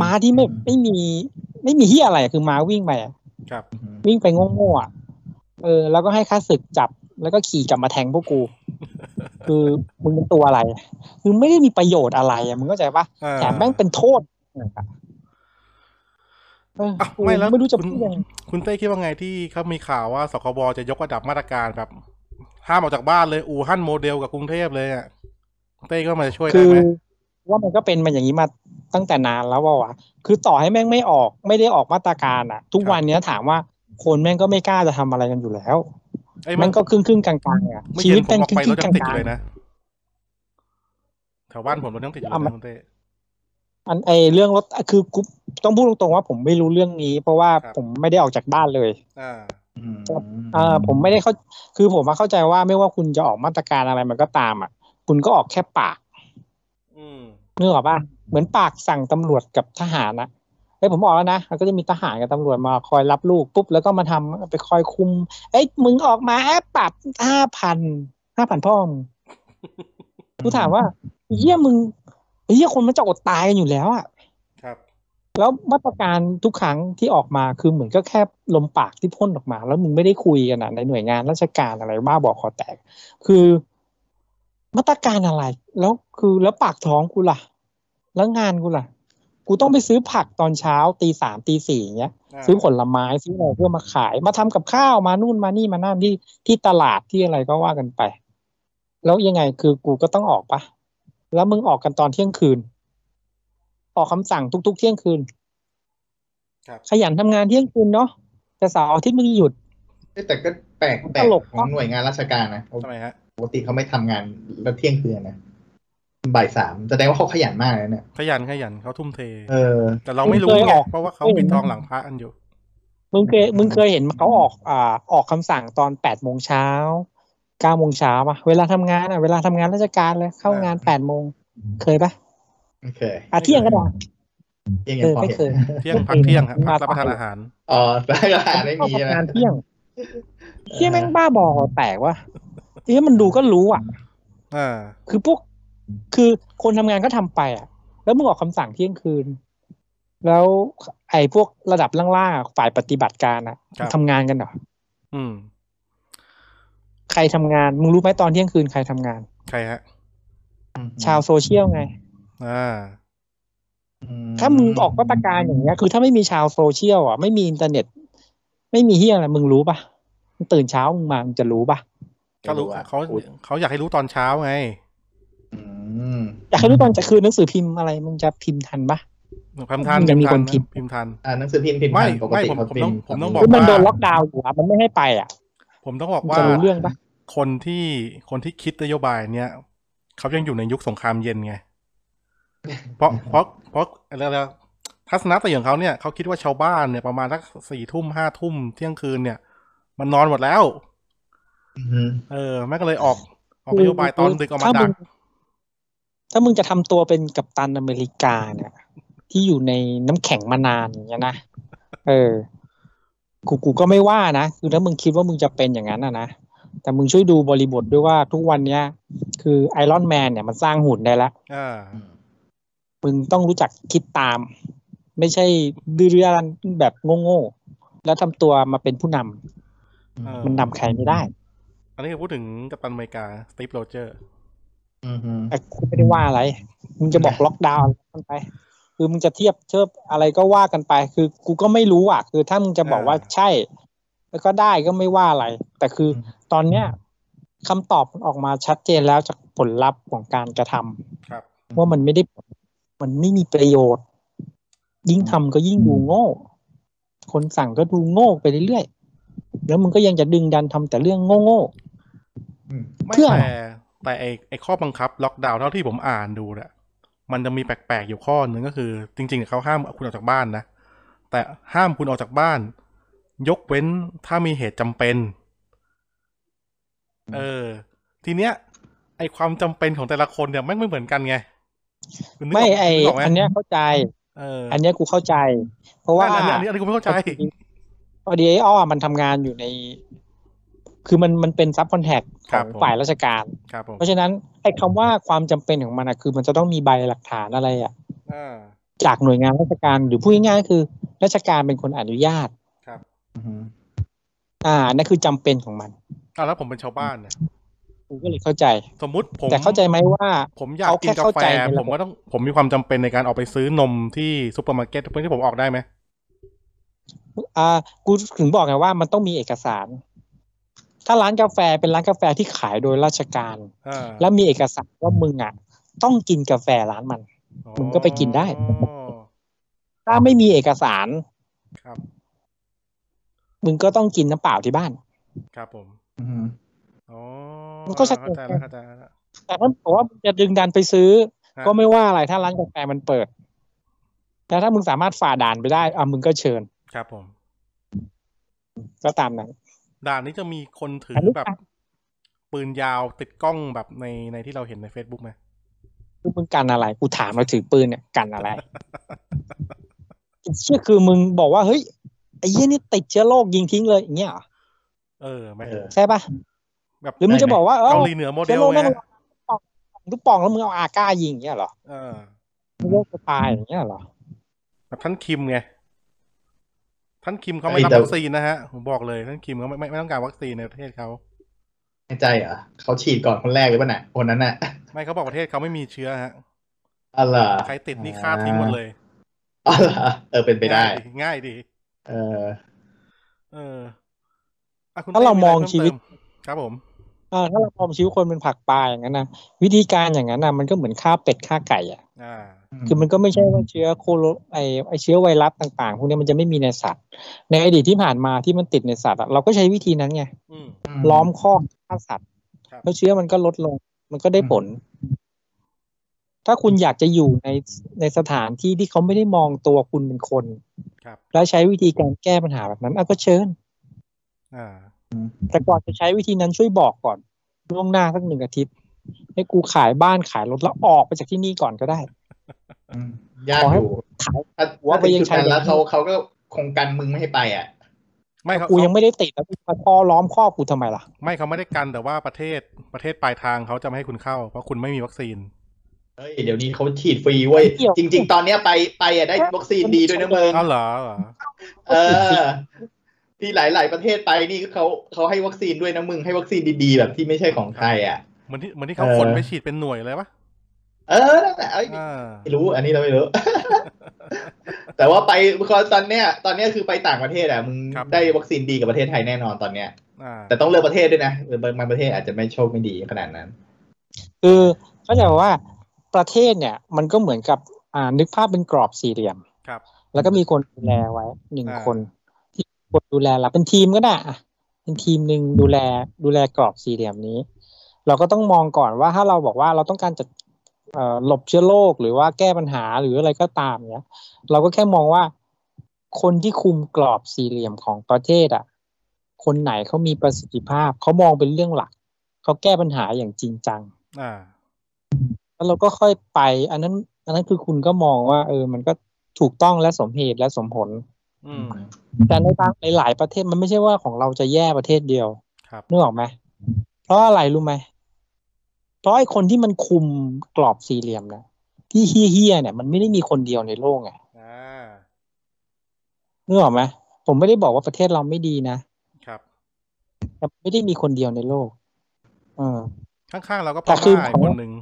S3: ม้าที่ไม่ไม่มี ไม่มีเหี้ยอะไรอะคือม้าวิ่งไปอะ
S1: ครับ
S3: วิ่งไปโง่ๆอ่ะเออ แล้วก็ให้ข้าศึกจับ แล้วก็ขี่กลับมาแทงพวก กู คือมึงเป็นตัวอะไรคือไม่ได้มีประโยชน์อะไรอะมึงเข้าใจปะ
S1: อ่า
S3: แถมแม่งเป็นโทษอะเออ
S1: อ่ะไม่แล้ว
S3: ไม่รู้จะ
S1: คุณ
S3: พูดยังไง
S1: คุณเต้คิดว่าไงที่เขามีข่าวว่าสคบจะยกระดับมาตรการแบบ ห้ามออกจากบ้านเลย อู่ฮั่นโมเดลกับกรุงเทพเลยอ่ะเต้ก็มาช่วย
S3: คื
S1: ได้
S3: อ
S1: ไหม
S3: ว่ามันก็เป็นมาอย่างนี้มาตั้งแต่นานแล้วว่าวะคือต่อให้แม่งไม่ออกไม่ได้ออกมาตรการอ่ะ ทุกวันเนี้ยถามว่าคนแม่งก็ไม่กล้าจะทำอะไรกันอยู่แล้ว
S1: ไอ้
S3: แมั
S1: มัน น
S3: ก็ครึ่งครึ่งๆกลางๆอ่ะ
S1: เมื่อ
S3: ชี
S1: เย็
S3: วิต
S1: นผมออ
S3: เป็น
S1: ก
S3: ครึ่ง
S1: ไปรถยังติด
S3: ครึ่งกลาง
S1: อยู่
S3: ๆ
S1: เลยนะแถวบ้านผมรถยังติดอยู่เลย
S3: อ่ะมัน
S1: นะคุณเต้
S3: อันไอเรื่องรถคือกูต้องพูดตรงๆว่าผมไม่รู้เรื่องนี้ เพราะว่า
S1: ครับ
S3: ผมไม่ได้ออกจากบ้านเลย
S1: อ่า
S3: เอ่าผมไม่ได้เข้าคือผมว่าเข้าใจว่าไม่ว่าคุณจะออกมาตรการอะไรมันก็ตามอ่ะ คุณก็ออกแค่ปาก
S1: อืม
S3: นึกออกป่ะเหมือนปากสั่งตำรวจกับทหารนะเอ้ยผมบอกแล้วนะมันก็จะมีทหารกับตำรวจมาคอยรับลูกปุ๊บแล้วก็มาทำไปคอยคุม เอ้ยมึงออกมาแอบปรับห้าพันห้าพันพ่อมึงกูถามว่าเยี่ยมึงเยี่ยคนมันจะอดตายกันอยู่แล้วอะ
S1: ครับ
S3: แล้วมาตรการทุกครั้งที่ออกมาคือเหมือนก็แค่ลมปากที่พ่นออกมา แล้วมึงไม่ได้คุยกันอะในหน่วยงานราชการอะไรบ้าบอกคอแตก คือมาตรการอะไร แล้วคือแล้วปากท้องกูล่ะ แล้วงานกูล่ะ กูต้องไปซื้อผักตอนเช้าตีสามตีสี่อย่างเงี้ย
S1: า
S3: ซื้อผลไม้ซื้ออะไรเพื่อมาขายมาทำกับข้าวมานู่นมานี่มานั่นที่ที่ตลาดที่อะไรก็ว่ากันไป แล้วยังไงคือกูก็ต้องออกปะแล้วมึงออกกันตอนเที่ยงคืน ออกคำสั่งทุก ๆ เที่ยงคืน
S1: ครับ
S3: ขยันทำงานเที่ยงคืนเนาะแต่เสาร์อาทิตย์มึงหยุด
S2: เอ้ยแต่ก็แปลกแปลก
S3: ตลก
S2: ข
S3: เนอะ
S2: องหน่วยงานราชการนะ
S1: ทำไมฮะ
S2: ปกติเขาไม่ทำงานแล้วเที่ยงคืนนะบ่ายสามแสดงว่าเขาขยันมากเลยนะเนี่ย
S1: ขยันขยันเขาทุ่มเท
S2: เออ
S1: แต่เราไม่รู้
S3: เคย
S1: ไง
S3: ออก
S1: เพราะว่าเขา
S3: เคยเห็
S1: ปิด
S3: น
S1: ทองหลังพระอันอยู่
S3: มึงเคยมึงเคยเห็นเขาออกอ่าออกคำสั่งตอนแปดโมงเช้าเก้าโมงเช้าปะเวลาทำงานอ่ะเวลาทำงานราชการเลยเข้างานแปดโมงเคยปะ
S2: โอเค
S3: อ่ะเที่ยงก็ได้
S2: เที่ยงยังพอ
S3: เออไม่
S2: เห็น
S3: เคย
S1: เที่ยงพักเที่ยงฮะ
S3: มา
S1: พักรับประทานอาหาร
S2: อ๋อ ร้านอาหารไม่มีใช่ไหม
S3: งานเที่ยงเที่ยแม่งบ้าบอแตกว่ะเอ๊ะมันดูก็รู้อ่ะ
S1: อ่า
S3: คือพวกคือคนทำงานก็ทำไปอ่ะ แล้วมึงออกคำสั่งเที่ยงคืน แล้วไอ้พวกระดับล่างๆอ่ะฝ่ายปฏิบัติการอ่ะ
S1: ครับ
S3: ทำงานกันเหรอ
S1: อืม
S3: ใครทำงานมึงรู้ไหมตอนเที่ยงคืนใครทำงาน
S1: ใครฮะ
S3: ชาวโซเชียลไง
S1: อ่า
S2: อื
S3: ถ้ามึงออกมาตรการอย่างเงี้ย คือถ้าไม่มีชาวโซเชียลอ่ะ ไม่มีอินเทอร์เน็ต ไม่มีเฮียอะไรมึงรู้ปะมึงตื่นเช้ามึงมามึงจะรู้ปะ
S1: ก็รู้เขาเขาอยากให้รู้ตอนเช้าไง
S2: อืม
S3: อยากให้รู้ตอนจะคืนหนังสือพิมพ์อะไรมึงจะพิมพ์ทันปะ
S1: พิมพ์ทัน
S3: ยังมีคนพิ
S1: พิ
S3: ม
S1: ม
S3: พ์
S1: พ์ทันพิมพ์ทัน
S2: อ่าหนังสือพิมพ์พิมพ์
S1: ไม่
S2: ทันปกติ
S1: ไม่ผม
S2: เขา
S1: ผม
S2: พิ
S1: ต้อง
S2: พ์
S1: ผมต้อง
S2: พิ
S3: คือ
S2: พ์
S3: มันโดนล็อกดาวน์อยู่อ่ะมันไม่ให้ไปอ่ะ
S1: ผมต้องบอก
S3: มัน
S1: ว่า
S3: จะรู้เรื่องปะ
S1: คนที่คนที่คิดนโยบายเนี้ยเขายังอยู่ในยุคสงครามเย็น ไง เพราะเพราะเพราะอะไรนะทัศนคติของเขาเนี่ยเขาคิดว่าชาวบ้านเนี่ยประมาณสักสี่ทุ่มห้าทุ่มเที่ยงคืนเนี่ย มันนอนหมดแล้ว เออแม่ก็เลยออกออกนโยบายตอนดึกออกมาดัก
S3: ถ้งถ้ามึงจะทำตัวเป็นกัปตันอเมริกาเนี่ย ที่อยู่ในน้ำแข็งมานานอย่างเงี้ยนะเออ กูกูก็ไม่ว่านะคือถ้ามึงคิดว่ามึงจะเป็นอย่างนั้นนะนะแต่มึงช่วยดูบริบทด้วยว่าทุกวันเนี้ย คือไอรอนแมนเนี่ยมันสร้างหุ่นได้แล้ว
S1: อ่า
S3: มึงต้องรู้จักคิดตาม ไม่ใช่ดื้อเรื่องแบบโง่ๆแล้วทำตัวมาเป็นผู้นำ
S1: เออ
S3: มันนำใครไม่ได้
S1: อันนี้คือพูดถึงกัปตันอเมริกาสตีฟโรเจอร์
S3: แต่กูไม่ได้ว่าอะไร มึงจะบอกล็อกดาวน์อะไรกันไป คือมึงจะเทียบเทียบอะไรก็ว่ากันไป คือกูก็ไม่รู้อ่ะ คือถ้ามึงจะบอกว่า
S1: อ่า
S3: ใช่ แล้วก็ได้ก็ไม่ว่าอะไร แต่คืออ
S2: ม
S3: ตอนเนี้ยคำตอบมันออกมาชัดเจนแล้วจากผลลัพธ์ของการกระทำ
S1: ครับ
S3: ว่ามันไม่ได้ผลมันไม่มีประโยชน์ ยิ่งทำก็ยิ่งดูโง่ คนสั่งก็ดูโง่ไปเรื่อยๆ แล้วมึงก็ยังจะดึงดันทำแต่เรื่องโง่ๆ
S1: ไม่
S3: เพื่อ
S1: แต่แต่ไอไอข้อบังคับ ล็อกดาวน์เท่าที่ผมอ่านดูเนี่ยมันจะมีแปลกๆอยู่ข้อหนึ่งก็คือ จริงๆเขาห้ามคุณออกจากบ้านนะ แต่ห้ามคุณออกจากบ้าน ยกเว้นถ้ามีเหตุจำเป็น เออ ทีเนี้ย ไอความจำเป็นของแต่ละคนเนี่ยแม่งไม่เหมือนกันไงคุณนึก
S3: ไม่
S1: ก
S3: ไอ
S1: นึกกหม
S3: อันเนี้ยเข้าใจ
S1: เออ
S3: อั
S1: อั
S3: นเนี้ยกูเข้าใจ เพราะว่า
S1: อันนี้อันนี้อันนี้กูไม่เข้าใจ
S3: พอดีไอ้อ้อมันทำงานอยู่ใน คือมันมันเป็นซับคอนแทคข
S1: ครั
S3: อบ ง
S1: ผม
S3: ฝ่ายราชการ
S1: ครับผม
S3: เพราะฉะนั้นไอ้คำว่าความจำเป็นของมันอะคือมันจะต้องมีใบหลักฐานอะไรอะ
S1: อ่า
S3: จากหน่วยงานราชการหรือพูดง่ายๆก็คือ ราชการเป็นคนอนุญาต อ่านั่นคือจำเป็นของมัน
S1: อ่ะแล้วผมเป็นชาวบ้านเนี่ย
S3: กูก็เลยเข้าใจ
S1: สมมุติผม
S3: แต่เข้าใจไหมว่า
S1: ผมอยากกิน
S3: เอาแค่
S1: กา
S3: เข้า
S1: แฟ
S3: ใจในระบบ
S1: ผมก็ต้องผมมีความจำเป็นในการออกไปซื้อนมที่ซูเปอร์มาร์เก็ตเพื่อที่ผมออกได้ไหม
S3: อ่ากูถึงบอกไงว่ามันต้องมีเอกสาร ถ้าร้านกาแฟเป็นร้านกาแฟที่ขายโดยราชการ
S1: อ่า
S3: และมีเอกสารว่ามึงอะต้องกินกาแฟร้านมัน
S1: อ๋อ
S3: มึงก็ไปกินได้ ถ้าไม่มีเอกสาร
S1: ครับ
S3: มึงก็ต้องกินน้ำเปล่าที่บ้าน
S1: ครับผมอ๋อ
S3: มันก็ชัดเจ
S1: เข้าน ใจแล้วเข้าใจแล้ว
S3: แต่ถ้าบอกว่ามึงจะดึงดันไปซื้อ
S1: ฮะ
S3: ก็ไม่ว่าอะไรถ้าร้านกาแฟมันเปิด แต่ถ้ามึงสามารถฝ่าด่านไปได้อ่ะมึงก็เชิญ
S1: ครับผม
S3: ก็ตามนั้น
S1: ด่านนี้จะมีคนถือน อ
S3: นี้
S1: แบบ ปืนยาวติดกล้องแบบในในที่เราเห็นใน Facebook ไหม
S3: คือมึงกันอะไร กูถามเราถือปืนเนี่ยกัน อะไรเชื่อคือมึงบอกว่าเฮ้ยไอ้เหี้ยนี่ติดเชื้อโรคยิงทิ้งเลยอย่างเงี้ยเหรอ
S1: เออไหม
S3: ใช่ปะ
S1: แบบ
S3: หรือมึงจะบอกว่าเออ
S1: เกาหลีเหนือโมเด
S3: เชื้อ
S1: ล
S3: โรค
S1: ไหม
S3: แม่งลูกปองแล้วมึงเอาอาก้ายิงอย่างเงี้ยเหรอ
S1: เออ
S3: มึงโรคจะตายอย่างเงี้ยเหรอ
S1: แบบท่านคิมไง ท่านคิมเขา
S2: เอ้
S1: ไม่
S2: ย
S1: รับ
S2: แต่
S1: วัคซีนนะฮะผมบอกเลยท่านคิมเขาไม่ไม่ไม่ต้องการวัคซีนในประเทศเขา
S2: ในใจเหรอเขาฉีดก่อนคนแรกหรือเปล่าน่ะ คนนั้นน่ะ
S1: ไม่เขาบอกประเทศเขาไม่มีเชื้อฮะ
S2: อะไรอ
S1: ใครติดนี่ฆ่าทิ้งหมดเลย
S2: อ๋อเหรอ เออเป็นไปได้
S1: ง่ายง่ายดี
S2: เออ
S1: เอออ่ะคุณ
S3: ถ้าเรา
S1: ต้ะไ
S3: มองชีวิต
S1: เพิ่มเติมครับผม
S3: เออถ้าเรามองชีวิตคนเป็นผักปลาอย่างนั้นนะวิธีการอย่างนั้นนะมันก็เหมือนฆ่าเป็ดฆ่าไก่อ่ะ
S1: อ่า
S3: คือมันก็ไม่ใช่ว่าเชื้อโคโรไอไอเชื้อไวรัสต่างๆ พวกนี้มันจะไม่มีในสัตว์ ในอดีตที่ผ่านมาที่มันติดในสัตว์อะเราก็ใช้วิธีนั้นไง
S1: อืม
S3: ล้อมคอกฆ่าสัตว์
S1: ครับ
S3: แล้วเชื้อมันก็ลดลง มันก็ได้ผล ถ้าคุณอยากจะอยู่ในในสถานที่ที่เขาไม่ได้มองตัวคุณเป็นคน
S1: ครับ
S3: แล้วใช้วิธีการแก้ปัญหาแบบนั้นอ่ะก็เชิญ
S1: อ่า
S3: แต่ก่อนจะใช้วิธีนั้นช่วยบอกก่อนล่วงหน้าสักหนึ่งอาทิตย์ ให้กูขายบ้านขายรถแล้วออกไปจากที่นี่ก่อนก็ได้
S2: อืมยากอยู่
S3: ขาย
S2: ถ้า
S3: หัวไปยัง
S2: ถึจุดนั้น
S3: ชายแดน
S2: แล้วเขาเขาก็คงกันมึงไม่ให้ไปอ่ะ
S1: ไม่เขา
S3: กู
S1: เขา
S3: ยังไม่ได้ติดแล้วมึงมาพอล้อมครอบกูทำไมล่ะ
S1: ไม่เขาไม่ได้กันแต่ว่าประเทศประเทศปลายทางเขาจะไม่ให้คุณเข้า เพราะคุณไม่มีวัคซีน
S2: เฮ้ยเดี๋ยวนี้เขาฉีดฟรีเว้ย
S3: ไม่เกี่ยว
S2: จริง ๆ ตอนเนี้ยไปไปอ่ะได้วัคซีนดีด้วยนะเมือง
S1: อ้าวเหรอเหรอ
S2: เออ ที่หลาย ๆ ประเทศไปนี่เขาเขาให้วัคซีนด้วยนะมึงให้วัคซีนดีๆ แบบที่ไม่ใช่ของไทยอ่ะ
S1: เหมือนที่เหมือนที่เขา
S2: เออ
S1: ขนไปฉีดเป็นหน่วยเลยปะ
S2: เออนั่นแหละเอ้ย
S1: อ่า
S2: ไม่รู้อันนี้เราไม่รู้ แต่ว่าไปตอนเนี้ย ตอนเนี้ยคือไปต่างประเทศอ่ะมึง
S1: ครับ
S2: ได้วัคซีนดีกับประเทศไทยแน่นอนตอนเนี้ย
S1: อ่า
S2: แต่ต้องเลือกประเทศด้วยนะบางบางประเทศอาจจะไม่โชคไม่ดีขนาดนั้น
S3: คือเข้าใจว่าประเทศเนี่ย มันก็เหมือนกับอ่านึกภาพเป็นกรอบสี่เหลี่ยม
S1: ครับ
S3: แล้วก็มีคนดูแลไว้หนึ่ง
S1: อ่า
S3: คน ที่คนดูแลเราเป็นทีมก็ได้อะเป็นทีมหนึ่งดูแลดูแลกรอบสี่เหลี่ยมนี้ เราก็ต้องมองก่อนว่าถ้าเราบอกว่าเราต้องการจะเอ่อหลบเชื้อโรคหรือว่าแก้ปัญหาหรืออะไรก็ตามเนี้ย เราก็แค่มองว่าคนที่คุมกรอบสี่เหลี่ยมของประเทศอ่ะคนไหนเขามีประสิทธิภาพเขามองเป็นเรื่องหลักเขาแก้ปัญหาอย่างจริงจัง
S1: อ่า
S3: แล้วเราก็ค่อยไป อันนั้น อันนั้นคือคุณก็มองว่า เออ มันก็ถูกต้องและสมเหตุและสมผล
S1: อืม
S3: แต่ในบางหลายๆประเทศมันไม่ใช่ว่าของเราจะแย่ประเทศเดียว
S1: ครับ
S3: นึกออกไหมเพราะอะไรรู้ไหมเพราะไอ้คนที่มันคุมกรอบสี่เหลี่ยมนะที่เฮี้ยๆเนี่ยมันไม่ได้มีคนเดียวในโลกไง
S1: อ่า
S3: นึกออกไหมผมไม่ได้บอกว่าประเทศเราไม่ดีนะครับ แต่ไม่ได้มีคนเดียวในโลกเออ
S1: ข้างๆเราก็พ
S3: แต่คือ
S1: ม่าอี
S3: ผ
S1: ก
S3: ม
S1: คนหนึ่ง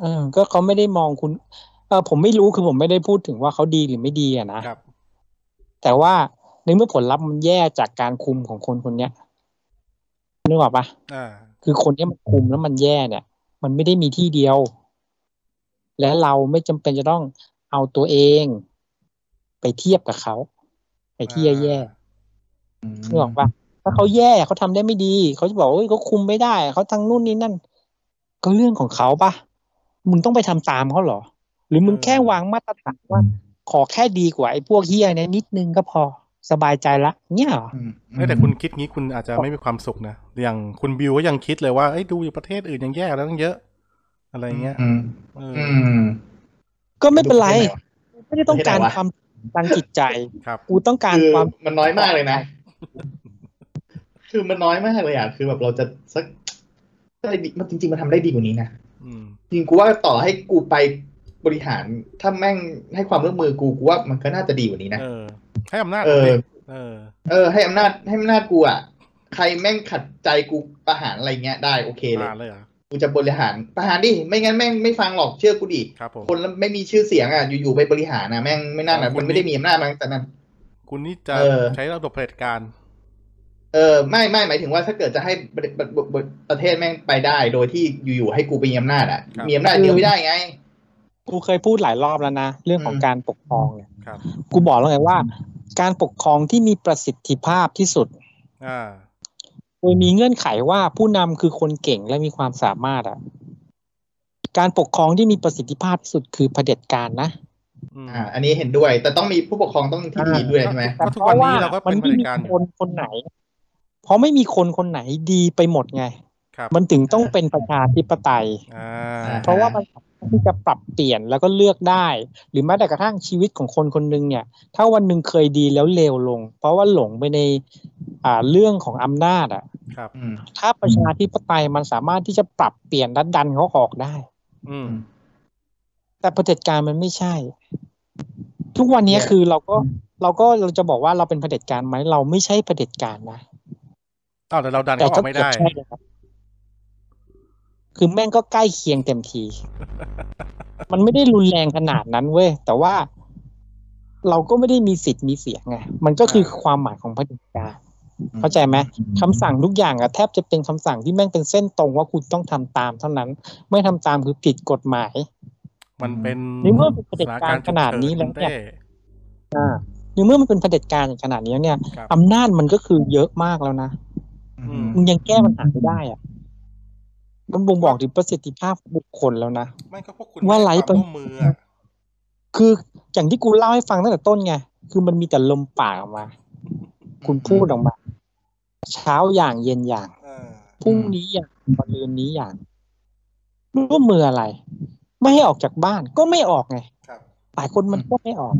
S3: เออก็เขาไม่ได้มองคุณ เออผมไม่รู้คือผมไม่ได้พูดถึงว่าเขาดีหรือไม่ดีอะนะ
S1: ครับ
S3: แต่ว่าในเมื่อผลลัพธ์มันแย่จากการคุมของคนคนเนี้ยนึกออกปะ
S1: อ่า
S3: คือคนที่มันคุมแล้วมันแย่เนี่ย มันไม่ได้มีที่เดียว และเราไม่จำเป็นจะต้องเอาตัวเอง ไปเทียบกับเขาไอ้ที่แย่ๆนึกออกปะถ้าเขาแย่เขาทำได้ไม่ดี เขาจะบอกว่าเอ้ยเขาคุมไม่ได้เขาทั้งนู่นนี่นั่น ก็เรื่องของเขาปะมึงต้องไปทำตามเขาเหรอ หรือมึง
S1: เออ
S3: แค่วางมาตรฐานว่า ขอแค่ดีกว่าไอ้พวกเฮียเนี่ยนิดนึงก็พอสบายใจละ เนี่ยเหรอ
S1: เอ้ยแต่คุณคิดงี้คุณอาจจะไม่มีความสุขนะ อย่างคุณบิวก็ยังคิดเลยว่าเอ้ยดูอยู่ประเทศอื่นยังแย่แล้วตั้งเยอะ อะไรเงี้ยเอออ
S3: ก็ไม่เป็นไร ไม่ได้ต้องการ
S2: ไม่ได้วะ
S3: ความทางจิตใจ
S1: ครับ
S3: กูต้องการ
S2: คือ
S3: ความ
S2: มันน้อยมากเลยนะ คือมันน้อยมากเลยอ่ะ คือแบบเราจะสักได้ดีมันจริง ๆ มันทำได้ดีกว่านี้นะ
S1: อืม
S2: จริงกูว่าต่อให้กูไปบริหาร ถ้าแม่งให้ความร่วมมือกูกูว่ามันก็น่าจะดีกว่านี้นะ
S1: เออ ให้อำนาจ
S2: เออ
S1: ดิเออ
S2: เออให้อำนาจให้อำนาจกูอ่ะ ใครแม่งขัดใจกูประหารอะไรเงี้ยได้โอเคเลย
S1: อ่านเลยเหรอ
S2: กูจะบริหารประหารดิไม่งั้นแม่งไม่ฟังหรอกเชื่อกูดิ
S1: ครับผม
S2: คนไม่มีชื่อเสียงอ่ะอยู่ๆไปบริหารนะแม่งไม่น่านะ
S1: ของคุ
S2: มั
S1: ณ
S2: นไม่ได้
S1: นี่
S2: มีอำนาจมาตั้งแต่นั้น
S1: คุณนี่จะ
S2: เออ
S1: ใช้ระบบเผด็จการ
S2: เออไม่ไม่หมายถึงว่าถ้าเกิดจะให้ประเทศประเทศแม่งไปได้ โดยที่อยู่ๆให้กูไปมีอำนาจอ่ะ
S1: ครับ
S2: มีอำนาจเดียวไม่ได้ไง
S3: กูเคยพูดหลายรอบแล้วนะเรื่องของ
S2: อืม
S3: การปกครองเนี่ย
S1: ครับ
S3: กูบอกแล้วไงว่า การปกครองที่มีประสิทธิภาพที่สุด
S1: อ่า
S3: โดยมีเงื่อนไขว่าผู้นำคือคนเก่งและมีความสามารถอ่ะการปกครองที่มีประสิทธิภาพที่สุดคือเผด็จการนะ
S1: อืม
S2: อ่า อันนี้เห็นด้วย แต่ต้องมีผู้ปกครองต้องที่ดีด้วยใช่ไหม
S1: ก็ทุกวันนี้เราก็เป็น
S3: แต่พะว่
S1: เผด็จการอยู่
S3: มันไม่มีคนคนไหน เพราะไม่มีคนคนไหนดีไปหมดไง
S1: ครับ
S3: มันถึงต้องเป็นประชาธิปไตย
S1: อ่า
S3: เพราะว่ามันสามารถที่จะปรับเปลี่ยนแล้วก็เลือกได้ หรือแม้แต่กระทั่งชีวิตของคนคนหนึ่งเนี่ย ถ้าวันหนึ่งเคยดีแล้วเลวลง เพราะว่าหลงไปในอ่าเรื่องของอำนาจอ่ะ
S1: ครับ
S2: อืม
S3: ถ้าประชาธิปไตยมันสามารถที่จะปรับเปลี่ยนและดันเขาออกได้
S1: อืม
S3: แต่เผด็จการมันไม่ใช่ ทุกวันนี้
S2: เนี่ย
S3: คือเราก็เราก็เราจะบอกว่าเราเป็นเผด็จการไหมเราไม่ใช่เผด็จการนะ
S1: อ้าวแต่เราดัน
S3: แต่
S1: เขาอ
S3: ก็
S1: อกไม่
S3: เกือบ
S1: ได้
S3: ใช่นะครับคือแม่งก็ใกล้เคียงเต็มที มันไม่ได้รุนแรงขนาดนั้นเว้ย แต่ว่าเราก็ไม่ได้มีสิทธิ์มีเสียงไง มันก็คือความหมายของเผด็จการ เข้าใจไหมคำสั่งทุกอย่างอะแทบจะเป็นคำสั่งที่แม่งเป็นเส้นตรงว่าคุณต้องทำตามเท่านั้น ไม่ทำตามคือผิดกฎหมาย
S1: มันเป็น
S3: นี่เมื่อเป็นเผด็จการขนาดนี้แล้วเนี่ย ในเมื่อมันเป็นเผด็จการอย่างขนาดนี้เนี่ย
S1: ครับ
S3: อำนาจมันก็คือเยอะมากแล้วนะ
S2: อืม
S3: มึงยังแก้ปัญหาไม่ได้อะมันบ่งบอกถึงประสิทธิภาพของบุคคลแล้วนะ
S1: ไม่ก็พวกคุณ
S3: ว่าไร้
S1: ความ
S3: ประ
S1: ร่วมมืออะ
S3: คืออย่างที่กูเล่าให้ฟังตั้งแต่ต้นไง คือมันมีแต่ลมปากออกมา คุณพูดออกมา เช้าอย่างเย็นอย่าง
S1: เออ
S3: พรุ่งนี้อย่างวันลืนนี้อย่าง ร่วมมืออะไร ไม่ให้ออกจากบ้านก็ไม่ออกไง
S1: ครับ
S3: หลายคนมันก็ไม่ออก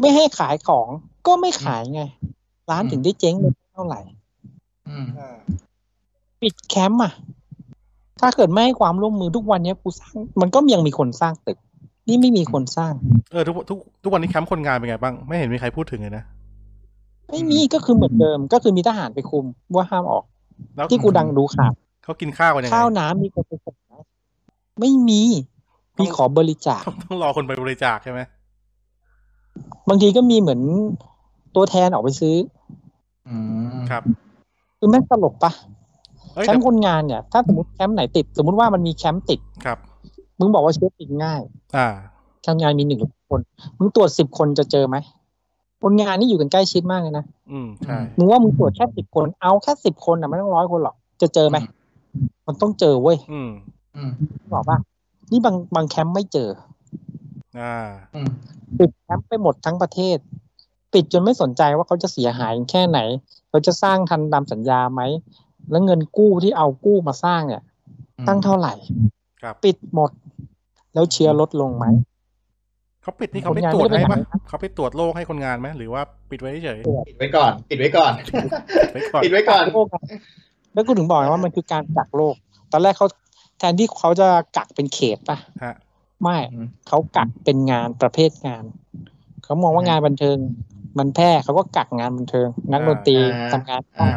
S3: ไม่ให้ขายของก็ไม่ขายไง ร้านถึงได้เจ๊งไปเท่าไหร่
S2: อืม
S1: อ่า
S3: ปิดแคมป์อ่ะ ถ้าเกิดไม่ให้ความร่วมมือทุกวันเนี้ยกูสร้าง มันก็ยังมีคนสร้างตึก นี่ไม่มีคนสร้าง
S1: เออทุกทุกทุกวันนี้แคมป์คนงานเป็นไงบ้าง ไม่เห็นมีใครพูดถึงเลยนะ
S3: ไม่มีก็คือเหมือนเดิม ก็คือมีทหารไปคุมว่าห้ามออก
S1: แล้ว
S3: ที่กูดังดูข่าว
S1: เขากินข้าวกันยังไง
S3: ข้าวน้ำมีคนไปส่งนะไม่มีมีขอบริจาค
S1: ต้องต้องรอคนไปบริจาคใช่ไหม
S3: บางทีก็มีเหมือนตัวแทนออกไปซื้อ
S2: อืม
S1: ครับ
S3: คือแม่งตลกปะ
S1: เอ้ย
S3: แคมป์คนงานเนี่ย ถ้าสมมติแคมป์ไหนติด สมมติว่ามันมีแคมป์ติด
S1: ครับ
S3: มึงบอกว่าเชื้อติดง่าย
S1: อ่า
S3: ทำงานมีหนึ่งคน มึงตรวจสิบคนจะเจอไหม คนงานนี่อยู่กันใกล้ชิดมากเลยนะ
S1: อืมใช่
S3: มึงว่ามึงตรวจแค่สิบคน เอาแค่สิบคนอ่ะไม่ต้องร้อยคนหรอก จะเจอไหม
S2: อืม
S3: มันต้องเจอเว้ย
S1: อืม
S2: อืม
S3: บอกว่า นี่บางบางแคมป์ไม่เจอ
S1: อ่า
S2: อืม
S3: ปิดแคมป์ไปหมดทั้งประเทศ ปิดจนไม่สนใจว่าเขาจะเสียหายแค่ไหน เขาจะสร้างทันตามสัญญาไหม แล้วเงินกู้ที่เอากู้มาสร้างเนี่ย ตั้งเท่าไหร่
S1: ครับ
S3: ปิดหมด แล้วเชื้อลดลงไหม
S1: เขาปิดนี่เขาไป
S3: คนงาน
S1: ตรวจให้
S3: ไม่ได้ไป
S1: ปะ
S3: ไหนนะ
S1: เขาไปตรวจโรคให้คนงานไหมหรือว่าปิดไว้เฉย
S2: ปิดไว้ก่อน ปิดไว้ก่อน
S1: ๆไปก่อน
S2: ปิดไว้ก่อน
S3: โรคอะแล้วกูถึงบอกไงว่ามันคือการกักโรค ตอนแรกเขาแทนที่เขาจะกักเป็นเขตปะ
S1: ฮะ
S3: ไม่
S2: อืม
S3: เขากักเป็นงานประเภทงาน เขามองว่างานบันเทิง มันแพร่เขาก็กักงานบันเทิง นักดนตรี
S2: อ่า
S3: ทำงาน
S2: อ่า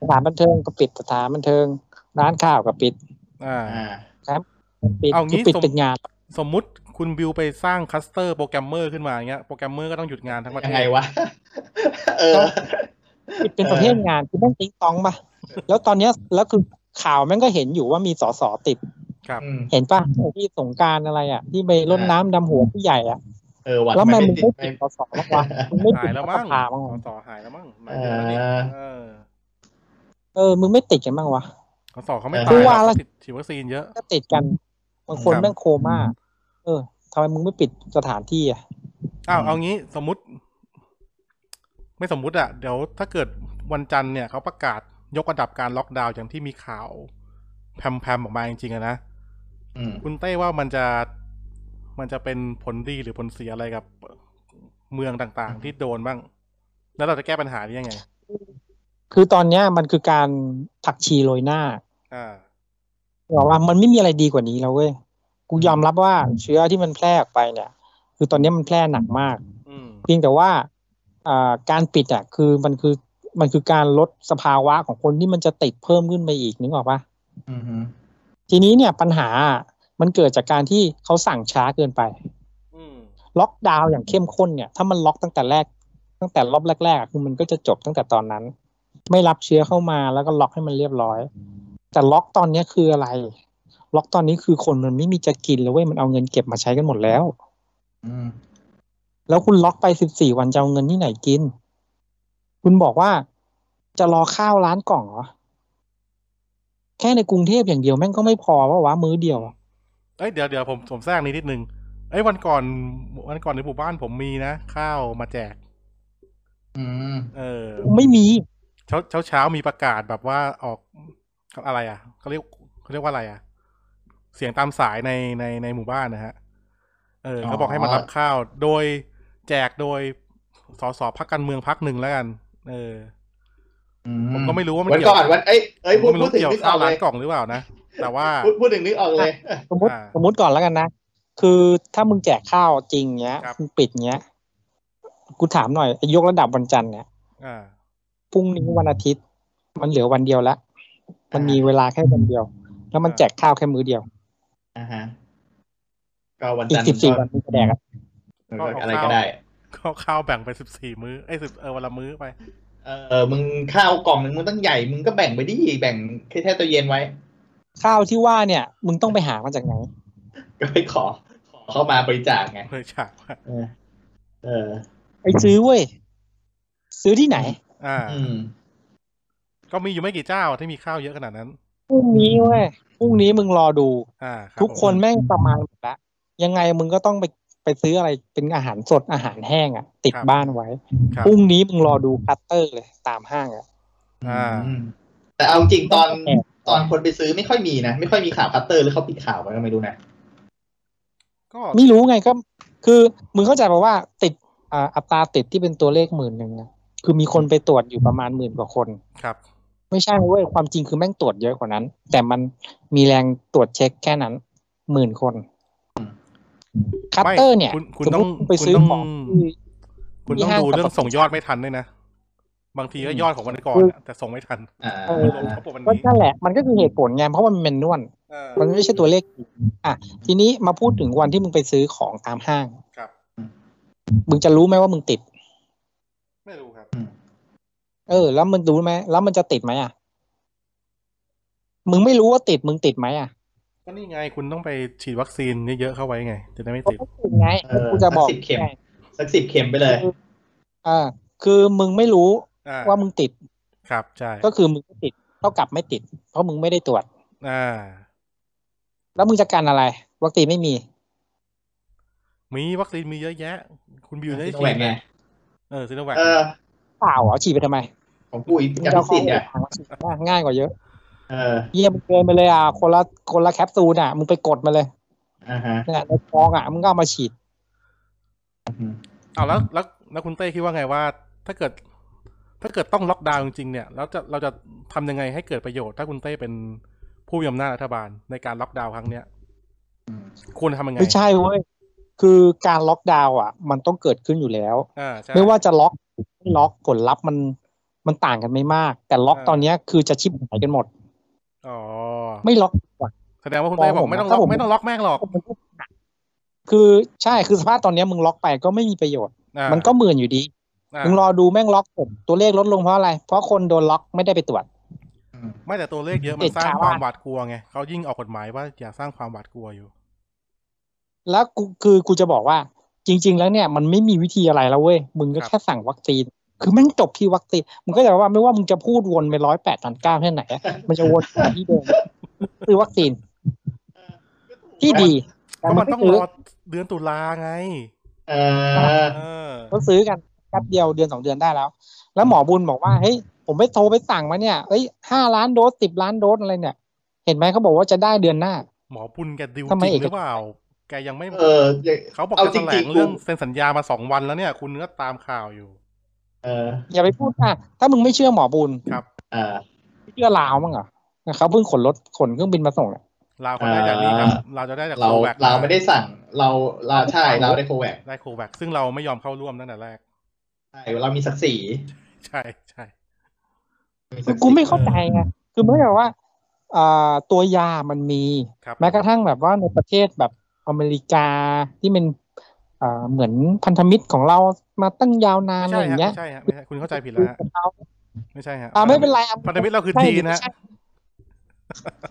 S3: สถานบันเทิงก็ปิดสถานบันเทิง ร้านข้าวก็ปิด
S1: อ่า
S2: อ่า
S3: ปิด
S1: เอางี้
S3: คือปิด
S1: สม
S3: เป็นงาน
S1: สมมุติคุณบิวไปสร้างคลัสเตอร์โปรแกรมเมอร์ขึ้นมาอย่างเงี้ย โปรแกรมเมอร์ก็ต้องหยุดงานทั้งประ
S2: ยั
S1: เท
S2: งไง
S1: ศ
S2: วะ เออ
S3: ปิดเป็นประเภทงานคือแม่งติ๊งตองปะแล้วตอนเนี้ยแล้วคือข่าวแม่งก็เห็นอยู่ว่ามีสสติด
S1: ครับ
S2: อืม
S3: เห็นปะไอ้ที่สงกรารอะไรอ่ะ ที่ไปรดน้ำดำหัวผู้ใหญ่อ่ะ
S2: เออวัด
S3: แล้ว
S2: ไม่
S3: มันมึง
S2: ติด
S3: ไม่
S2: ไป
S3: ปิดสสบ้างวะมึงไม่
S1: หา
S3: ปิ
S1: ย
S3: ด
S1: แล้ว
S3: รัฐ
S1: มั้ง
S3: สภาบ้าง
S1: สอ
S3: วะ
S1: สอหายแล้วมั้งหลายเดือนแล้วนี่
S2: เออ
S1: เออ
S3: เออ มึงไม่ติดกันบ้างวะ
S1: สอสอเขาไม่
S2: เออ
S1: ตายหรอก
S3: ว่าแล้ว
S1: เขาติดฉีดวัคซีนเยอะ
S3: ก็ติดกันบางคน
S1: ครับ
S3: แม่งโคม่า เออทำไมมึงไม่ปิดสถานที่อ่ะ
S1: อ้าว
S2: อืม
S1: เอางี้สมมติ ไม่สมมุติอะเดี๋ยวถ้าเกิดวันจันทร์เนี่ยเขาประกาศยกระดับการล็อกดาวน์อย่างที่มีข่าวแพรมๆออกมาจริงๆอะนะ
S2: อืม
S1: คุณเต้ว่ามันจะมันจะเป็นผลดีหรือผลเสียอะไรกับเมืองต่างๆ ที่โดนบ้าง แล้วเราจะแก้ปัญหานี้ยังไง
S3: คือตอนเนี้ยมันคือการผักชีโรยหน้า
S1: อ่า
S3: บอกว่ามันไม่มีอะไรดีกว่านี้แล้วเว้ย กูยอมรับว่าเชื้อที่มันแพร่ออกไปเนี่ย คือตอนเนี้ยมันแพร่หนักมาก
S1: อืม
S3: เพียงแต่ว่าอ่าการปิดอ่ะคือมันคือมันคือการลดสภาวะของคนที่มันจะติดเพิ่มขึ้นไปอีกนึกออกปะ
S2: อืม
S3: ทีนี้เนี่ยปัญหาอะมันเกิดจากการที่เขาสั่งช้าเกินไป
S1: อืม
S3: ล็อกดาวน์อย่างเข้มข้นเนี่ยถ้ามันล็อกตั้งแต่แรก ตั้งแต่รอบแรกๆอะคือมันก็จะจบตั้งแต่ตอนนั้น ไม่รับเชื้อเข้ามาแล้วก็ล็อกให้มันเรียบร้อย แต่ล็อกตอนเนี้ยคืออะไร ล็อกตอนนี้คือคนมันไม่มีจะกินแล้วเว้ยมันเอาเงินเก็บมาใช้กันหมดแล้ว
S2: อืม
S3: แล้วคุณล็อกไปสิบสี่วันจะเอาเงินที่ไหนกิน คุณบอกว่าจะรอข้าวร้านกล่องเหรอแค่ในกรุงเทพอย่างเดียวแม่งก็ไม่พอวะวะมื้อเดียวอะ
S1: เอ้ยเดี๋ยวเดี๋ยวผมผมแทรกนี้นิดนึง เอ้ยวันก่อนวันก่อนในหมู่บ้านผมมีนะข้าวมาแจก
S2: อืม
S1: เออ
S3: ไม่มี
S1: เช้าเช้าเช้ามีประกาศแบบว่าออกอะไรอ่ะเขาเรียกเขาเรียกว่าอะไรอ่ะ เสียงตามสายในในในหมู่บ้านนะฮะ เออเขาบอกให้มารับข้าว โดยแจกโดยสสพักการเมืองพักหนึ่งแล้วกัน เออ
S2: อื
S1: ผมก็ไม่รู้ว่ามัน
S2: วัน
S1: เกี่ยว
S2: ก่อนวันเอ้ยเอ้ย
S1: ผ
S2: พู
S1: ม
S2: ด
S1: ก็ไม่
S2: พู
S1: รู้
S2: ดถึง
S1: เกี่ยว
S2: นึกอ
S1: ข้า
S2: อ
S1: ว
S2: กเล
S1: ร้าน
S2: ย
S1: กล่องหรือเปล่านะ แต่ว่า
S2: พูดพูดถึงนึกออกเลย
S3: สมมติ
S1: อ่า
S3: สมมติก่อนแล้วกันนะ คือถ้ามึงแจกข้าวจริงเงี้ย
S1: ครับ
S3: มึงปิดเงี้ย กูถามหน่อยไอ้ยกระดับวันจันทร์เนี่ย
S1: อ่า
S3: พรุ่งนี้วันอาทิตย์ มันเหลือวันเดียวละมันมีเวลาแค่วันเดียว แล้วมันแจกข้าวแค่มื้อเดียว
S2: อ่าฮะ ก็วัน
S3: อี
S2: จั
S3: ก
S2: นทร์
S3: สิบสี่วันมีแสดงครับ
S2: ก็อะไรก็ได้
S1: ก็ข้าวแบ่งไปสิบสี่มื้อไอ้สิบเออวันละมื้อไป
S2: เออ มึงข้าวกล่องหนึ่งมึงตั้งใหญ่ มึงก็แบ่งไปดิ แบ่งแค่แค่ตัวเย็นไว้
S3: ข้าวที่ว่าเนี่ย มึงต้องไปหามาจากไหน
S2: ก็ไปขอ ขอเข้ามาบริจาคไง
S1: เพื่อฉากว่า
S2: เออ เออ
S3: ไปซื้อเว้ย ซื้อที่ไหน
S1: อ่า
S2: อืม
S1: ก็มีอยู่ไม่กี่เจ้าที่มีข้าวเยอะขนาดนั้น
S3: พรุ่งนี้เว้ยพรุ่งนี้มึงรอดู
S1: อ่ารับ
S3: ทุกคน
S1: ผม
S3: แม่งประมาณหมดละยังไงมึงก็ต้องไปไปซื้ออะไรเป็นอาหารสดอาหารแห้งอะติดบ้านไว้
S1: ครับ
S3: พรุ่งนี้มึงรอดูคัตเตอร์เลยตามห้างอะ
S1: อ่า
S2: แต่เอาจริงตอน
S3: แอบ
S2: ตอนคนไปซื้อไม่ค่อยมีนะ ไม่ค่อยมีข่าวคัตเตอร์หรือเขาปิดข่าวไว้ก็ไม่รู้นะ
S1: ก็
S3: ไม่รู้ไงก็ คือมึงเข้าใจป่าว่าติดอ่าอัตราติดที่เป็นตัวเลขหมื่นหนึ่งนะคือมีคนไปตรวจอยู่ประมาณหมื่นกว่าคน
S1: ครับ
S3: ไม่ใช่เว้ยความจริงคือแม่งตรวจเยอะกว่านั้น แต่มันมีแรงตรวจเช็คแค่นั้นหมื่นคนคัตเตอร์เนี่ย
S1: คุณคุณ
S3: สม
S1: ต้
S3: มุ
S1: อง
S3: ไปซื้อ
S1: คุณ
S3: ข
S1: ต้
S3: อ
S1: อง
S3: งที่
S1: คุณต้องดูเรื่องส่งยอดไม่ทันด้วยนะ บางทีก็ยอดของวันก่อนอะแต่ส่งไม่ทัน
S2: อ่า
S3: เออ
S1: ลงเขาปกวัน
S3: ก็
S1: นี้
S3: นั่นแหละมันก็คือเหตุผลไงเพราะว่ามันเป็นนวล
S1: เออ
S3: มันไม่ใช่ตัวเลขจริงอ่ะ ทีนี้มาพูดถึงวันที่มึงไปซื้อของตามห้าง
S1: ครับ
S3: มึงจะรู้ไหมว่ามึงติด
S1: ไม่รู้ครับ
S3: เออ แล้วมึงรู้ไหม แล้วมันจะติดไหมอ่ะ มึงไม่รู้ว่าติด มึงติดไหมอ่ะ
S1: ก็นี่ไงคุณต้องไปฉีดวัคซีนเยอะๆเข้าไว้ไง จะได้ไม่ติด
S3: ก็ติดไง
S2: เออ
S3: กูจะบอก
S2: สักสิบเข็ม สักสิบเข็มไปเลย
S3: อ่าคือมึงไม่รู้
S1: อ่า
S3: ว่ามึงติด
S1: ครับใช่
S3: ก็คือมึงไม่ติด เท่ากับไม่ติด เพราะมึงไม่ได้ตรวจ
S1: อ่า
S3: แล้วมึงจะการอะไร วัคซีนไม่มี
S1: มีวัคซีนมีเยอะแยะ คุณบิวได้
S2: ซิโน
S1: ฉี
S2: แว
S1: ด
S2: คไง
S1: เออซิโนแวค
S2: เออ
S3: เปล่าเหรอฉีดไปทำไม
S2: ของกูอีก
S3: มึง
S2: กับ
S3: จะเอา
S2: พิสิ
S3: ข้อ
S2: ทธิ์
S3: มูล
S2: อ่ะ
S3: ทางวัคซีนมาง่ายกว่าเยอะ
S2: เออ
S3: เยี่ยมงเกินไปเลยอ่ะ คนละคนละแคปซูลอ่ะ มึงไปกดมาเลย
S2: อ่าฮะ
S3: เนี่ยในฟองอ่ะมึงก็เอามาฉีด
S1: เอาแล้วแล้วแล้วคุณเต้คิดว่าไงว่า ถ้าเกิด ถ้าเกิดต้องล็อกดาวน์จริงๆเนี่ยแล้วจะเราจะทำยังไงให้เกิดประโยชน์ ถ้าคุณเต้เป็นผู้มีอำนาจรัฐบาลในการล็อกดาวน์ครั้งเนี้ย
S2: อืม
S1: ควรทำยังไง
S3: ไม่ใช่เว้ยคือการล็อกดาวน์อ่ะ มันต้องเกิดขึ้นอยู่แล้ว
S1: อ่าใช่
S3: ไม่ว่าจะล็อกไม่ล็อกผลลัพธ์มันมันต่างกันไม่มาก แต่ล็อก
S1: อ่า
S3: ตอนเนี้ยคือจะชิบหายกันหมด
S1: อ๋อ
S3: ไม่ล็อกดีกว่า
S1: แสดงว่าคุณเต้บอ
S3: มองผ
S1: ก
S3: ม
S1: ไม่ต้อง
S3: ถ้า
S1: ล็อ
S3: ผ
S1: ก
S3: ม
S1: ไม่ต้องล็อกแม่งหรอก
S3: มันก็หนักคือใช่คือสภาพตอนเนี้ยมึงล็อกไปก็ไม่มีประโยชน์
S1: อ่า
S3: มันก็เหมือนอยู่ดี
S1: อ่า
S3: มึงรอดูแม่งล็อกผมตัวเลขลดลงเพราะอะไร เพราะคนโดนล็อกไม่ได้ไปตรวจ
S1: ไม่แต่ตัวเลขเยอะมั
S3: เด็
S1: น
S3: ก
S1: สร้าง
S3: ชาว
S1: ความ
S3: บ้าน
S1: หวาดกลัวไงเขายิ่งออกกฎหมายว่าอย่าสร้างความหวาดกลัวอยู่
S3: แล้วกูคือกูจะบอกว่า จริง ๆ แล้วเนี่ยมันไม่มีวิธีอะไรแล้วเว้ยมึงก็
S1: ครับ
S3: แค่สั่งวัคซีน คือแม่งจบที่วัคซีนมึงก็จะว่าไม่ว่ามึงจะพูดวนไปร้อยแปดพันเก้าแค่ไหนอะมันจะวนไปที่เดิมซื้อวัคซีนที่ดี
S1: เพราะมันต้องร
S3: ซื้อ
S1: อเดือนตุลาไง
S2: เออ
S1: เออ
S3: ก็ซื้อกันแป๊บเดียวเดือนสองเดือนได้แล้ว แล้วหมอบุญบอกว่าเฮ้ยผมไปโทรไปสั่งมาเนี่ยเอ้ยห้าล้านโดสสิบล้านโดสอะไรเนี่ย เห็นไหมเขาบอกว่าจะได้เดือนหน้า
S1: หมอปุณแกดิว
S3: ทำไม
S1: จริ
S3: เอง ก
S1: หรือเปล่า แกยังไม่
S2: เออ
S1: เขาบอก
S2: เอา
S1: จะ
S2: จ
S1: แถ
S2: ริง
S1: ล
S2: ๆ
S1: งเรื่อง
S2: กู
S1: เซ็นสัญญามาสองวันแล้วเนี่ย คุณก็ตามข่าวอยู่
S2: เออ
S3: อย่าไปพูดอ่ะถ้ามึงไม่เชื่อหมอบุญ
S1: ครับ
S2: เออ
S3: เชื่อลาวมั้งเหรอเขาเพิ่งขนรถขนเครื่องบินมาส่งเนี่ย
S1: ลาวก็ได้จากนี้ครับ
S2: อ่า
S1: เราวจะได้จาก
S2: เรา
S1: โคแวค
S2: เราไม่ได้สั่ง เราเราใช่เราได้โคแวค
S1: ได้โคแวคซึ่งเราไม่ยอมเข้าร่วมตั้งแต่แรก
S2: ใช่เรามีศักดิ์ศรี
S1: ใช่ใช่
S3: คือกูไม่เข้าใจไง คือเหมื่อนกับว่าอ่า ตัวยามันมี
S1: ครับ
S3: แม้กระทั่งแบบว่าในประเทศแบบอเมริกาที่มันอ่าเหมือนพันธมิตรของเรามาตั้งยาวนาน
S1: ไม่
S3: อะไร
S1: ใช่
S3: อย่า
S1: ฮะ
S3: ง
S1: ไม่ใช่ฮะ
S3: เงี้ย
S1: ไม่ใช่คุณเข้าใจผิดแล้วฮะ
S3: กับเขา
S1: ไม่ใช่ฮะ
S3: อ่าไม่เป็นไรอ่ะ
S1: พันธมิตรเราคือ
S3: ใช่
S1: จี
S3: หรื
S1: น
S3: อไม่
S1: นะ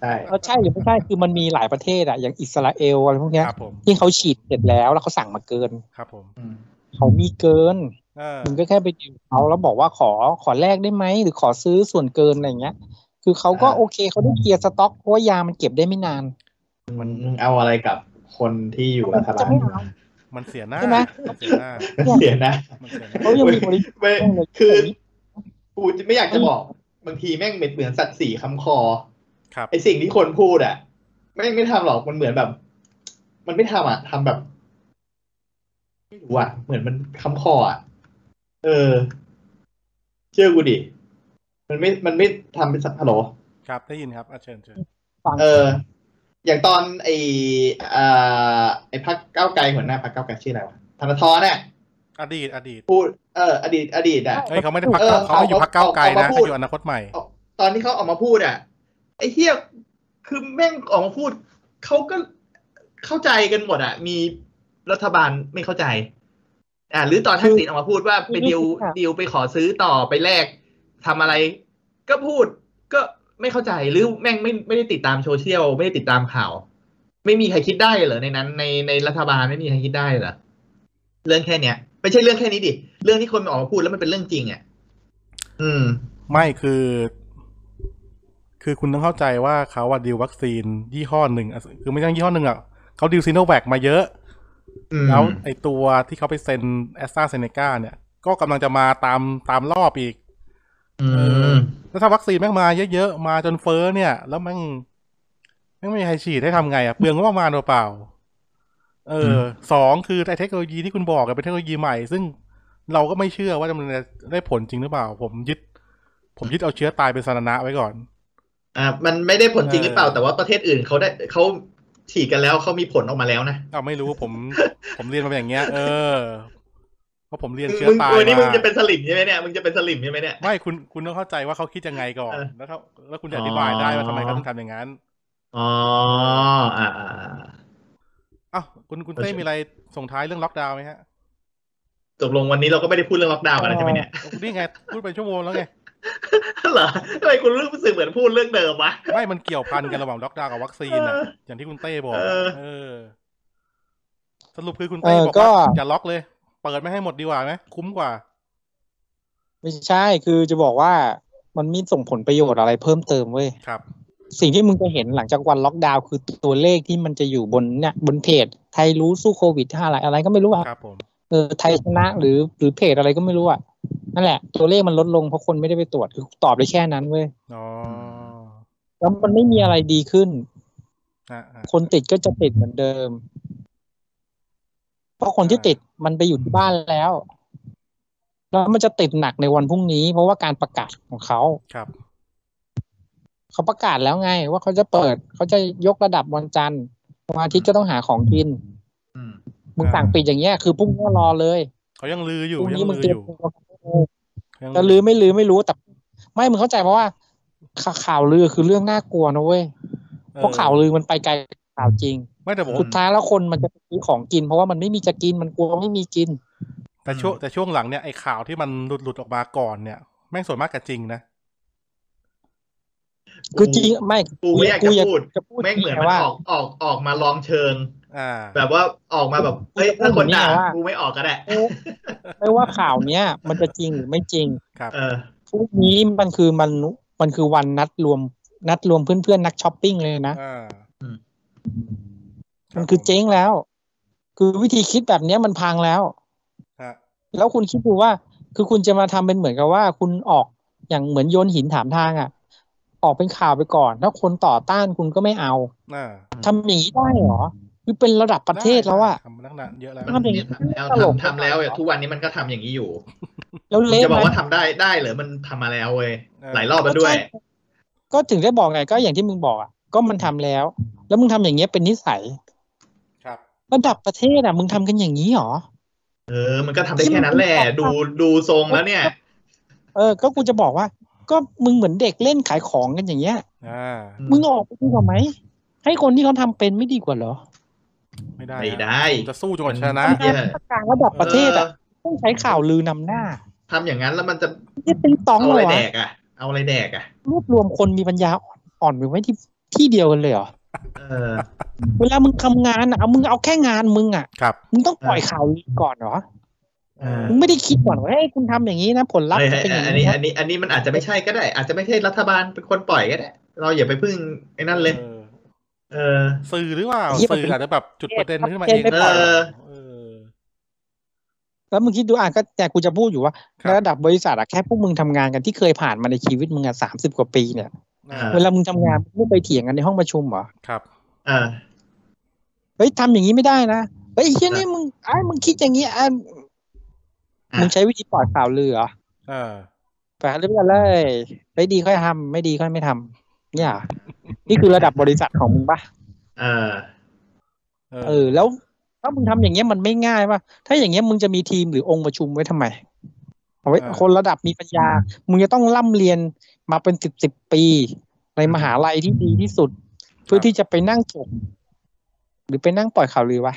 S3: ใช่
S2: ใช่
S3: เออใช่หรือไม่ใช่คือมันมีหลายประเทศอ่ะอย่างอิสราเอลอะไรพวกเนี้ย
S1: ครับผม
S3: ที่เขาฉีดเสร็จแล้วแล้วเขาสั่งมาเกิน
S1: ครับผม
S2: อืม
S3: เขามีเกิน
S1: เออ
S3: มึงก็แค่ไปดิวเขาแล้วบอกว่าขอขอแลกได้ไหมหรือขอซื้อส่วนเกินอะไรอย่างเงี้ย คือเขาก็
S2: อ่า
S3: โอเคเขาได้เคลียร์สต็อกเพราะว่ายามันเก็บได้ไม่นาน
S2: มันมึงเอาอะไรกับคนที่อยู่รัฐบาล
S3: จะไม่เอา
S1: มันเสียหน้า
S3: ใช่ไหม
S1: มันเสียหน้า
S2: เสียนะ
S1: มันเสียหน้า
S3: เขายังมีบริษัท
S2: ไม่คือกูไม่อยากจะบอก บางทีแม่งเป็นเหมือนศักดิ์ศรีคำคอ
S1: ครับ
S2: ไอสิ่งที่คนพูดอ่ะไม่งไม่ทำหรอกมันเหมือนแบบ มันไม่ทำอ่ะทำแบบไม่รู้อ่ะเหมือนมันค้ำคออ่ะเออ เชื่อกูดิมันไม่มันไม่ทำเป็นสักฮัลโหล
S1: ครับได้ยินครับอ่ะเชิญเชิญ
S2: เออ อย่างตอนไออ่าไอพักก้าวไกลหัวหน้าพักก้าวไกลชื่ออะไรวะธนาธรเนี่ย
S1: อดีตอดีต
S2: พูดเออ อดีต อดีตอ่ะ
S1: เฮ้ยเขาไม่ได้พัก
S2: เออ
S1: เขาไม่อยู่พักก้าวไกลนะ
S2: เอามาพู
S1: เขาอ
S2: ด
S1: ยู่อนาคตใหม่
S2: เอาตอนที่เขาออกมาพูดอ่ะ ไอ้เฮียคือแม่งออกมาพูด เขาก็ เข้าใจกันหมดอ่ะ มีรัฐบาลไม่เข้าใจ อ่าหรือตอนทักษิณออกมาพูดว่าไปดิว
S3: ค่ะ
S2: ดิวไปขอซื้อต่อไปแลกทำอะไร ก็พูดก็ไม่เข้าใจหรือแม่งไม่ไม่ได้ติดตามโซเชียลไม่ได้ติดตามข่าว ไม่มีใครคิดได้เหรอในนั้น ในในรัฐบาลไม่มีใครคิดได้เหรอเรื่องแค่เนี้ยไม่ใช่เรื่องแค่นี้ดิเรื่องที่คนออกมาพูดแล้วมันเป็นเรื่องจริงอ่ะอืม
S1: ไม่คือ คือคุณต้องเข้าใจว่าเขาอะดีลวัคซีนยี่ห้อหนึ่งอะคือไม่ใช่ยี่ห้อหนึ่งอะเขาดีลซีโนแวคมาเยอะ
S2: อืม
S1: แล้วไอตัวที่เขาไปเซ็นแอสตราเซเนกาเนี่ย ก็กำลังจะมาตามตามรอบอีก
S2: อืม
S1: แล้วถ้าวัคซีนแม่งมาเยอะๆ มาจนเฟ้อเนี่ย แล้วแม่งแม่งไม่มีใครฉีดได้ทำไงอะเปลืองงบประมาณเปล่าๆเอออ
S2: ม
S1: สองคือไอเทคโนโลยีที่คุณบอกอะเป็นเทคโนโลยีใหม่ ซึ่งเราก็ไม่เชื่อว่ามันจะได้ผลจริงหรือเปล่า ผมยึด ผมยึดเอาเชื้อตายเป็นสารณะไว้ก่อน
S2: อ่ามันไม่ได้ผลจริงหรือเปล่า
S1: เออ
S2: แต่ว่าประเทศอื่นเขาได้เขาฉีดกันแล้วเขามีผลออกมาแล้วนะ
S1: เอาไม่รู้ผม ผมเรียนมาอย่างเงี้ย เออเพราะผมเรียนเชื้อ
S2: มึง
S1: ตาย
S2: วันนี้มึงจะ
S1: มา
S2: เป็นสลิมใช่ไหมเนี่ยมึงจะเป็นสลิมใช่ไหมเนี่ย
S1: ไม่คุณคุณต้องเข้าใจว่าเขาคิดยังไงก่อน
S2: เออ
S1: แล้วเขาแล้วคุณจะอธิบายได้ว่าทำไมเขาถึงทำอย่างนั้น
S2: อ๋ออ่าอ่าอ่า
S1: อ้าวคุณคุณเต้มีอะไรส่งท้ายเรื่องล็อกดาวน์ไหมฮะ
S2: ตกลงวันนี้เราก็ไม่ได้พูดเรื่องล็อกดาวน์กันแล้วใช่ไหมเนี่ย
S1: นี่ไง พูดเป็นชั่วโมงแล้วไง
S2: เหรอทำไมคุณรู้สึกเหมือนพูดเรื่องเดิมวะ
S1: ไม่มันเกี่ยวพันกันระหว่างล็อกดาวน์กับวัคซีนอ่ะ
S2: เออ
S1: อย่างที่คุณเต้บอก
S2: เออ
S1: เออ สรุปคือคุณเต้
S3: เออ
S1: บอก
S3: ก็
S1: ว่าอย่าล็อกเลย เปิดไม่ให้หมดดีกว่าไหมคุ้มกว่า
S3: ไม่ใช่คือจะบอกว่ามันไมีส่งผลประโยชน์อะไรเพิ่มเติมเว้ย
S1: ครับ
S3: สิ่งที่มึงจะเห็นหลังจากวันล็อกดาวน์คือตัวเลขที่มันจะอยู่บนเนี่ยบนเพจ ไทยรู้สู้โควิดท่าอะไรอะไรก็ไม่รู้อะ
S1: ครับผม
S3: เออไทยชนะหรือหรือเพจอะไรก็ไม่รู้อะนั่นแหละ ตัวเลขมันลดลงเพราะคนไม่ได้ไปตรวจคือตอบได้แค่นั้นเว้ย
S1: อ๋อ
S3: แล้วมันไม่มีอะไรดีขึ้น
S1: อ่ะอ่ะ
S3: คนติดก็จะติดเหมือนเดิม เพราะคนที่ติดมันไปอยู่ที่บ้านแล้ว แล้วมันจะติดหนักในวันพรุ่งนี้ เพราะว่าการประกาศของเขา
S1: ครับ
S3: เขาประกาศแล้วไง ว่าเขาจะเปิด เขาจะยกระดับวันจันทร์วันอาทิตย์ก็ต้องหาของกิน
S2: อืม
S3: มึงสั่งปิดอย่างเงี้ยคือพรุ่งนี้รอเลย
S1: เขายังลืออ
S3: พ
S1: ยู่
S3: รุ่ง
S1: ยั
S3: นี้
S1: ง
S3: มึง
S1: ลืออย
S3: เตรีม
S1: ยู่
S3: ตัว
S1: ยัง
S3: จะลือไม่ลือไม่รู้แต่ไม่มึงเข้าใจเพราะว่าข่าข่าวลือคือเรื่องน่ากลัวนะเว้ย
S1: ออ
S3: เพราะข่าวลือมันไปไกลกว่าข่าวจริง
S1: ไม่แต่ผม
S3: สุดท้ายแล้วคนมันจะไปซื้อของกิน เพราะว่ามันไม่มีจะกินมันกลัวไม่มีกิน
S1: แต่ช่วงแต่ช่วงหลังเนี่ยไอ้ข่าวที่มันหลุดหลุดออกมาก่อนเนี่ยแม่งส่วนมากกับจริงนะ
S3: คือจริงไม่
S2: กูไม่อยากจะพูด
S3: จะพูด
S2: แม่งเหมือนมัน
S3: ว่า
S2: ออกออกออกมาลองเชิง
S1: อ่า
S2: แบบว่าออกมาแบบเฮ้ยถ้าคนด่า
S3: เนี่ยว่า
S2: กูไม่ออกก็ได้
S3: เอ๊ะไม่ว่าข่าวเนี้ยมันจะจริงหรือไม่จริง
S1: ครับ
S2: เออ
S3: พรุ่งนี้มันคือมันมันคือวันนัดรวม นัดรวมเพื่อนๆนักช้อปปิ้งเลยนะ
S1: อ่า
S2: อืม
S3: มันคือเจ๊งแล้ว คือวิธีคิดแบบเนี้ยมันพังแล้ว
S1: ฮะ
S3: แล้วคุณคิดดูว่า คือคุณจะมาทำเป็นเหมือนกับว่า คุณออกอย่างเหมือนโยนหินถามทางอ่ะ ออกเป็นข่าวไปก่อน ถ้าคนต่อต้านคุณก็ไม่เอา
S1: อ่า
S3: ทำอย่างนี้ได้เหรอคือเป็นระดับประเทศแล้วอ่ะ
S1: ได้ทำมาตั้งนานเยอะแล้ว
S2: มัน
S3: ทำอย่างนี้
S2: ทำแล้ว
S3: ตลก
S2: ทำทำแล้วอ่ะทุกวันนี้มันก็ทำอย่างนี้อยู่
S3: แล้ว
S2: มึง
S3: เละ
S2: จะบอก
S3: ไหม
S2: ว่าทำได้ได้เหรอมันทำมาแล้วเว้ย
S1: เออ
S2: หลายรอบแล้วด้วย
S3: ก็ถึงได้บอกไงก็อย่างที่มึงบอกอ่ะก็มันทำแล้ว แล้วมึงทำอย่างเงี้ยเป็นนิสัย
S1: ครับ
S3: ระดับประเทศอ่ะมึงทำกันอย่างนี้หรอ
S2: เออ มันก็ทำได้แค่นั้นแหละ ดูดูทรงแล้วเนี่ย
S3: เออ ก็กูจะบอกว่า ก็มึงเหมือนเด็กเล่นขายของกันอย่างเงี้ย
S1: อ่า
S3: มึงออกไปดีกว่าไหม ให้คนที่เขาทำเป็นไม่ดีกว่าเหรอ
S1: ไม่ได้
S2: ไม่
S1: นะ
S2: ได้
S1: จะสู้จนกว่าชนะ
S2: เออ
S3: กลางระดับประเทศอ่ะต้องใช้ข่าวลือนำหน้า
S2: ทำอย่างนั้นแล้วมันจะ
S3: จะติงตอง
S2: เอา
S3: เหร
S2: อะไร
S3: อวะ
S2: แดกอ่ะ เอาอะไรแดกอ่ะ
S3: รวบรวมคนมีปัญญาอ่อนอ่อนไปไว้ที่ที่เดียวกันเลยเหรอ
S2: เออ
S3: เวลามึงทำงานอ่ะเอามึงเอาแค่งานมึงอ่ะ
S1: ครับ
S3: มึงต้องปล่อยข่าวลือก่อนเหรอ
S2: เออ
S3: มึงไม่ได้คิดก่อนว่าเฮ้ยคุณทำอย่างนี้นะผลลัพธ์จะเป็นอย่าง
S2: อัน
S3: นี้
S2: นี้
S3: นะ
S2: อันนี้อันนี้มันอาจจะไม่ใช่ก็ได้ อาจจะไม่ใช่รัฐบาลเป็นคนปล่อยก็ได้ เราอย่าไปพึ่งไอ้นั่นเลย
S1: เออ
S2: เออ
S1: สื่อหรือเปล่า
S3: เหี้ยมัน
S1: สื่ออาจจะแบบจุดประเด็นขึ้นมาเอง
S3: ไม่ปล่อย
S1: เออเออ
S3: แล้วมึงคิดดูอ่ะก็แต่กูจะพูดอยู่ว่า
S1: ครับ
S3: ระดับบริษัทอะแค่พวกมึงทำงานกันที่เคยผ่านมาในชีวิตมึงอะสามสิบกว่าปีเนี่ย
S1: อ่า
S2: เออ
S3: เวลามึงทำงานมึงไม่ไปเถียงกันในห้องประชุมเหรอ
S1: ครับ
S2: เออ
S3: เฮ้ยทำอย่างนี้ไม่ได้นะเฮ้ยไอ้เหี้ย
S2: อ่ะ
S3: นี่มึงไอ้มึงคิดอย่างนี้อ่ะมึงใช้วิธีปล่อยข่าวลือเหรอ
S1: เออ
S3: ไปหาเรื่องกันเลยไม่ดีค่อยทำไม่ดีค่อยไม่ทำเนี่ยเหรอนี่คือระดับบริษัทของมึงปะ
S2: เออ
S1: เอ
S3: เอ
S1: อ
S3: อ แล้ว ถ้ามึงทำอย่างเงี้ยมันไม่ง่ายป่ะถ้าอย่างเงี้ยมึงจะมีทีมหรือองค์ประชุมไว้ทำไมเอาไว้
S1: อ่า
S3: คนระดับมีปัญญา มึงจะต้องร่ำเรียนมาเป็นสิบสิบปี ในมหาลัยที่ดีที่สุด เพื่อที่จะไปนั่งถก หรือไปนั่งปล่อยข่าวลือวะ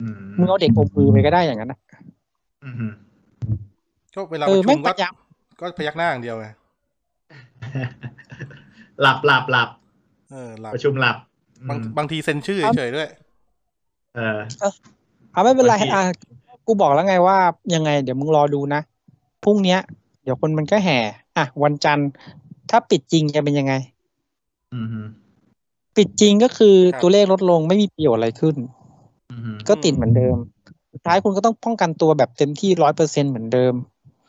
S2: อืม
S3: มึงเอาเด็กอมมือไปก็ได้อย่างนั้นนะ
S2: อืมฮึ
S1: ก็เวลา
S3: เอ
S1: ประ
S3: อ
S1: ชุมก็
S3: แม่งประยับ
S1: ก็พยักหน้าอย่างเดียวไง
S2: หลับหลับหลับ
S1: เออหลับ
S2: ประชุมหลับอืม
S1: บางบางทีเซ็นชื่อเฉยๆด้วย
S2: เออ
S3: เอาไม่เป็นไร
S2: บางที
S3: อ่ะกูบอกแล้วไงว่ายังไง เดี๋ยวมึงรอดูนะพรุ่งเนี้ย เดี๋ยวคนมันก็แห่ อ่ะ วันจันทร์ ถ้าปิดจริงจะเป็นยังไง
S2: อืมฮึ
S3: ปิดจริงก็คือ
S1: ครับ
S3: ตัวเลขลดลงไม่มีประโยชน์อะไรขึ้น
S2: อืมฮึ
S3: ก็ติดเหมือนเดิมสุดท้ายคุณก็ต้องป้องกันตัวแบบเต็มที่ร้อยเปอร์เซ็นเหมือนเดิม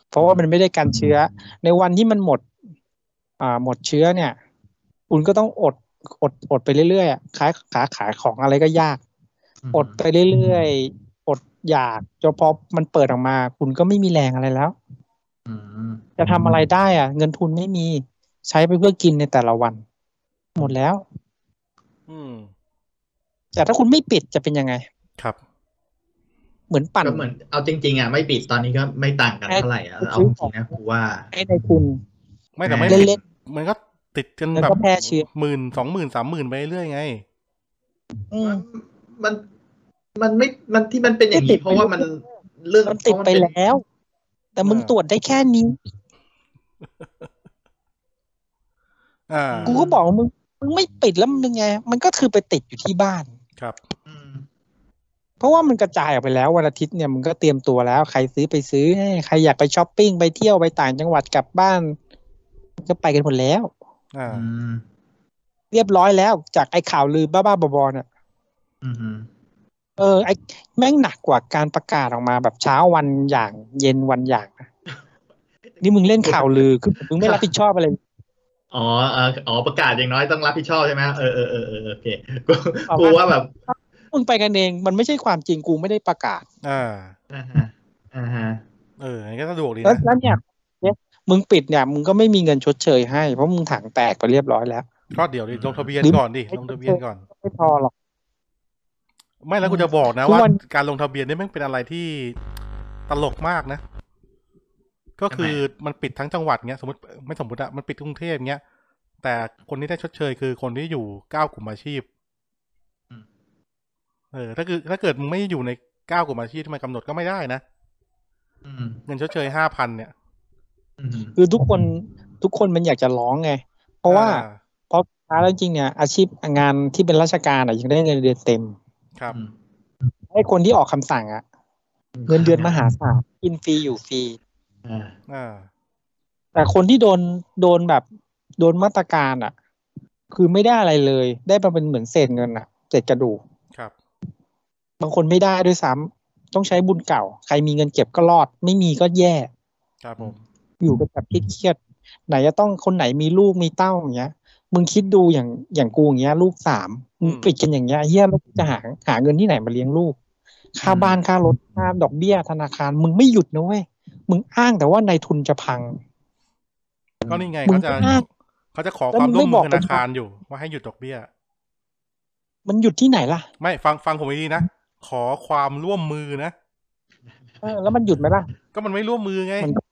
S3: เพราะว่ามันไม่ได้กันเชื้อ ในวันที่มันหมด อ่าหมดเชื้อเนี่ย คุณก็ต้องอดอดอดไปเรื่อยๆอ่ะขายขาขายของอะไรก็ยาก อดไปเรื่อยๆ อดอยากจนพอมันเปิดออกมา คุณก็ไม่มีแรงอะไรแล้ว
S2: อืม
S3: จะทำอะไรได้อ่ะ เงินทุนไม่มีใช้ไปเพื่อกินในแต่ละวัน หมดแล้ว
S1: อืม
S3: แต่ถ้าคุณไม่ปิดจะเป็นยังไง
S1: ครับ
S3: เหมือนปั่น
S2: ก็เหมือนเอาจริง ๆอ่ะไม่ปิดตอนนี้ก็ไม่ต่างกันเท่าไหร่อ่ะเอาจริงๆนะกูว่า
S3: ให้ในทุน
S1: ไม่แต่ไม่
S3: เล่นๆ
S1: ติดมันก็ติดกัน
S3: แล้ว
S1: แบ
S3: ก็
S1: บ
S3: แพร่เชื้อ
S1: หมื่นสองหมื่นสามหมื่นไปเรื่อยไง
S3: อืม
S2: มันมันไม่มันที่มันเป็นอย่าง
S3: มันติ
S2: นี้
S3: ด
S2: เพราะว่ามันเรื่อง
S3: มันติดไป
S2: เพราะมันเน
S3: แล้ว แต่มึง
S1: เออ
S3: ตรวจได้แค่นี้
S1: อ่า
S3: กูก็บอกว่ามึงมึงไม่ปิดแล้วมึงยังไง มันก็คือไปติดอยู่ที่บ้าน
S1: ครับ
S2: อืม
S3: เพราะว่ามันกระจายออกไปแล้ววันอาทิตย์เนี่ยมึงก็เตรียมตัวแล้ว ใครซื้อไปซื้อให้ใครอยากไปช้อปปิ้งไปเที่ยวไปต่างจังหวัดกลับบ้านมันก็ไปกันหมดแล้ว
S1: อ่า
S2: อืม
S3: เรียบร้อยแล้วจากไอ้ข่าวลือบ้าๆบอๆเนี่ย
S2: อืมอืม
S3: เออไอ้แม่งหนักกว่าการประกาศออกมาแบบเช้าวันอย่างเย็นวันอย่างนะนี่มึงเล่นข่าวลือคือมึงไม่รับผิดชอบอะไร
S2: อ๋อเอ่ออ๋อประกาศอย่างน้อยต้องรับผิดชอบใช่ไหมเออเออเออเออโอเค กู
S3: เอา
S2: กูว่าแบบ
S3: มึงไปกันเองมันไม่ใช่ความจริงกูไม่ได้ประกาศ
S1: อ่า
S2: อ่าฮะอ่าฮะ
S1: เอออันนี้ก็สะดวกดี
S3: แล้ว
S1: นะ
S3: แล้วเนี่ยเนี่ยมึงปิดเนี่ยมึงก็ไม่มีเงินชดเชยให้ เพราะมึงถังแตกไปเรียบร้อยแล้ว
S1: ก็เดี๋ยวดิลงทะเบียนก่อนดิ ลงทะเบียนก่อน
S3: ไม่พอหรอก
S1: ไม่แล้วกูจะบอกนะ
S3: ทุก
S1: ว่า
S3: วัน
S1: การลงทะเบียนเนี่ยแม่งเป็นอะไรที่ตลกมากนะ ก็คือมันปิดทั้งจังหวัดเงี้ย สมมติไม่สมมติอะมันปิดกรุงเทพเงี้ย แต่คนที่ได้ชดเชยคือคนที่อยู่เก้ากลุ่มอาชีพ เออ ถ้าคือ ถ้าเกิดมึงไม่อยู่ในเก้ากลุ่มอาชีพที่มันกำหนดก็ไม่ได้นะ
S2: อืม
S1: เงินชดเชยห้าพันเนี่ย
S2: อืม
S3: คือทุกคนทุกคนมันอยากจะร้องไง เพราะว่า
S1: อ่
S3: เพราะสุดท้ายแล้วจริงเนี่ยอาชีพงานที่เป็นราชการอ่ะยังได้เงินเดือนเต็ม
S1: ครับ
S2: อืม
S3: ไอ้คนที่ออกคำสั่งอ่ะเงินเดือนมหาศาลกินฟรีอยู่ฟรี
S2: อ่า
S1: อ่า
S3: แต่คนที่โดนโดนแบบโดนมาตรการอ่ะ คือไม่ได้อะไรเลย ได้มาเป็นเหมือนเศษเงินอ่ะเศษกระดูก
S1: ครับ
S3: บางคนไม่ได้ด้วยซ้ำต้องใช้บุญเก่า ใครมีเงินเก็บก็รอด ไม่มีก็แย่
S1: ครับผม
S3: อยู่กันแบบเครียดๆไหนจะต้องคนไหนมีลูกมีเต้าอย่างเงี้ย มึงคิดดูอย่างอย่างกูอย่างเงี้ย ลูกสามมึง
S1: อืม
S3: ปิดกันอย่างเงี้ยเฮียแล้วจะหาหาเงินที่ไหนมาเลี้ยงลูก ค่าบ้านค่ารถค่าดอกเบี้ยธนาคาร มึงไม่หยุดนะเว้ยมึงอ้างแต่ว่านายทุนจะพัง
S1: ก็นี่ไง
S3: มึ
S1: เขา
S3: ง
S1: จะ
S3: อ้าง
S1: เขาจะขอ
S3: แล้ว
S1: ความ
S3: มึง
S1: ร่วมมื
S3: ไม่บอ
S1: อก ธ
S3: ประ
S1: นา
S3: ชา
S1: คารอยู่ ว่าให้หยุดดอกเบี้ย
S3: มันหยุดที่ไหนล่ะ
S1: ไม่ฟังฟังผมให้ดีนะ ขอความร่วมมือนะ
S3: เออแล้วมันหยุดไหมล่ะ
S1: ก็มันไม่ร่วมมือไง
S3: มัน
S1: ก็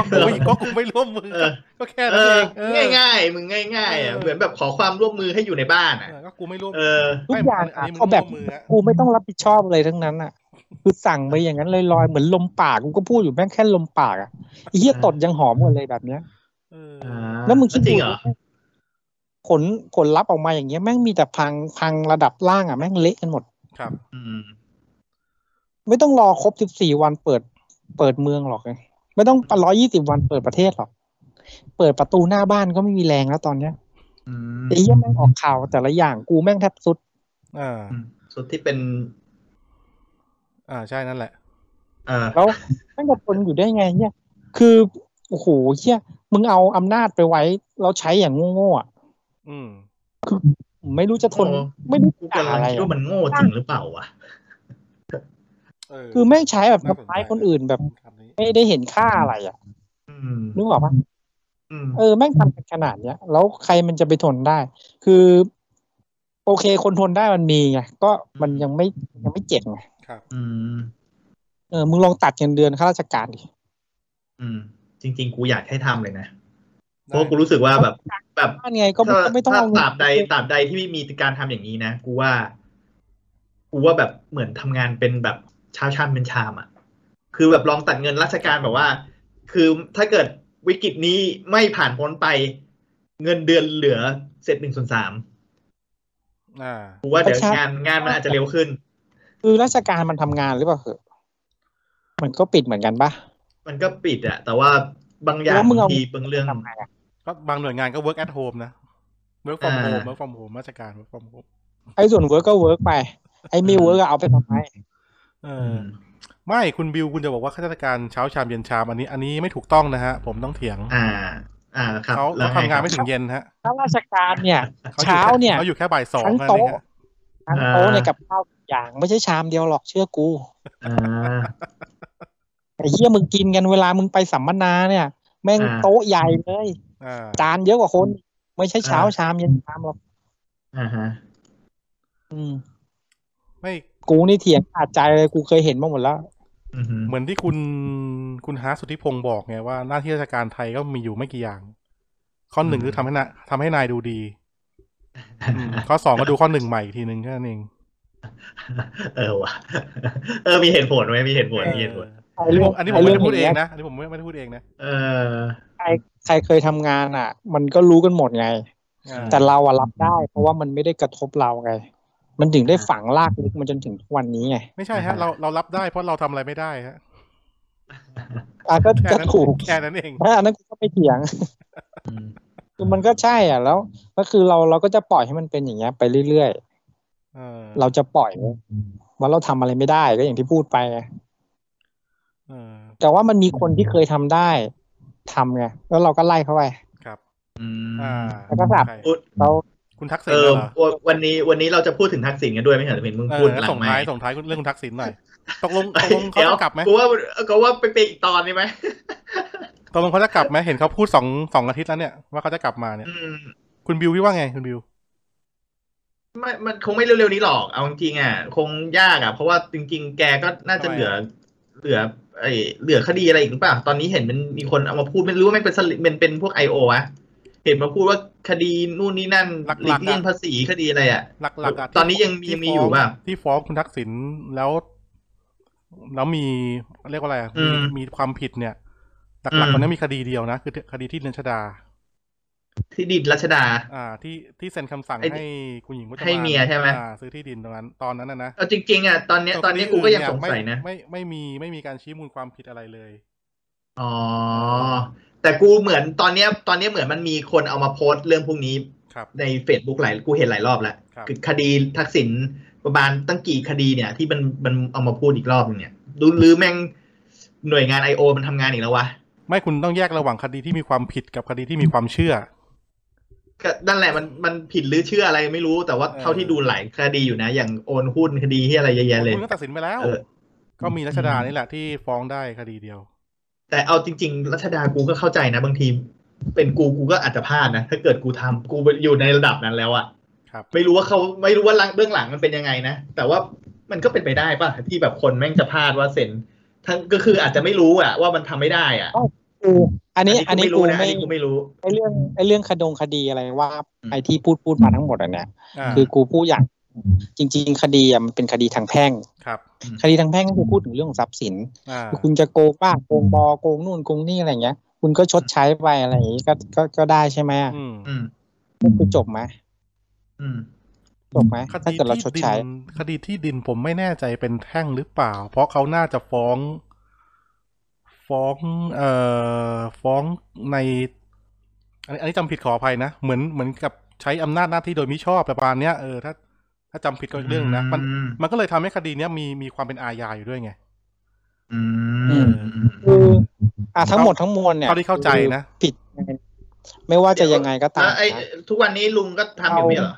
S1: ก็กูไม่ก็กูไม่ร่วมมือ
S2: เออ
S1: ก็แค่
S2: เอ
S1: นั้นเอ
S2: อง
S1: เออ
S2: ง่ายๆมึงง่ายๆอ่ะ
S1: เออ
S2: เหมือนแบบขอความร่วมมือให้อยู่ในบ้านอ่ะ
S1: เออก็กูไม่ร่วม
S2: เออ
S3: ทุก
S1: ไม่
S3: อย่าง
S1: น
S3: อ่ะ
S1: นี้มึ
S3: เอาแบบ
S1: ร่วมมือฮะ
S3: กูไม่ต้องรับผิดชอบอะไรทั้งนั้นอ่ะ คือสั่งไปอย่างนั้นลอยๆเหมือนลมปากกูก็พูดอยู่แม่งแค่ลมปากอ่ะไอ้เฮีย
S2: อ่า
S3: ตดยังหอมหมดเลยแบบเนี้ย
S1: เออ
S2: อ่า
S3: แล้วมึงคิด
S2: จ
S3: ดู
S2: ริงเหรอ
S3: ผลผลลัพธ์ออกมาอย่างเงี้ยแม่งมีแต่พังพังระดับล่างอ่ะแม่งเละกันหมด
S1: ครับ
S2: อืม
S3: ไม่ต้องรอครบ 14 วันเปิดเปิดเมืองหรอกไงไม่ต้องร้อยี่สิบวันเปิดประเทศหรอก เปิดประตูหน้าบ้านก็ไม่มีแรงแล้วตอนเนี้ย
S2: อืม
S3: ไอ้เหี้ยแม่งออกข่าวแต่ละอย่างกูแม่งแทบสุด
S1: อ่า
S2: สุดที่เป็น
S1: อ่าใช่นั่นแหละ
S2: เออ
S3: แล้วแม่งจะทนอยู่ได้ไงเนี่ยคือโอ้โหเหี้ยมึงเอาอำนาจไปไว้แล้วใช้อย่างโง่ๆอ่ะ
S1: อืม
S3: ไม่รู้จะทนไม่รู้
S2: กู
S3: จะด่าก
S2: ำลัง
S3: อะไร
S2: คิด
S3: อ่ะ
S2: ว่ามันโง่จริงหรือเปล่าวะ
S1: เออ
S3: คือแม่งใช้แบบทำร้ายคนอื่นแบบ
S1: คำนี้
S3: ไม่ได้เห็นค่าอะไรอ่ะ
S2: อืม
S3: นึกออกปะ
S2: อืม
S3: เออแม่งทำกันขนาดเนี้ยแล้วใครมันจะไปทนได้ คือ โอเคคนทนได้มันมีไงก็มันยังไม่ยังไม่เจ็บไง
S1: ครับ
S2: อืม
S3: เออมึงลองตัดเงินเดือนข้าราชการดิ
S2: อืม จริง ๆ กูอยากให้ทำเลยนะ เพ
S1: ได้
S2: ราะกูรู้สึกว่าแบบ แบบ
S3: บ้านไงก็
S2: ถ้า
S3: ไม่ต้อง
S2: ถ้า
S3: เอาเงิ
S2: ตราบใด
S3: น
S2: ตราบใดที่ไม่มีการทำอย่างนี้นะ กูว่า กูว่าแบบเหมือนทำงานเป็นแบบชาวชามเป็นชามอ่ะ คือแบบลองตัดเงินราชการแบบว่า คือถ้าเกิดวิกฤตนี้ไม่ผ่านพ้นไป เงินเดือนเหลือเสร็จหนึ่งส่วนสาม
S1: อ่า
S2: กูว่าเดี๋ยว
S3: ใช่
S2: งานงานมันอาจจะเร็วขึ้น
S3: คือราชการมันทำงานหรือเปล่าเหอะมันก็ปิดเหมือนกันปะ
S2: มันก็ปิดอะแต่ว่าบางอย่าง
S3: แล้วมึง
S2: บา
S3: เอา
S2: งทีบางเรื่อง
S3: ทำไงอะ
S1: ก็บางหน่วยงานก็ work at home นะ work from
S2: อ่า
S1: home work from home ราชการ work from home
S3: ไอ้ส่วนเวิร์กก็เวิร์กไป ไอ้ไม่เวิร์กเอาไปทำไม
S1: เอออไม่คุณบิวคุณจะบอกว่าข้าราชการเช้าชามเย็นชามอันนี้ อันนี้ไม่ถูกต้องนะฮะ ผมต้องเถียง
S2: อ่า อ่าครับ
S1: เขา
S2: แล้ว
S1: เขาทำงานไม่
S2: ครับ
S1: ถึงเย็นฮะ
S3: ถ้าราชการเนี่ย
S1: ขอยู่
S3: เช้าเนี่ย
S1: เขาอยู่แค่บ่ายสองอะไร
S3: ทั้งโต๊ะ
S1: เงี้ย
S3: ทั้งโต๊ะเนี่ยกับข้าวอย่างไม่ใช่ชามเดียวหรอกเชื่อกู
S2: อ่า
S3: ไอ้เหี้ยมึงกินกันเวลามึงไปสัมมนาเนี่ย แม่ง
S2: อ่า
S3: โต๊ะใหญ่เลย
S1: อ่า
S3: จานเยอะกว่าคน ไม่ใช่เช้าชามเย็นชามหรอก
S2: อ่าฮะ
S3: อืม
S1: ไม่
S3: กูนี่เถียงขาดใจเลยกูเคยเห็นมาหมดแล้ว
S2: อือหือ
S1: เหมือนที่คุณคุณฮาร์ทสุทธิพงศ์บอกไงว่าหน้าที่ราชการไทยก็มีอยู่ไม่กี่อย่าง ข้อหนึ่งคือทำให้นาทำให้นายดูดีอืมข้อสองก็ดูข้อหนึ่งใหม่อีกทีหนึ่งแค่นั้นเอง
S2: เออว่ะเออมีเหตุผลไหมมีเหตุผลมีเหตุผล
S1: เอออันนี้ผมอันนี้ผมไม่ได้พูดเองนะอันนี้ผมไม่ไม่ได้พูดเองนะ
S2: เออ
S3: ใครเคยทำงานอ่ะ มันก็รู้กันหมดไง
S1: อ่า
S3: แต่เราอะรับได้ เพราะว่ามันไม่ได้กระทบเราไง มันถึงได้ฝังลากลึกมาจนถึงทุกวันนี้ไง
S1: ไม่ใช่ฮะ
S2: อ่าฮะ
S1: เราเรารับได้เพราะเราทำอะไรไม่ได้ฮะ
S3: อ่ะก็
S1: แค่
S3: ก็
S1: นั้น
S3: ถูก
S1: แค่นั้นเอง
S3: อันนั้นกูก็ไม่เถียง
S2: อืม
S3: คือมันก็ใช่อ่ะแล้วก็คือเราเราก็จะปล่อยให้มันเป็นอย่างเงี้ยไปเรื่อย
S1: เออ
S3: ๆ เราจะปล่อยว่าเราทำอะไรไม่ได้ก็อย่างที่พูดไปไง
S1: เออ
S3: แต่ว่ามันมีคนที่เคยทำได้ทำไงแล้วเราก็ไล่เขาไป
S1: ครับ
S2: อืม
S1: อ่า
S3: แล้วก็สับ
S1: ใคร
S2: พูด
S3: เรา
S1: คุณทักษิณ
S2: เออ
S1: เหรอ
S2: วันนี้วันนี้เราจะพูดถึงทักษิณกันด้วยไม่เหรอเห็นมึง
S1: เอ
S2: พูด
S1: อ
S2: หลั
S1: ส่
S2: ง
S1: ง
S2: ไม
S1: ท้าย
S2: ค์
S1: ส่งท้ายเรื่องคุณทักษิณหน่อยตกลงตกลงเขา
S2: เดี๋ยว
S1: จะกลับไหม
S2: กูว่ากูว่าไปเป็นอีกตอนนี้ไหม
S1: ตกลงเขาจะกลับไหมเห็นเขาพูดสองสองอาทิตย์แล้วเนี่ยว่าเขาจะกลับมาเนี่ย
S2: อืม
S1: คุณบิวพี่ว่าไงคุณบิว
S2: ไม่มันคงไม่เร็วๆนี้หรอก เอาจริงๆอ่ะ คงยากอ่ะ เพราะว่าจริงๆ แกก็น่าจะเหลือ เหลือไอ้เหลือคดีอะไรอีกหรือเปล่า ตอนนี้เห็นมันมีคนเอามาพูดไม่รู้ว่ามันเป็นสลิมันเป็นพวกไอโออะเห็นมาพูดว่าคดีนู่นนี่นั่นหลีกเลี่ยงภาษีคดีอะไรอ่ะ
S1: หลักๆะ
S2: ตอนนี้ยังมี
S1: ที่
S2: มีอยู่
S1: ฟ้ง
S2: ป่ะ
S1: ที่ฟ้องคุณทักษิณแล้ว แล้วมีเรียกว่าอะไรอะ
S2: อืม
S1: มีความผิดเนี่ยหลักๆต
S2: อืม
S1: อนนี้มีคดีเดียวนะคือคดีที่เนนชดา
S2: ที่ดินรัชดา
S1: อ่าที่ที่เซ็นคำสั่ง
S2: ไอ้
S1: ให้คุณหญิงพจมาน
S2: ให้เมียใช่ไหม
S1: อ่าซื้อที่ดินตรงนั้นตอนนั้นนะนะ
S2: เอาจริงๆอ่ะตอนเนี้ยตอนเนี้ยกูก็ยังสงสัยนะ
S1: ไม่ไม่ไม่มีไม่มีการชี้มูลความผิดอะไรเลย
S2: อ๋อ แต่กูเหมือนตอนเนี้ยตอนเนี้ยเหมือนมันมีคนเอามาโพสต์เรื่องพวกนี้
S1: ครับ
S2: ใน Facebook หลายกูเห็นหลายรอบแล้ว
S1: ครับ
S2: คือคดีทักษิณประมาณตั้งกี่คดีเนี่ย ที่มันมันเอามาพูดอีกรอบนึงเนี่ยดูหรือแม่งหน่วยงาน I.O. มันทำงานอีกแล้ววะ
S1: ไม่คุณต้องแยกระหว่างคดีที่มีความผิดกับคดีที่มีความเชื่อ
S2: ก็นั่นแหละมันมันผิดหรือเชื่ออะไรไม่รู้แต่ว่า
S1: เออ
S2: เท่าที่ดูหลายคดีอยู่นะ อย่างโอนหุ้นคดีที่อะไรเยอะแยะเลย
S1: คุณก็ตัดสินไปแล้ว
S2: เออ
S1: ก็มีรัชดานี่แหละที่ฟ้องได้คดีเดียว
S2: แต่เอาจริง ๆ รัชดากูก็เข้าใจนะ บางทีเป็นกูกูก็อาจจะพลาดนะ ถ้าเกิดกูทำกูอยู่ในระดับนั้นแล้วอะ
S1: ครับ
S2: ไม่รู้ว่าเขาไม่รู้ว่าหลังเบื้องหลังมันเป็นยังไงนะ แต่ว่ามันก็เป็นไปได้ป่ะ ที่แบบคนแม่งจะพลาดว่าเซ็นทั้งก็คืออาจจะไม่รู้อะว่ามันทำไม่ได้อะ
S3: กูอันนี้อันนี้
S2: ไม่
S3: กู
S2: รู้นะอั
S3: ไม่
S2: นนี้กูไม่รู้
S3: ไอเรื่องไอเรื่องคดงคดีอะไรว่า
S2: อืม
S3: ไอที่พูดพูดมาทั้งหมดอ่ะเนี่ย
S1: อ่า
S3: คือกูพูดอย่างจริง ๆ คดีอะมันเป็นคดีทางแพ่ง
S1: ครับ
S3: คดีทางแพ่งก็คือพูดถึงเรื่องของทรัพย์สิน
S1: อ่า
S3: คุณจะโกงบ้างโกงบอโกงนู่นโกงนี่อะไรเงี้ย คุณก็ชดใช้ไปอะไรอย่างงี้ก็ก็ก็ได้ใช่ไหมอะ
S1: อืม
S2: อืม
S3: ก็คือจบไหม
S2: อืม
S3: จบไหม
S1: ค
S3: ถ้า
S1: ดี
S3: เกิดเราช
S1: ที่
S3: ด
S1: ดิ
S3: ใช้
S1: นคดีที่ดินผมไม่แน่ใจเป็นแท่งหรือเปล่า เพราะเขาน่าจะฟ้อง ฟ้อง เอ่อฟ้องใน อันนี้อันนี้จำผิดขออภัยนะ เหมือนเหมือนกับใช้อำนาจหน้าที่โดยมิชอบประมาณเนี้ยเออถ้าถ้าจำผิดก็อีกเรื่องนะมัน
S2: อืม
S1: มันก็เลยทำให้คดีเนี้ยมีมีความเป็นอาญาอยู่ด้วยไง
S2: อื
S3: อื
S2: ม
S3: ม คืออ่ะทั้งหมดทั้งมวลเนี่ย
S1: เท่าที่เข้าใจนะ
S3: คือผิดไงไม่ว่าจะยังไงก็ตาม
S2: แล้วไอ้
S3: นะ
S2: ทุกวันนี้ลุงก็ทำอยู่ไม่เหรอ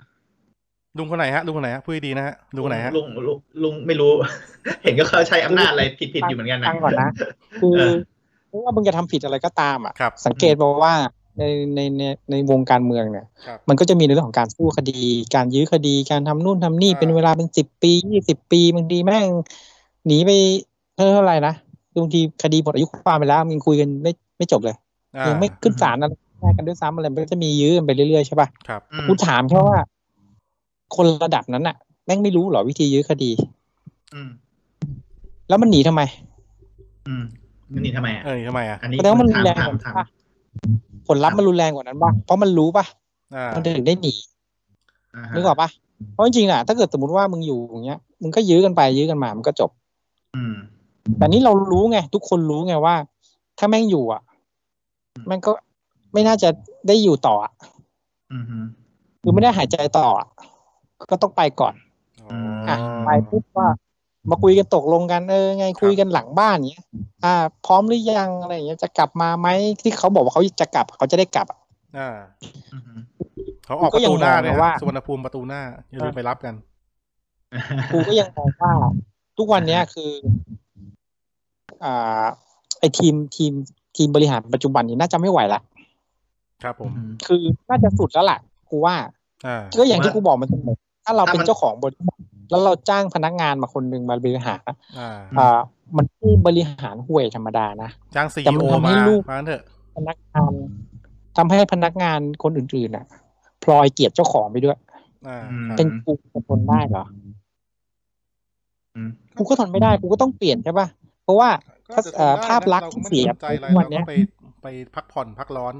S1: ลุงคนไหนฮะลุงคนไหนฮะพูดดีๆนะฮะลุงคนไหนฮะ
S2: ลุงลุงลุงไม่รู้ เห็นก็เขาใช้อำนาจอะไรผิดผิดๆอยู่เหมือนกันนะ
S3: ฟังก่อนนะ คือ
S2: เออ
S3: ไม่ว่ามึงจะทำผิดอะไรก็ตามอ่ะ
S1: ครับ
S3: สังเกตบอกว่าในในในในวงการเมืองเนี่ย
S1: ครับ
S3: มันก็จะมีในเรื่องของการสู้คดี การยื้อคดี การทำนู่นทำนี่
S1: อ่า
S3: เป็นเวลาเป็นสิบปียี่สิบปีบางทีแม่งหนีไปเท่าไหร่นะบางทีคดีหมดอายุความไปแล้วมึงคุยกันไม่ไม่จบเลย
S1: อ่า
S3: ยังไม่ขึ้นศาลอะไรแยกกันด้วยซ้ำอะไรมันก็จะมียื้อกันไปเรื่อยๆใช่ป่ะ
S1: ครับ
S2: อืม
S3: กูถามแค่ว่า คนระดับนั้นน่ะ แม่งไม่รู้เหรอวิธียื้อคดี
S5: อืม
S3: แล้วมันหนีทำไม
S5: อืมมันนี่ทำไมอ่ะ
S1: เออทำไมอ่ะ
S5: อันนี้
S3: แสดงว่ามัน
S5: ถาม
S3: แรง
S5: ถาม
S3: กว่า
S5: ถาม
S3: ป่ะผลลัพธ์มันรุนแรงกว่านั้นป่ะเพราะมันรู้ป่ะ
S1: อ่า
S3: มันถึงได้หนี
S5: อ่าฮะ
S3: นึกออกป่ะเพราะจริงๆน่ะ ถ้าเกิดสมมติว่ามึงอยู่อย่างเงี้ยมึงก็ยื้อกันไปยื้อกันมามันก็จบ
S5: อืม
S3: แต่นี่เรารู้ไง ทุกคนรู้ไงว่า ถ้าแม่งอยู่อ่ะแม่งก็ไม่น่าจะได้อยู่ต่ออะ
S5: อืมฮึ
S3: คือไม่ได้หายใจต่ออะก็ต้องไปก่อน
S1: อ๋อ
S5: อ่ะ
S3: ไปปุ๊บว่ามาคุยกันตกลงกันเออไงคุยกันหลังบ้านเนี้ย อ่า พร้อมหรือยังอะไรอย่างเงี้ยจะกลับมาไหมที่เขาบอกว่าเขาจะกลับเขาจะได้กลับอะ
S1: อ่า
S5: อืมฮึ
S1: เขาออกประตูหน้าเลย
S3: ก็ยังมองนะว่า
S1: สุวรรณภูมิประตูหน้าอย่าลืมไปรับกัน
S3: ครูก็ยังมองว่า ทุกวัน เนี้ยคือ อ่า ไอทีมทีมทีมบริหารปัจจุบันนี้น่าจะไม่ไหวละ
S1: ครับผม
S3: คือน่าจะสุดแล้วล่ะกูว่า
S1: อ่า
S3: ก็อย่างที่กูบอกมันเสมอถ้าเราเป็นเจ้าของบริษัทแล้วเราจ้างพนักงานมาคนหนึ่งมาบริหาร
S1: อ่า
S3: อ่ามันไม่บริหารห่วยธรรมดานะ
S1: จ้างซี
S3: แต่มั
S1: โอน
S3: ทำให้
S1: มา
S3: ลูก
S1: มาเถอะ
S3: พนักงานทำให้พนักงานคนอื่นๆน่ะ พลอยเกลียดเจ้าของไปด้วย
S1: อ่า
S5: อืม
S1: ครับ
S3: เป็นกูจะทนได้เหรอ
S5: อืม
S3: กูก็ทนไม่ได้กูก็ต้องเปลี่ยนใช่ป่ะเพราะว่า ถ้าเอ่อ
S1: ก็จะทนได้นะ
S3: ภาพลักษณ์
S1: เรไม่
S3: เสีย
S1: สนใจอะไร
S3: วัน
S1: เรา
S3: เนี้
S1: ก็
S3: ย
S1: ไปไปพักผ่อนพักร้อน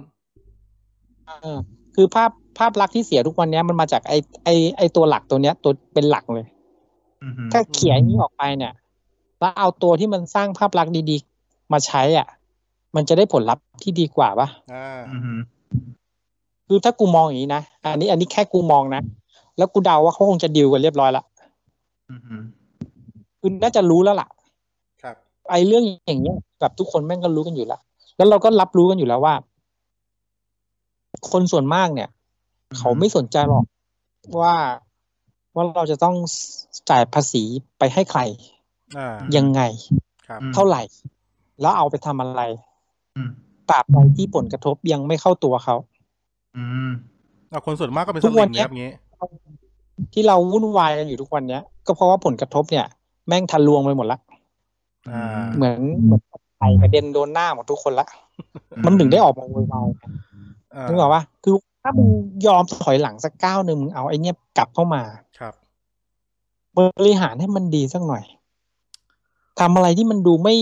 S3: เออคือภาพภาพลักษณ์ที่เสียทุกวันเนี้ยมันมาจากไอไอไอตัวหลักตัวเนี้ย ตัวเป็นหลักเลย
S5: อืมฮึ
S3: ถ้าเขียนอย่างนี้ออกไปเนี่ยแล้วเอาตัวที่มันสร้างภาพลักษณ์ดีๆ มาใช้อ่ะ มันจะได้ผลลัพธ์ที่ดีกว่าปะ
S1: อ่า
S5: อืมฮึ
S3: คือถ้ากูมองอย่างนี้นะอันนี้อันนี้แค่กูมองนะแล้วกูเดาว่าเขาคงจะดีลกันเรียบร้อยละ
S5: อืมฮึ
S3: คือน่าจะรู้แล้วล่ะ
S1: ครับ
S3: ไอ้เรื่องอย่างเงี้ยแบบทุกคนแม่งก็รู้กันอยู่แล้วแล้วเราก็รับรู้กันอยู่แล้วว่า คนส่วนมากเนี่ย เขาไม่สนใจหรอกว่าว่าเราจะต้องจ่ายภาษีไปให้ใคร
S1: อ่า
S3: ยังไง
S1: ครับ
S5: อืม
S3: เท่าไหร่ แล้วเอาไปทำอะไร
S5: อืม
S3: ตราบใดที่ผลกระทบยังไม่เข้าตัวเขา
S5: อืม
S1: เอาคนส่วนมากก็เป็น
S3: ทุ
S1: ส
S3: กวั
S1: ลิ
S3: น
S1: ม
S3: เนี้
S1: นะ
S3: ย
S1: ครับงี้
S3: ที่เราวุ่นวายกันอยู่ทุกวันเนี้ยก็เพราะว่าผลกระทบเนี่ย แม่งทะลวงไปหมดละ
S1: อ่า
S3: เหมือนเหมือนไข่กระเด็นโดนหน้าหมดทุกคนละมันถึงได้ออกมาโวยวาย
S1: อ่า
S3: นึกออกปะคือถ้ามึงยอมถอยหลังสักก้าวหนึ่งมึงเอาไอ้เนี่ยกลับเข้ามา
S1: ครับ
S3: บริหารให้มันดีสักหน่อยทำอะไรที่มันดูไม่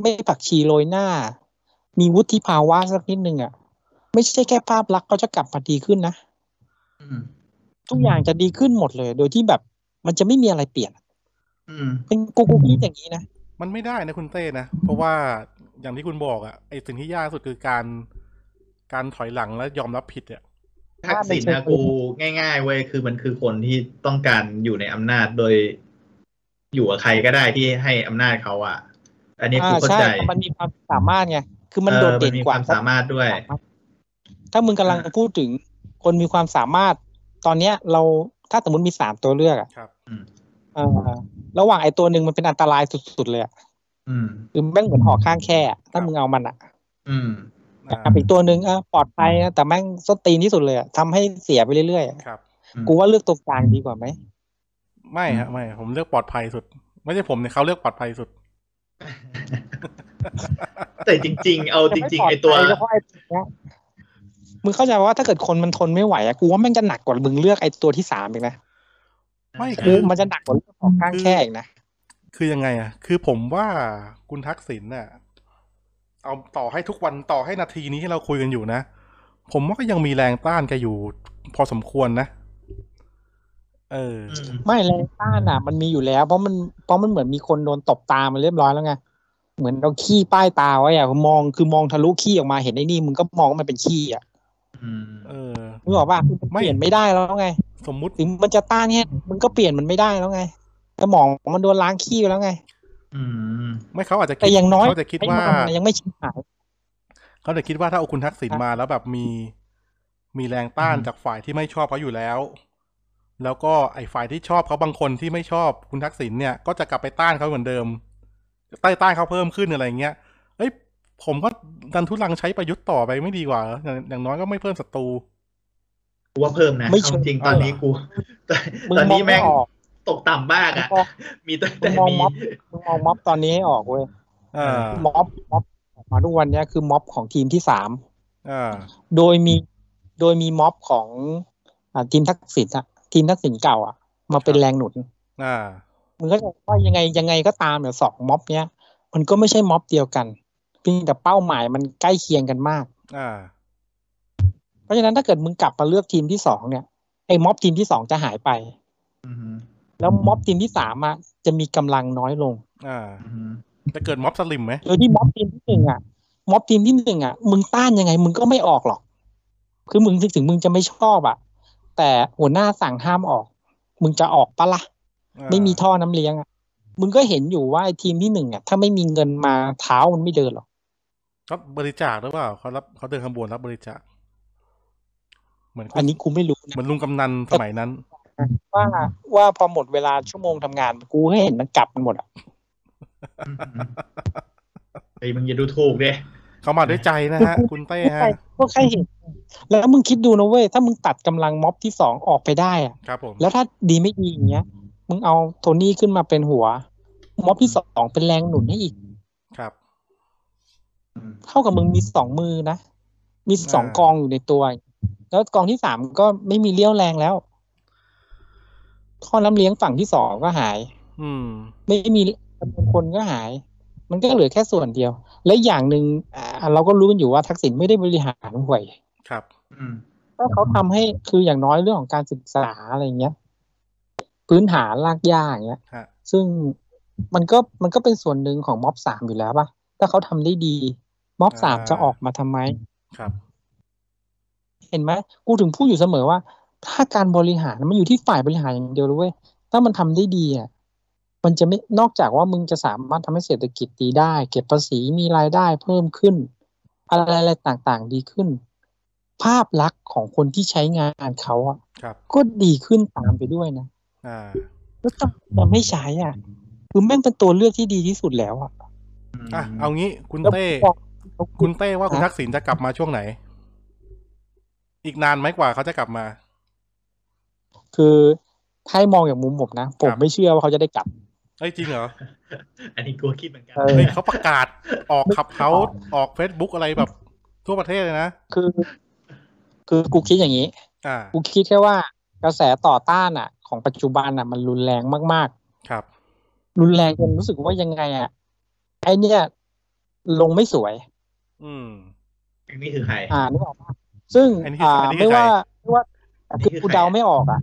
S3: ไม่ผักชีโรยหน้า มีวุฒิภาวะสักนิดนึงอะ่ะ ไม่ใช่แค่ภาพลักษณ์เขาจะกลับมาดีขึ้นนะ
S5: อืม
S3: ทุกอย่างจะดีขึ้นหมดเลย โดยที่แบบมันจะไม่มีอะไรเปลี่ยน
S5: อืม
S3: เป็นกูกูคิดอย่างนี้นะ
S1: มันไม่ได้นะคุณเต้นะ เพราะว่าอย่างที่คุณบอกอะไอสิ่งที่ยากสุดคือการการถอยหลังและยอมรับผิดอะ
S5: ทักษิณนะกูง่ายๆเว้ยคือมันคือคนที่ต้องการอยู่ในอำนาจโดย อยู่กับใครก็ได้ที่ให้อำนาจเขาอ่ะ อันนี้กูเข้า
S3: ใช่
S5: ใจ
S3: มันมีความสามารถไง คือมัน
S5: ออ
S3: โดดเด่น
S5: มี
S3: ก
S5: ค
S3: ว่า
S5: วามสามารถด้วย
S3: ถ้ามึงกำลัง
S5: อ่า
S3: พูดถึงคนมีความสามารถ ตอนเนี้ย เราถ้าสมมติมีสามตัวเลือกอะ
S1: ครับ
S3: เออระหว่างไอ้ตัวหนึ่งมันเป็นอันตรายสุดๆเลยอะ
S5: อืม
S3: คือแม่งเหมือนหอกข้างแค่อะถ้ามึงเอามันอะ
S5: อื ม
S1: อ่า
S3: กับอีกตัวหนึ่งอะปลอดภัยนะแต่แม่งส้นตีนที่สุดเลยอะทำให้เสียไปเรื่อยๆอะ
S1: ครับ
S3: กูว่าเลือกตัวกลางดีกว่าไหม
S1: ไม่ฮะไม่ ผมเลือกปลอดภัยสุด ไม่ใช่ผมเนี่ยเขาเลือกปลอดภัยสุด
S5: แต่จริง ๆ เอาจริง ๆ ไอตัว
S3: แต่ม่ปลดภัยเฉพาะไอ้ตัวเนี้ยมึงเข้าใจว่าถ้าเกิดคนมันทนไม่ไหวอะกูว่าแม่งจะหนักกว่ามึงเลือกไอ้ตัวที่สามอีกนะ
S1: ไม่
S5: ใช่
S1: คือ
S3: มันจะหนักกว่าเลือกหอกข้างแค่อีกนะ
S1: คือยังไงอะคือผมว่าคุณทักษิณน่ะ เอาต่อให้ทุกวันต่อให้นาทีนี้ที่เราคุยกันอยู่นะ ผมว่าก็ยังมีแรงต้านแกอยู่ พอสมควรนะ เออ
S5: อืม
S3: ไม่แรงต้านอ่ะ มันมีอยู่แล้ว เพราะมันเพราะมันเหมือนมีคนโดนตบตามาเรียบร้อยแล้วไงเหมือนเราขี้ป้ายตาไว้อ่ะมองคือมองทะลุขี้ออกมาเห็นไอ้นี่มึงก็มองว่ามันเป็นขี้อ่ะ
S5: อืม
S1: เออ
S3: มึงบอกป่ะคือ
S1: ไม่
S3: เปลี่ยนไม่ได้แล้วไง
S1: สมมุติ
S3: ถึงมันจะต้านเนี่ยมึงก็เปลี่ยนมันไม่ได้แล้วไงสมองมันโดนล้างขี้ไปแล้วไง
S5: อืม
S1: ไม่เขาอาจจะ
S3: แต่
S1: คิด
S3: อย่างน้อย
S1: เขาจะคิดว่า
S3: ไอ้มันยังไม่ชิบหาย
S1: เขาจะคิดว่าถ้าเอาคุณทักษิณมาแล้วแบบมีมีแรงต้าน
S5: อืม
S1: จากฝ่ายที่ไม่ชอบเขาอยู่แล้ว แล้วก็ไอ้ฝ่ายที่ชอบเขาบางคนที่ไม่ชอบคุณทักษิณเนี่ยก็จะกลับไปต้านเขาเหมือนเดิมใต้ต้านเขาเพิ่มขึ้นอะไรเงี้ยเอ้ยผมก็ดันทุลังใช้ประยุทธ์ต่อไปไม่ดีกว่าเหรออย่างอย่างน้อยก็ไม่เพิ่มศัตรู
S5: กูว่าเพิ่มนะ
S3: ไม่
S5: เอา
S3: เชิง
S5: จริงๆต
S3: เอา
S5: อน
S3: เหรอ
S5: นี้กู
S3: มึง
S5: ตอน
S3: มอง
S5: นี้
S3: ไม่
S5: แม่ง
S3: ออก
S5: ตกต่ำมาก
S3: มึง
S5: อ่ะ
S3: มอง
S5: มีแต่
S3: มึ
S5: แต่
S3: งมอง
S5: มี
S3: ม็อบมึงมองม็อบตอนนี้ให้ออกเว้ย
S1: เอ่า
S3: ม็อบม็อบออกมาทุกวันเนี้ยคือม็อบของทีมที่สาม
S1: อ่า
S3: โดยมีโดยมีม็อบของอาทีมทักษิณอะทีมทักษิณเก่าอะ มาเป็นแรงหนุน
S1: อ่า
S3: มันก็จะว่ายังไงยังไงก็ตามเนี่ยสองม็อบเนี้ยมันก็ไม่ใช่ม็อบเดียวกันเพียงแต่เป้าหมายมันใกล้เคียงกันมาก
S1: อ่า
S3: เพราะฉะนั้นถ้าเกิดมึงกลับมาเลือกทีมที่สองเนี่ยไอ้ม็อบทีมที่สองจะหายไป
S2: อืม
S3: แล้วม็อบทีมที่สามอะจะมีกำลังน้อยลง
S1: อ่า
S2: อืม
S1: จะเกิดม็อบสลิมไหม
S3: โดยที่ม็อบทีมที่หนึ่งอะม็อบทีมที่หนึ่งอะมึงต้านยังไงมึงก็ไม่ออกหรอก คือมึงถึงมึงจะไม่ชอบอะแต่หัวหน้าสั่งห้ามออก มึงจะออกปะล่ะ
S1: อ่า
S3: ไม่มีท่อน้ำเลี้ยงอ่ะ มึงก็เห็นอยู่ว่าไอ้ทีมที่หนึ่งอ่ะ ถ้าไม่มีเงินมาเท้ามันไม่เดินหรอก
S1: รับบริจาคหรือเปล่าเขารับเขาเดินขบวนรับบริจาค เหมือนคุณ
S3: อันนี้กูไม่รู้
S1: เห
S3: นะ
S1: มือนลุงกำนันสมัยนั้น
S3: ว่าว่าพอหมดเวลาชั่วโมงทำงาน กูก็เห็นมันกลับมันหมดอ่ะ
S2: ไอ้ยมึงอย่าดูถูกเด้
S1: เขามาด้วยใจนะฮะ คุณเต้ฮะ
S3: ก็แค่เห็น แล้วมึงคิดดูนะเว้ย ถ้ามึงตัดกำลังม็อบที่สองออกไปได้อ่ะ
S1: ครับผม
S3: แล้วถ้าดีไม่ดีอย่างเงี้ย มึงเอาโทนี่ขึ้นมาเป็นหัว ม็อบที่สองเป็นแรงหนุนให้อีก
S1: ครับ
S3: เท่ากับมึงมีสองมือนะ มีสอง
S1: อ่าก ก
S3: องอยู่ในตัว แล้วกองที่สามก็ไม่มีเลี้ยวแรงแล้ว ข้อน้ำเลี้ยงฝั่งที่สองก็หาย
S1: อืม
S3: ไม่มีจำนวนคนก็หาย มันก็เหลือแค่ส่วนเดียว และอย่างหนึ่งอ่าเราก็รู้กันอยู่ว่าทักษิณไม่ได้บริหารห่วย
S1: ครับ
S2: อืม
S3: ถ้าเขาทำให้คืออย่างน้อยเรื่องของการศึกษาอะไรเงี้ย พื้นฐานรากหญ้าอย่างเงี้ย
S1: ฮะ
S3: ซึ่งมันก็มันก็เป็นส่วนหนึ่งของม็อบสามอยู่แล้วป่ะ ถ้าเขาทำได้ดี ม็อบสาม
S1: อ่า
S3: จะออกมาทำไม
S1: ครับ
S3: เห็นไหมกูถึงพูดอยู่เสมอว่า ถ้าการบริหารมันอยู่ที่ฝ่ายบริหารอย่างเดียวเลยเว้ยถ้ามันทำได้ดีอ่ะมันจะไม่นอกจากว่ามึงจะสามารถทำให้เศรษฐกิจดีได้ เก็บภาษีมีรายได้เพิ่มขึ้น อะไรๆต่างๆดีขึ้น ภาพลักษณ์ของคนที่ใช้งานเขาอ่ะ
S1: ครับ
S3: ก็ดีขึ้นตามไปด้วยนะ
S1: อ่า
S3: แล้วทำไมมันไม่ใช้อ่ะคือแม่งเป็นตัวเลือกที่ดีที่สุดแล้วอ่ะ
S1: อ่ะ เอา งี้ คุณ
S3: แล้ว
S1: เต้
S3: บอก
S1: คุณเต้ว่าคุณทักษิณจะกลับมาช่วงไหน อีกนานไหมกว่าเขาจะกลับมา
S3: คือถ้าให้มองอย่างมุมผมนะ ผม
S1: ครับ
S3: ไม่เชื่อว่าเขาจะได้กลับ
S1: เอ้ยจริงเหรอ
S2: อันนี้กลัวคิดเหมือนกัน
S3: เออ
S1: เฮ้ยเขาประกาศออกขับเขา ออกเฟซบุ๊กอะไรแบบทั่วประเทศเลยนะ
S3: คือ คือกูคิดอย่างนี้
S1: อ่า
S3: กูคิดแค่ว่ากระแสต่อต้านอ่ะ ของปัจจุบันอ่ะ มันรุนแรงมาก
S1: ครับ
S3: ๆ รุนแรงจนรู้สึกว่ายังไงอ่ะไอเนี่ยลงไม่สวย
S1: อืม
S2: อันนี้คือใคร
S3: อ่านึกออกปะซึ่ง
S1: อันนี้
S3: อ่า
S1: อันนี้คือ
S3: ไม่ว่า
S1: ใคร
S3: ไม่ว่า
S2: อันนี้
S3: คือ
S2: คือ
S3: กู
S2: ใคร
S3: เดาไม่ออกอ่ะ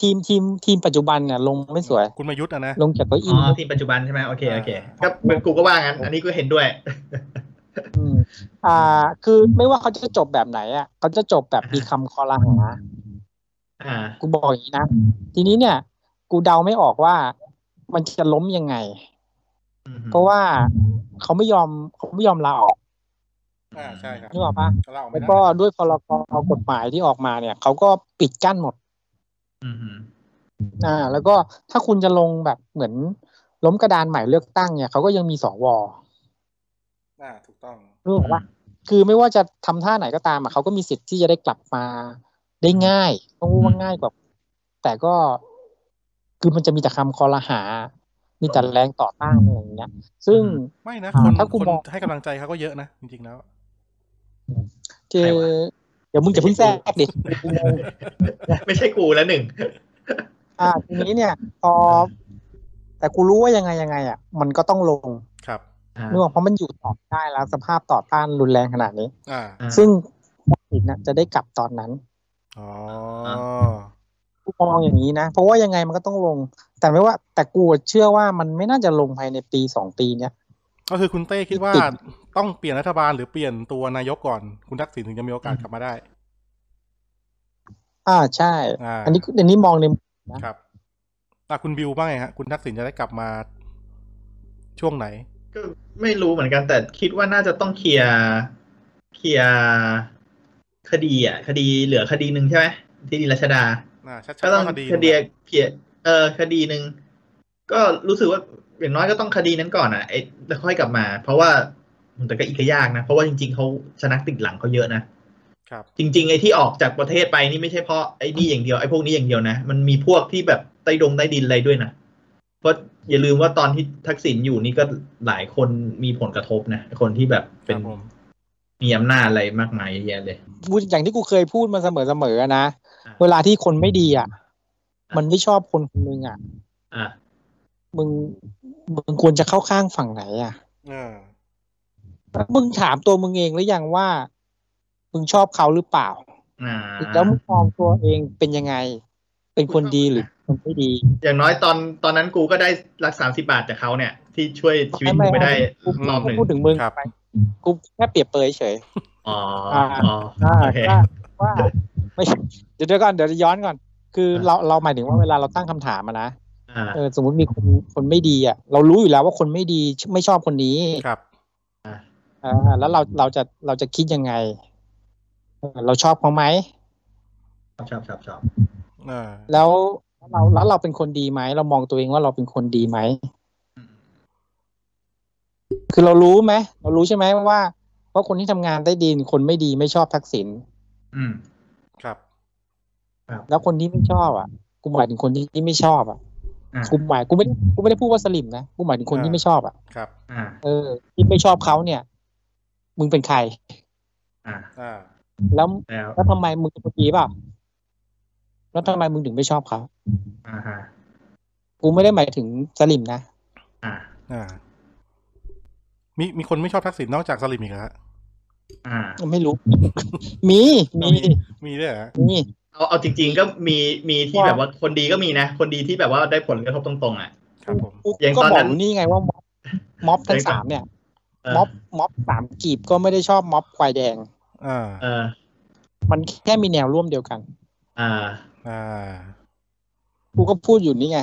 S3: ทีมทีมทีมปัจจุบันเนี่ยลงไม่สวย
S1: คุณมายุทธ์อะนะ
S3: ลงจากเก้า
S2: อ๋
S3: อี้
S2: อทีมปัจจุบันใช่ไหมโอเคโอเคก็เป็นกูก็ว่างั้น อันนี้กูเห็นด้วย
S3: อืมอ่า คือไม่ว่าเขาจะจบแบบไหนอ่ะเขาจะจบแบบมีคำคอรหา
S2: อ่า
S3: กูบอกอย่างนี้นะ ทีนี้เนี่ย กูเดาไม่ออกว่ามันจะล้มยังไง เพราะว่าเขาไม่ยอมเขาไม่ยอมลาออก
S1: อ่า ใช่ครับ
S3: นึกออกปะ
S1: เขาลาออกไม่
S3: แล้ว
S1: ได้
S3: ก็ด้วยพรกกฎหมายที่ออกมาเนี่ยเขาก็ปิดกั้นหมด
S2: อืมอืม
S3: อ่าแล้วก็ถ้าคุณจะลงแบบเหมือนล้มกระดานใหม่เลือกตั้งเนี่ยเขาก็ยังมีสว
S1: อ่า ถูกต้อง
S3: นึกออกปะคือไม่ว่าจะทำท่าไหนก็ตามอ่ะเขาก็มีสิทธิ์ที่จะได้กลับมาได้ง่ายต้องพูดว่าง่ายกว่า แต่ก็คือมันจะมีแต่คำคอรหา มีแต่แรงต่อต้านอะไรอย่างเงี้ย ซึ่ง
S1: ไม่นะ
S3: อ่า
S1: คน
S3: ถ้ากู
S1: คน
S3: มอง
S1: ให้กำลังใจเขาก็เยอะนะ จริงๆแล้ว
S3: คือ เดี๋ยวมึงจะเพิ่งแทรกดิ
S2: ไม่ใช่กูแล้วหนึ่ง
S3: อ่าทีนี้เนี่ยพอแต่กูรู้ว่ายังไงยังไง อ่ะ มันก็ต้องลง
S1: ครับ
S2: อ่า
S3: เนื่องเพราะมันอยู่ต่อไม่ได้แล้ว สภาพต่อต้านรุนแรงขนาดนี้
S1: อ่า
S2: อ่า
S3: ซึ่งทักษิณนะจะได้กลับตอนนั้น
S1: อ๋อ
S3: กูมองอย่างนี้นะ เพราะว่ายังไงมันก็ต้องลง แต่ไม่ว่า แต่กูเชื่อว่ามันไม่น่าจะลงภายในปีสองปีเนี้ย
S1: ก็คือคุณเต้คิดว่า
S3: ติด
S1: ต้องเปลี่ยนรัฐบาลหรือเปลี่ยนตัวนายกก่อน คุณทักษิณถึงจะมีโอกาสกลับมาได้
S3: อ่าใช่
S1: อ่า
S3: อันนี้อันนี้มองในมุม
S1: ครับอ่ะคุณบิวบ้างไงฮะ คุณทักษิณจะได้กลับมาช่วงไหน
S2: ก็ไม่รู้เหมือนกันแต่คิดว่าน่าจะต้องเคลียร์เคลียร์คดีอ่ะ คดีเหลือคดีหนึ่งใช่ไหมที่ดีรัชดา
S1: อ่าชัดๆ
S2: ก็ต้อง
S1: ว่าคดี
S2: คดีเคลียร์เออคดีหนึ่งก็รู้สึกว่าอย่างน้อยก็ต้องคดีนั้นก่อนอ่ะไอ้แล้วค่อยกลับมา เพราะว่าแต่ก็อีกก็ยากนะ เพราะว่าจริง ๆเขาชนะติดหลังเขาเยอะนะ
S1: ครับ
S2: จริงๆไอ้ที่ออกจากประเทศไปนี่ไม่ใช่เพราะไอ้นี่อย่างเดียวไอ้พวกนี้อย่างเดียวนะ มันมีพวกที่แบบใต้ดงใต้ดินอะไรด้วยนะเพราะอย่าลืมว่าตอนที่ทักษิณอยู่นี่ก็หลายคนมีผลกระทบนะคนที่แบบ
S1: ค
S2: เป็
S1: รั
S2: น
S1: บผม
S2: มีอำนาจอะไรมากมายเยอะแยะเลย
S3: พูดอย่างที่กูเคยพูดมาเสมอๆนะ
S2: อ่ะ
S3: เวลาที่คนไม่ดีอ่ะ มันไม่ชอบคนคนหนึงอ่ะ
S5: อ่ะ
S3: มึงมึงควรจะเข้าข้างฝั่งไหนอ่ะ
S1: อ่า
S3: มึงถามตัวมึงเองหรือยังว่า มึงชอบเขาหรือเปล่า
S5: อ่า
S3: แล้วมึงมองตัวเองเป็นยังไง เป็นคนดีหรือคนไม่ดี
S5: อย่างน้อยตอนตอนนั้นกูก็ได้รักสามสิบาทจากเขาเนี่ย ที่ช่วยชีวิตกู
S3: ไม่
S5: ไม่
S3: ไม่
S5: ได้
S3: กู
S5: รอบห
S3: กู
S5: นึ่ง
S3: พูดถึงมึง
S1: ครับ
S3: กูแค่เปรียบเปรยเฉย
S5: อ๋อ
S3: อ่า
S5: อ๋อ
S3: ว่า
S5: โอเค
S3: ว่าว่าไม่เดี๋ยวเดี๋ยวก่อนเดี๋ยวย้อนก่อน คือ
S5: อ่ะ
S3: เราเราหมายถึงว่าเวลาเราตั้งคำถามอะนะ
S5: อ่า
S3: เออสมมติมีคนคนไม่ดีอ่ะ เรารู้อยู่แล้วว่าคนไม่ดีไม่ชอบคนนี้
S1: ครับ
S3: อ่าแล้วเราเราจะเราจะคิดยังไงเออเราชอบเขาไหม
S5: ชอบชอบชอบ
S1: อ่า
S3: แล้วแล้วเราแล้วเราเป็นคนดีไหมเรามองตัวเองว่าเราเป็นคนดีไหม คือเรารู้ไหมเรารู้ใช่ไหมว่าว่าคนที่ทำงานได้ดีคนไม่ดีไม่ชอบทักษิณ
S5: อืม
S1: ครับ
S3: แล้วคนที่ไม่ชอบอ่ะกูหมายถึงคนที่ไม่ชอบอ่ะ
S5: อ่า
S3: กูหมายกูไม่ได้กูไม่ได้พูดว่าสลิมนะกูหมายถึงคนที่ไม่ชอบอ่ะ
S1: ครับ
S5: อ่า
S3: เออที่ไม่ชอบเขาเนี่ย มึงเป็นใคร
S5: อ่า
S1: อ่า
S3: แล้ว
S5: แล้ว
S3: แล้วทำไมมึงเป็นคนดีเปล่าแล้วทำไมมึงถึงไม่ชอบเขา
S5: อ่าฮะ
S3: กูไม่ได้หมายถึงสลิมนะ
S5: อ่า
S1: อ่ามีมีคนไม่ชอบทักษิณนอกจากสลิมอีกเหรอฮะ
S5: อ่า
S3: ไม่รู้ มีมี
S1: มีด้วยเหรอฮะ
S3: มี
S5: เอาเอาจริง ๆ ก็มีมีที่แบบว่าคนดีก็มีนะ คนดีที่แบบว่าได้ผลกระทบตรงๆอ่ะ
S1: ครับผม
S3: กู
S5: อย่าง
S3: ก็
S5: ตอน
S3: บอ
S5: นั้
S3: ก
S5: น
S3: อยู่นี่ไงว่าม็อบม็อบทั้งสามเนี่ย
S5: เออ
S3: ม็อบม็อบสามกีบก็ไม่ได้ชอบม็อบควายแดง
S1: อ่า
S5: เออ
S3: มันแค่มีแนวร่วมเดียวกัน
S5: อ่า
S1: อ่า
S3: กูก็พูดอยู่นี่ไง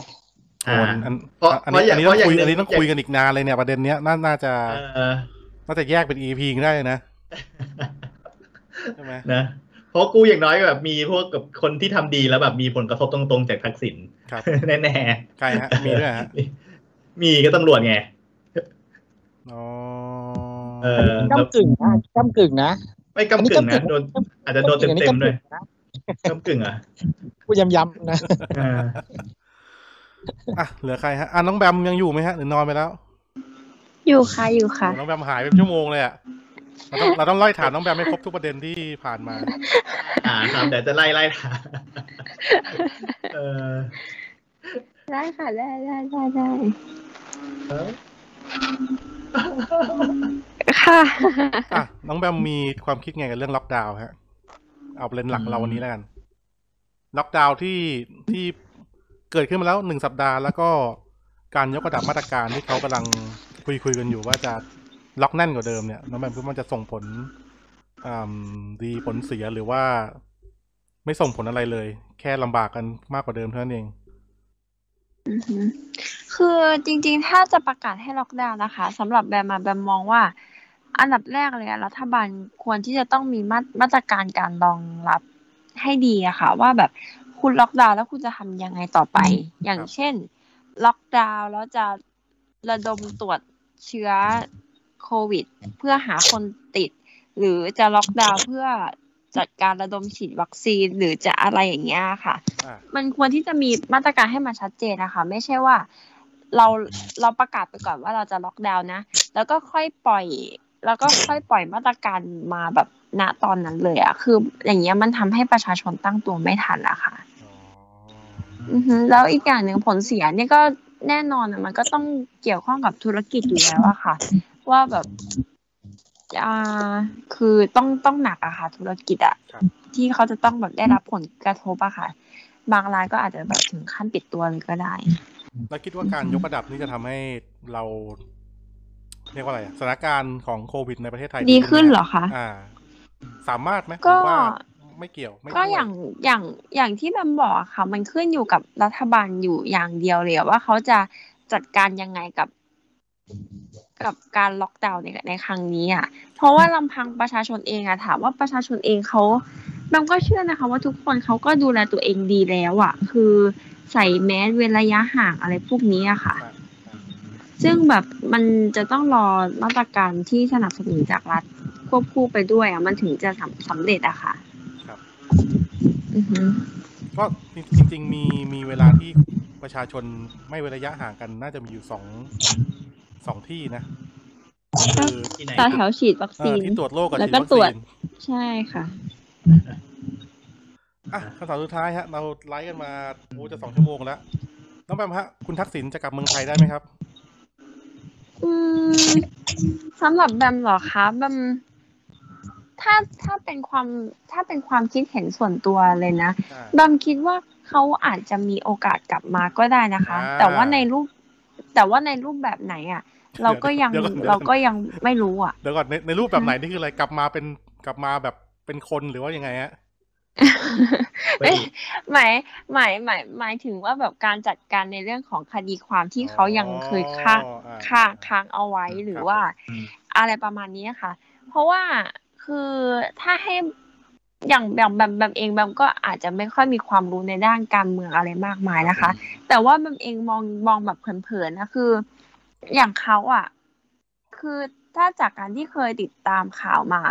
S1: โอ้
S5: อ่า
S1: อัน
S5: เพราะ
S1: อัน
S5: เพราะ
S1: นี้
S5: อย่าง
S1: อันนี้ต้องคุย
S5: เพราะอย่าง
S1: อันนี้ต้องคุยกันอีกนานเลยเนี่ยประเด็นเนี้ยน่าน่าจะ
S5: เออ
S1: น่าจะแยกเป็นอีพีได้นะใช่ไหม
S5: นะเพราะกูอย่างน้อยแบบมีพวกกับคนที่ทำดีแล้วแบบมีผลกระทบตรงๆจากทักษิณ
S1: ครับ
S5: แน่
S1: ใกล้ฮะ
S5: ๆ
S1: มีด้วยเหรอฮะ
S5: มีมีก็ตำรวจไง
S1: อ๋อ
S5: เออ
S3: ก้ากึ่งนะก้ากึ่งนะ
S5: ไม่กำกึ่งนะโดนอาจจะโดนเต็มๆด้วยกำกึ่งเหรอ่ะ
S3: กูย้ำย้ำๆนะ
S5: อ่า
S1: อ่ะเหลือใครฮะอ่ะน้องแบมยังอยู่ไหมฮะหรือนอนไปแล้ว
S4: อยู่ค่ะอยู่ค่ะ
S1: โอ้น้องแบมหายไปเป็นชั่วโมงเลยอะเราต้องเราต้องไล่ถามน้องแบมให้ครบทุกประเด็นที่ผ่านมา
S5: อ่าครับเดี๋ยวจะไล่ไล่ถาม เอ อ
S4: ได้ค่ะได้ได้ได้ได้ค่ะ
S1: อ่ะน้องแบมมีความคิดไงกับเรื่องล็อกดาวน์ฮะ เอาประเด็นหลักเราวันนี้แล้วกัน ล็อกดาวน์ที่ที่เกิดขึ้นมาแล้วหนึ่งสัปดาห์ แล้วก็การยกระดับมาตรการที่เขากำลังคุยคุยกันอยู่ว่าจะล็อกแน่นกว่าเดิมเนี่ยน้องแบมคิดว่ามันจะส่งผลอ่ำดีผลเสียหรือว่าไม่ส่งผลอะไรเลย แค่ลำบากกันมากกว่าเดิมเท่านั้นเอง
S4: อือหือคือจริงๆ ถ้าจะประกาศให้ล็อกดาวน์นะคะสำหรับแบมมาแบมมองว่า อันดับแรกเลยอะรัฐบาลควรที่จะต้องมีมาตมาตรการการรองรับให้ดีอะค่ะ ว่าแบบคุณล็อกดาวน์แล้วคุณจะทำยังไงต่อไป อย่างเช่น ล็อกดาวน์แล้วจะระดมตรวจเชื้อโควิด เพื่อหาคนติด หรือจะล็อกดาวน์เพื่อจัดการระดมฉีดวัคซีนหรือจะอะไรอย่างเงี้ยค่ะ
S1: อ่ะ
S4: มันควรที่จะมีมาตรการให้มันชัดเจนนะคะ ไม่ใช่ว่า เราเราประกาศไปก่อนว่าเราจะล็อกดาวน์นะ แล้วก็ค่อยปล่อย แล้วก็ค่อยปล่อยมาตรการมาแบบณตอนนั้นเลยอะคืออย่างเงี้ยมันทำให้ประชาชนตั้งตัวไม่ทันอะค่ะ
S1: อ๋อ
S4: อือฮึแล้วอีกอย่างหนึ่งผลเสียเนี่ยก็แน่นอนอะมันก็ต้องเกี่ยวข้องกับธุรกิจอยู่แล้วอะค่ะ ว่าแบบอ่าคือต้องต้องหนักอะค่ะ ธุรกิจอะที่เขาจะต้องแบบได้รับผลกระทบอะค่ะ บางรายก็อาจจะแบบถึงขั้นปิดตัวเลยก็ได้
S1: แล้วคิดว่าการยกระดับนี้จะทำให้เรา เรียกว่าอะไรอะสถานการณ์ของโควิดในประเทศไทย
S4: ดีขึ้น
S1: ไม
S4: เหรอคะ
S1: อ่า สามารถไหมหรื
S4: ก็
S1: อว่าไม่เกี่ยวไม่ช่ว
S4: ก็อย่างอย่างอย่างที่แบมบอกอะค่ะ มันขึ้นอยู่กับรัฐบาลอยู่อย่างเดียวเลยอะว่าเขาจะจัดการยังไงกับ กับการล็อกดาวน์ในในครั้งนี้อ่ะ เพราะว่าลำพังประชาชนเองอะถามว่าประชาชนเองเขาแบมก็เชื่อนะคะ ว่าทุกคนเขาก็ดูแลตัวเองดีแล้วอะคือใส่แมสเว้นระยะห่างอะไรพวกนี้อะค่ะ
S1: อ่ะ
S4: ซึ่งแบบมันจะต้องรอมาตรการที่สนับสนุนจากรัฐควบคู่ไปด้วยอะมันถึงจะสำสำเร็จอะค่ะ
S1: ครับ
S4: อือฮึ
S1: ก็จริง ๆ มีมีเวลาที่ประชาชนไม่เว้นระยะห่างกัน น่าจะมีอยู่สองสองที่นะคือ
S5: ที่ไหน
S4: ต่อ
S5: ค
S4: แถ
S5: รับ
S4: วฉีดวัค
S1: เอ่
S4: ซี
S1: อน ที่ตรวจโรคกับฉี
S4: แล้ว
S1: ด
S4: ก็
S1: วัค
S4: ตร
S1: ซี
S4: วจ
S1: น
S4: ใช่ค่ะ
S1: อ่ะคำถามสุดท้ายฮะ เราไลฟ์กันมาโอ้จะสองชั่วโมงแล้วน้องแปมฮะ คุณทักษิณจะกลับเมืองไทยได้ไหมครับ
S4: อืมสำหรับแบมเหรอคะแบมถ้าถ้าเป็นความถ้าเป็นความคิดเห็นส่วนตัวเลยนะ
S1: อ่า
S4: แบมคิดว่าเขาอาจจะมีโอกาสกลับมาก็ได้นะคะ
S1: อ่า
S4: แต่ว่าในรูป แต่ว่าในรูปแบบไหนอะ่ะ เราก็ยัง
S1: ดี๋วอนดี๋ยว
S4: เรา
S1: อน
S4: ก็ยังไม่รู้อ่ะ
S1: เดี๋ยวก่อนในในรูปแบบไหนนี่คืออะไรกลับมาเป็นกลับมาแบบเป็นคนหรือว่ายังไงฮะ
S4: เอ้ยหมายหมายหมายหมายถึงว่าแบบการจัดการในเรื่องของคดีความที่เขายังเคยค้าง
S1: อ๋ออ่า
S4: ค้างค้างเอาไว้หรือว่า
S5: อืม
S4: อะไรประมาณนี้ค่ะ เพราะว่าคือถ้าให้อย่างแบบแบบแบบเองแบบก็อาจจะไม่ค่อยมีความรู้ในด้านการเมืองอะไรมากมายนะคะ แต่ว่าแบมเองมองมองแบบเผินๆนะคือ อย่างเขาอ่ะ คือถ้าจากการที่เคยติดตามข่าวมา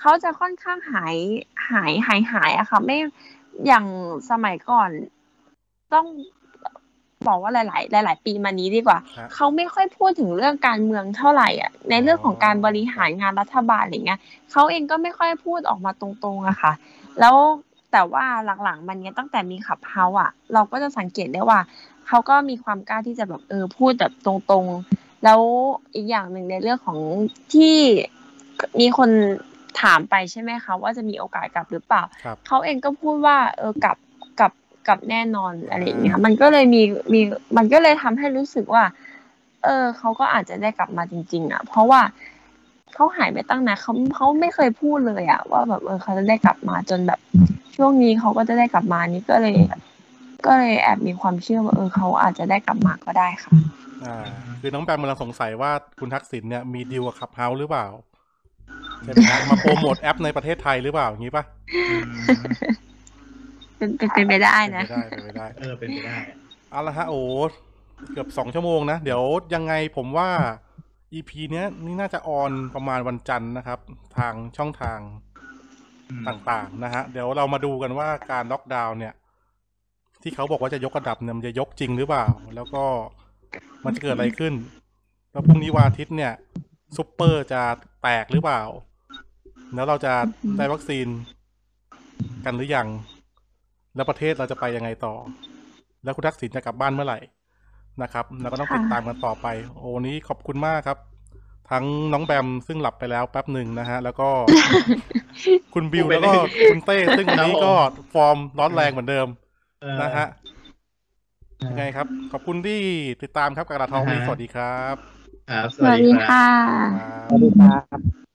S4: เขาจะค่อนข้างหายหายหายหายอะค่ะไม่อย่างสมัยก่อน ต้องบอกว่าหลาย ๆ หลาย ๆ ปีมานี้ดีกว่า
S1: ฮะ
S4: เขาไม่ค่อยพูดถึงเรื่องการเมืองเท่าไหร่อ่ะ ในเรื่องของการบริหารงานรัฐบาลอะไรเงี้ยเขาเองก็ไม่ค่อยพูดออกมาตรงๆอะค่ะ แล้วแต่ว่าหลังๆมันเนี้ยตั้งแต่มีขับเฮาอะเราก็จะสังเกตได้ว่า เขาก็มีความกล้าที่จะแบบเออพูดแบบตรงๆ แล้วอีกอย่างหนึ่งในเรื่องของที่มีคนถามไปใช่ไหมคะว่าจะมีโอกาสกลับหรือเปล่า
S1: ครับ
S4: เขาเองก็พูดว่าเออกลับกลับกลับแน่นอนอะไรอย่างเงี้ยมันก็เลยมีมีมันก็เลยทำให้รู้สึกว่า เออเขาก็อาจจะได้กลับมาจริง ๆ อ่ะ เพราะว่าเขาหายไปตั้งนานเขาเขาไม่เคยพูดเลยอ่ะ ว่าแบบเออเขาจะได้กลับมาจนแบบ ช่วงนี้เขาก็จะได้กลับมานี่ก็เลย ก็เลยแอบมีความเชื่อว่าเออเขาอาจจะได้กลับมาก็ได้ค่ะ
S1: อ่า คือน้องแปมกำลังสงสัยว่าคุณทักษิณเนี่ยมีดีลกับขับเฮาหรือเปล่าใช่ไหมฮะมาโปรโมทแอปในประเทศไทยหรือเปล่าอย่างนี้ปะ
S4: เป็นเป็นเป็นไปได้
S1: เป็น
S4: นะ
S1: ไปได้เป็นไปได้
S5: เออเป็นไปได้
S1: เอาละฮะโอ้เกือบสองชั่วโมงนะ เดี๋ยวยังไงผมว่า EP เนี้ยนี่น่าจะออนประมาณวันจันทร์นะครับ ทางช่องทางต่างๆนะฮะ เดี๋ยวเรามาดูกันว่าการล็อกดาวน์เนี่ย ที่เขาบอกว่าจะยกระดับเนี่ยมันจะยกจริงหรือเปล่า แล้วก็มันจะเกิดอะไรขึ้น แล้วพรุ่งนี้วันอาทิตย์เนี่ยซุปเปอร์จะแตกหรือเปล่า แล้วเราจะได้วัคซีนกันหรือยัง แล้วประเทศเราจะไปยังไงต่อ แล้วคุณทักษิณจะกลับบ้านเมื่อไหร่นะครับเราก็ต้อง
S4: ค่ะ
S1: ติดตามกันต่อไป โอ้วันนี้ขอบคุณมากครับ ทั้งน้องแบมซึ่งหลับไปแล้วแป๊บหนึ่งนะฮะ แล้วก็ คุณบิวแล้วก็คุณเต้ซึ่งวันนี้ก็ฟอร์มร้อนแรงเหมือนเดิม
S5: เออ
S1: นะฮะยังไงครับ ขอบคุณที่ติดตามครับกระดาษทองวันนี้
S5: อ่าฮะ
S1: สวัสดีครับ
S5: ครับ
S4: สวัสดีค่ะ
S1: ครับ
S3: สวัสดีครับ